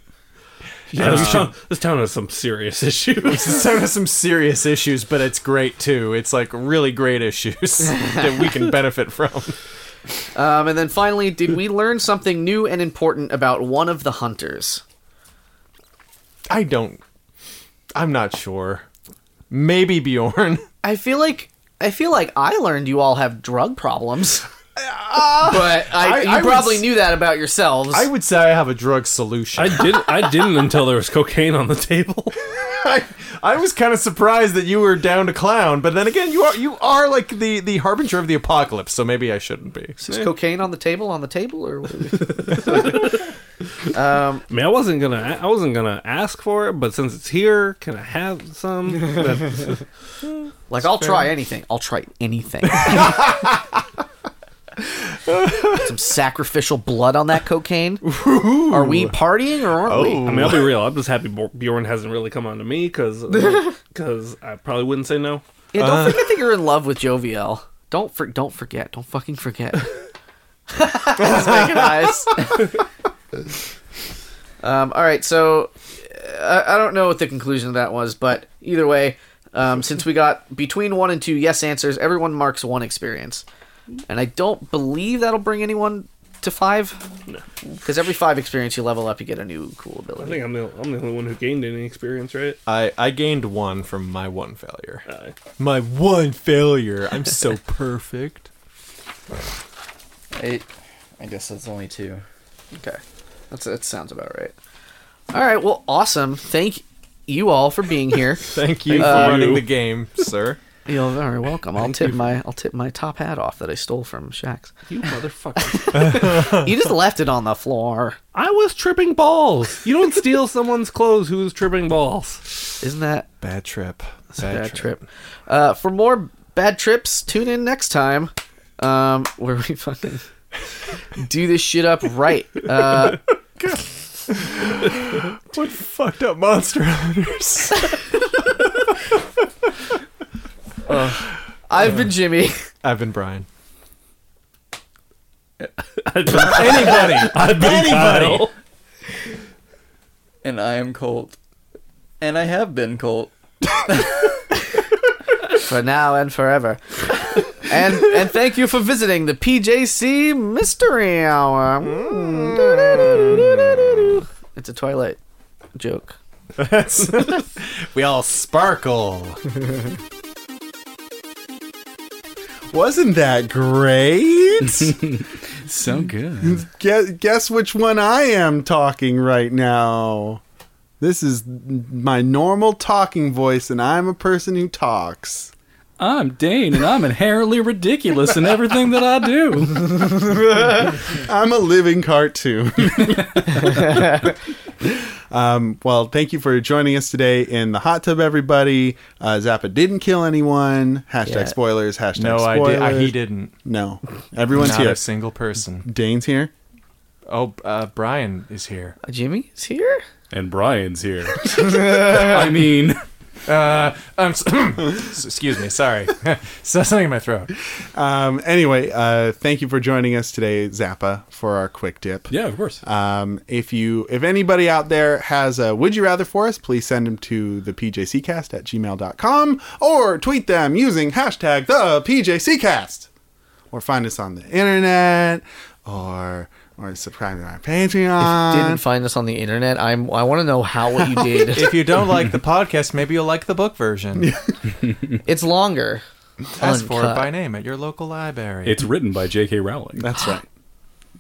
F: Yeah, this, town this town has some serious issues.
C: This town has some serious issues, but it's great too. It's like really great issues that we can benefit from.
D: um, and then finally, did we learn something new and important about one of the hunters?
C: I don't. I'm not sure. Maybe Bjorn.
D: I feel like I feel like I learned you all have drug problems, but I,
C: Uh, I-
D: you
C: I would
D: probably
C: s-
D: knew that about yourselves.
C: I would say I have a drug solution.
F: I didn't. I didn't until there was cocaine on the table.
C: I, I was kind of surprised that you were down to clown, but then again, you are you are like the the harbinger of the apocalypse, so maybe I shouldn't be.
D: Is this cocaine on the table? On the table, or what?
F: I mean, I wasn't gonna. I wasn't gonna ask for it, but since it's here, can I have some? That's-
D: like I'll try anything. I'll try anything. Some sacrificial blood on that cocaine. Are we partying or aren't we?
F: I mean, I'll be real. I'm just happy Bor- Bjorn hasn't really come on to me because I probably wouldn't say no.
D: Yeah, don't forget that you're in love with Jovial. Don't for, don't forget. Don't fucking forget. He's making eyes. um, all right, so uh, I, I don't know what the conclusion of that was, but either way, um, since we got between one and two yes answers, everyone marks one experience, and I don't believe that'll bring anyone to five. Because every five experience you level up, you get a new cool
F: I
D: ability.
F: think I'm the I'm the only one who gained any experience, right?
C: I I gained one from my one failure.
F: Uh,
C: My one failure. I'm so perfect.
E: I, I guess that's only two.
D: Okay. That's, that sounds about right. All right. Well, awesome. Thank you all for being here.
C: Thank you for
F: you.
C: running the game, sir.
D: You're very welcome. I'll tip my I'll tip my top hat off that I stole from Shax.
F: you motherfucker!
D: You just left it on the floor.
F: I was tripping balls. You don't steal someone's clothes who is tripping balls.
D: Isn't that
C: Bad trip.
D: a bad, trip? Uh, for more bad trips, tune in next time, um, where we fucking do this shit up right. Uh,
C: What fucked up monster hunters?
D: Uh, I've been Jimmy.
C: I've been Brian.
F: Anybody, I'd be
C: Anybody.
F: Kyle.
E: And I am Colt. And I have been Colt.
D: for now and forever. and and thank you for visiting the PJC Mystery Hour.
C: Mm.
D: It's a Twilight joke.
C: That's we all sparkle.
B: Wasn't that great?
A: So good.
B: guess, guess which one I am talking right now. This is my normal talking voice, and I'm a person who talks.
A: I'm Dane, and I'm inherently ridiculous in everything that I do.
B: I'm a living cartoon. Um, well, thank you for joining us today in the hot tub, everybody. Uh, Zappa didn't kill anyone. Hashtag
D: Yeah.
B: spoilers. Hashtag
C: No, I
B: spoilers.
C: did. I, he didn't.
B: No, everyone's
C: Not
B: here.
C: a single person.
B: Dane's here.
C: Oh, uh, Brian is here.
D: Jimmy is here.
A: And Brian's here. I mean,
C: Uh, I'm. s- s- excuse me. Sorry. so something in my throat.
B: Um, anyway, uh, thank you for joining us today, Zappa, for our quick dip.
A: yeah, of course.
B: Um, if you, if anybody out there has a would you rather for us, please send them to the PJCcast at gmail.com or tweet them using hashtag the PJCcast or find us on the internet or, or subscribe to our Patreon.
D: Didn't find us on the internet. I'm. I want to know how what you did.
C: If you don't like the podcast, maybe you'll like the book version.
D: it's longer.
C: Ask for it
D: Uncut.
C: by name at your local library.
A: It's written by J.K. Rowling.
B: That's right.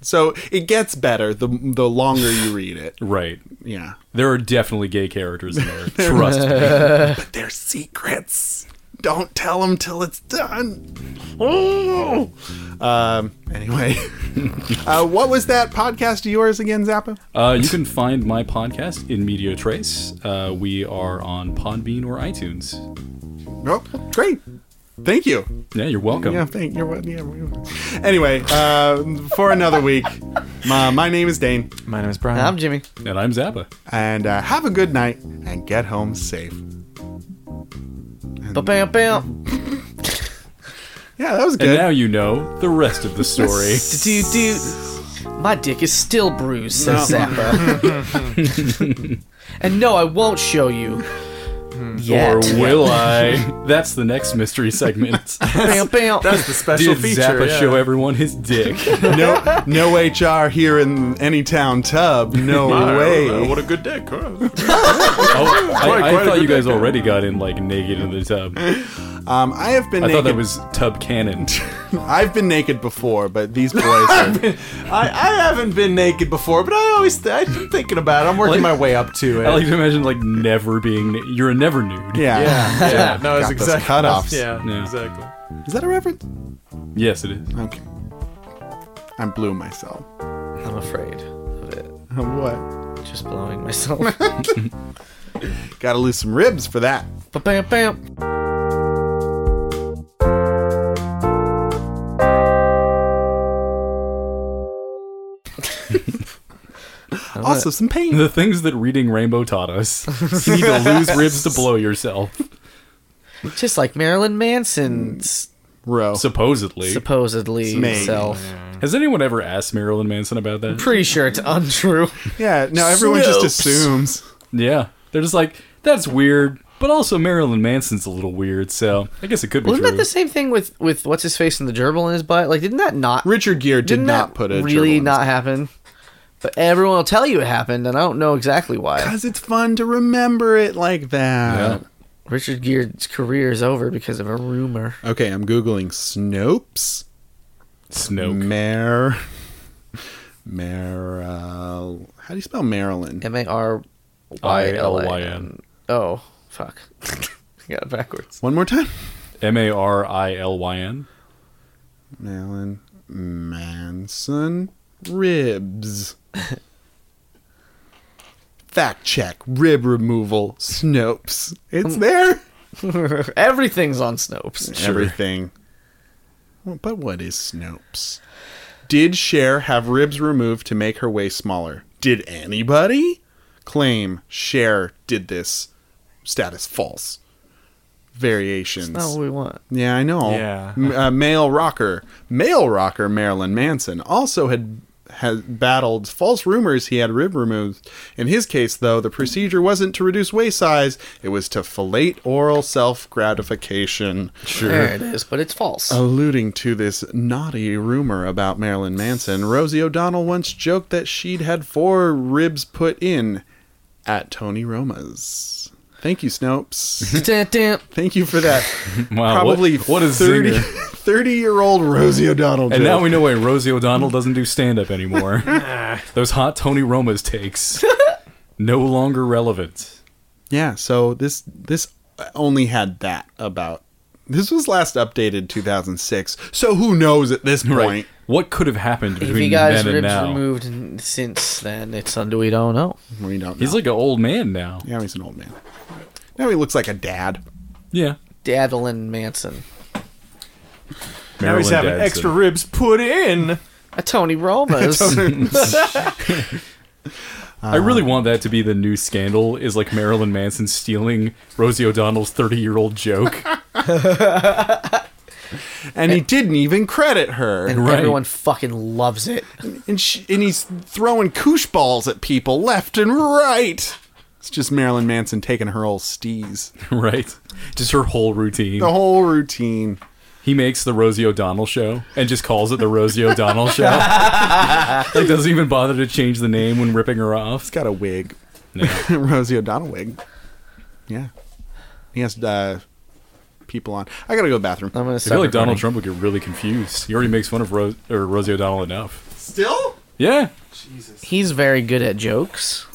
B: So it gets better the, the longer you read it.
A: Right.
B: Yeah.
A: There are definitely gay characters in there. Trust me.
B: But they're secrets. Don't tell them till it's done. Oh. Um, anyway, uh, what was that podcast of yours again, Zappa?
A: Uh, you can find my podcast in Media Trace. Uh, we are on Podbean or iTunes.
B: Oh, great. Thank you.
A: Yeah, you're welcome.
B: Yeah, thank you. Yeah, we- anyway, uh, for another week, my, my name is Dane,
C: My name is Brian.
D: I'm Jimmy.
A: And I'm Zappa.
B: and uh, have a good night and get home safe.
D: Ba bam bam.
B: Yeah, that was
A: And
B: good.
A: now you know the rest of the story.
D: Dude, dude. My dick is still bruised, says Zappa. and no, I won't show you. Yet.
A: or will I? That's the next mystery segment.
D: bam, bam.
C: That's the special
A: Did
C: feature.
A: Zappa
C: yeah.
A: show everyone his dick?
B: no, no HR here in any town tub. No way.
F: what a good dick. huh?
A: Oh,
F: Quite-
A: I, I
F: quite a
A: thought you
F: good
A: guys
F: dick.
A: already got in like naked in the tub. I
B: Um, I have been. naked.
A: thought that was tub cannon.
B: I've been naked before, but these boys. Are,
C: I, I haven't been naked before, but I always th- I've been thinking about it. I'm working my way up to it.
A: I like to imagine like never being. na- You're never nude.
B: yeah.
C: yeah, yeah, no,
B: Got
C: it's
B: those
C: exactly
B: cutoffs.
F: Yeah,
A: Yeah.
F: exactly.
B: Is that a reference?
A: Yes, it is.
B: Okay. I blew myself.
D: I'm afraid of it.
B: what?
D: Just blowing myself.
B: Got to lose some ribs for that.
D: ba bam bam.
B: Also, some pain.
A: The things that reading Rainbow taught us. You need to lose ribs to blow yourself.
D: Just like Marilyn Manson's
B: Row.
A: Supposedly.
D: supposedly
B: Maybe.
D: self.
A: Has anyone ever asked Marilyn Manson about that?
D: Pretty sure it's untrue.
B: yeah. No, everyone just assumes.
A: Yeah. They're just like, that's weird, but also Marilyn Manson's a little weird, so I guess it could be
D: Wasn't
A: true.
D: that the same thing with with what's his face and the gerbil in his butt? Like, didn't that not?
B: Richard Gere did
D: didn't
B: not
D: that
B: put a gerbil in
D: really
B: his-
D: not happen. But everyone will tell you it happened, and I don't know exactly why.
B: Cause it's fun to remember it like that.
D: Richard Gere's career is over because of a rumor.
B: Okay, I'm googling Snopes.
A: Snoke.
B: Mar. Mar. How do you spell Maryland?
D: M A R Y L I N. Oh fuck! I got it backwards.
B: One more time.
A: M A R I L Y N.
B: Marilyn Manson ribs. Fact check, rib removal, Snopes. It's there.
D: Everything's on Snopes.
B: Everything. Well, But what is Snopes? Did Cher have ribs removed to make her waist smaller? Did anybody claim Cher did this? Status false. Variations.
D: Not what we want.
B: Yeah, I know.
C: Yeah.
B: M- uh, male rocker, male rocker Marilyn Manson also had has battled false rumors he had rib removed. In his case, though, the procedure wasn't to reduce waist size; it was to fillate oral self gratification.
D: There it is, but it's false.
B: Alluding to this naughty rumor about Marilyn Manson, Rosie O'Donnell once joked that she'd had four ribs put in at Tony Roma's. Thank you, Snopes.
D: Dun, dun.
B: Thank you for that
A: Wow, Uh, what-
B: probably
A: what is
B: 30,
A: zinger.
B: 30 year old Rosie O'Donnell.
A: And now
B: joke.
A: we know why Rosie O'Donnell doesn't do stand up anymore. Those hot Tony Roma's takes. No longer relevant.
B: yeah. So this this only had that about. This was last updated 2006. So who knows at this point?
A: what could have happened
D: if you
A: between
D: guys
A: then and
D: ripped
A: now?
D: removed n- since then, it's something we don't know.
B: We don't know.
A: He's like an old man now.
B: yeah, he's an old man. Now he looks like a dad.
A: Yeah.
D: Dadelin Manson,
C: Now he's
A: Marilyn
C: having
A: Manson.
C: extra ribs put in.
D: a Uh, Tony Romo's.
A: I
C: Oh.
A: really want that to be the new scandal. Is like Marilyn Manson stealing Rosie O'Donnell's thirty-year-old joke.
B: And he didn't even credit her.
D: and
B: And,
A: Right.
D: everyone fucking loves it.
B: she, and he's throwing koosh balls at people left and right. It's just Marilyn Manson taking her old steez.
A: right? Just her whole routine.
B: The whole routine.
A: He makes the Rosie O'Donnell show and just calls it the Rosie O'Donnell show. like doesn't even bother to change the name when ripping her off.
B: He's got a wig. Rosie O'Donnell wig. Yeah. He has uh, people on. I gotta go to the bathroom.
D: I'm gonna
A: I
D: start.
A: feel like Donald
D: recording.
A: Trump would get really confused. He already makes fun of Ro- or Rosie O'Donnell enough.
B: Still?
A: Yeah.
D: He's very good at jokes.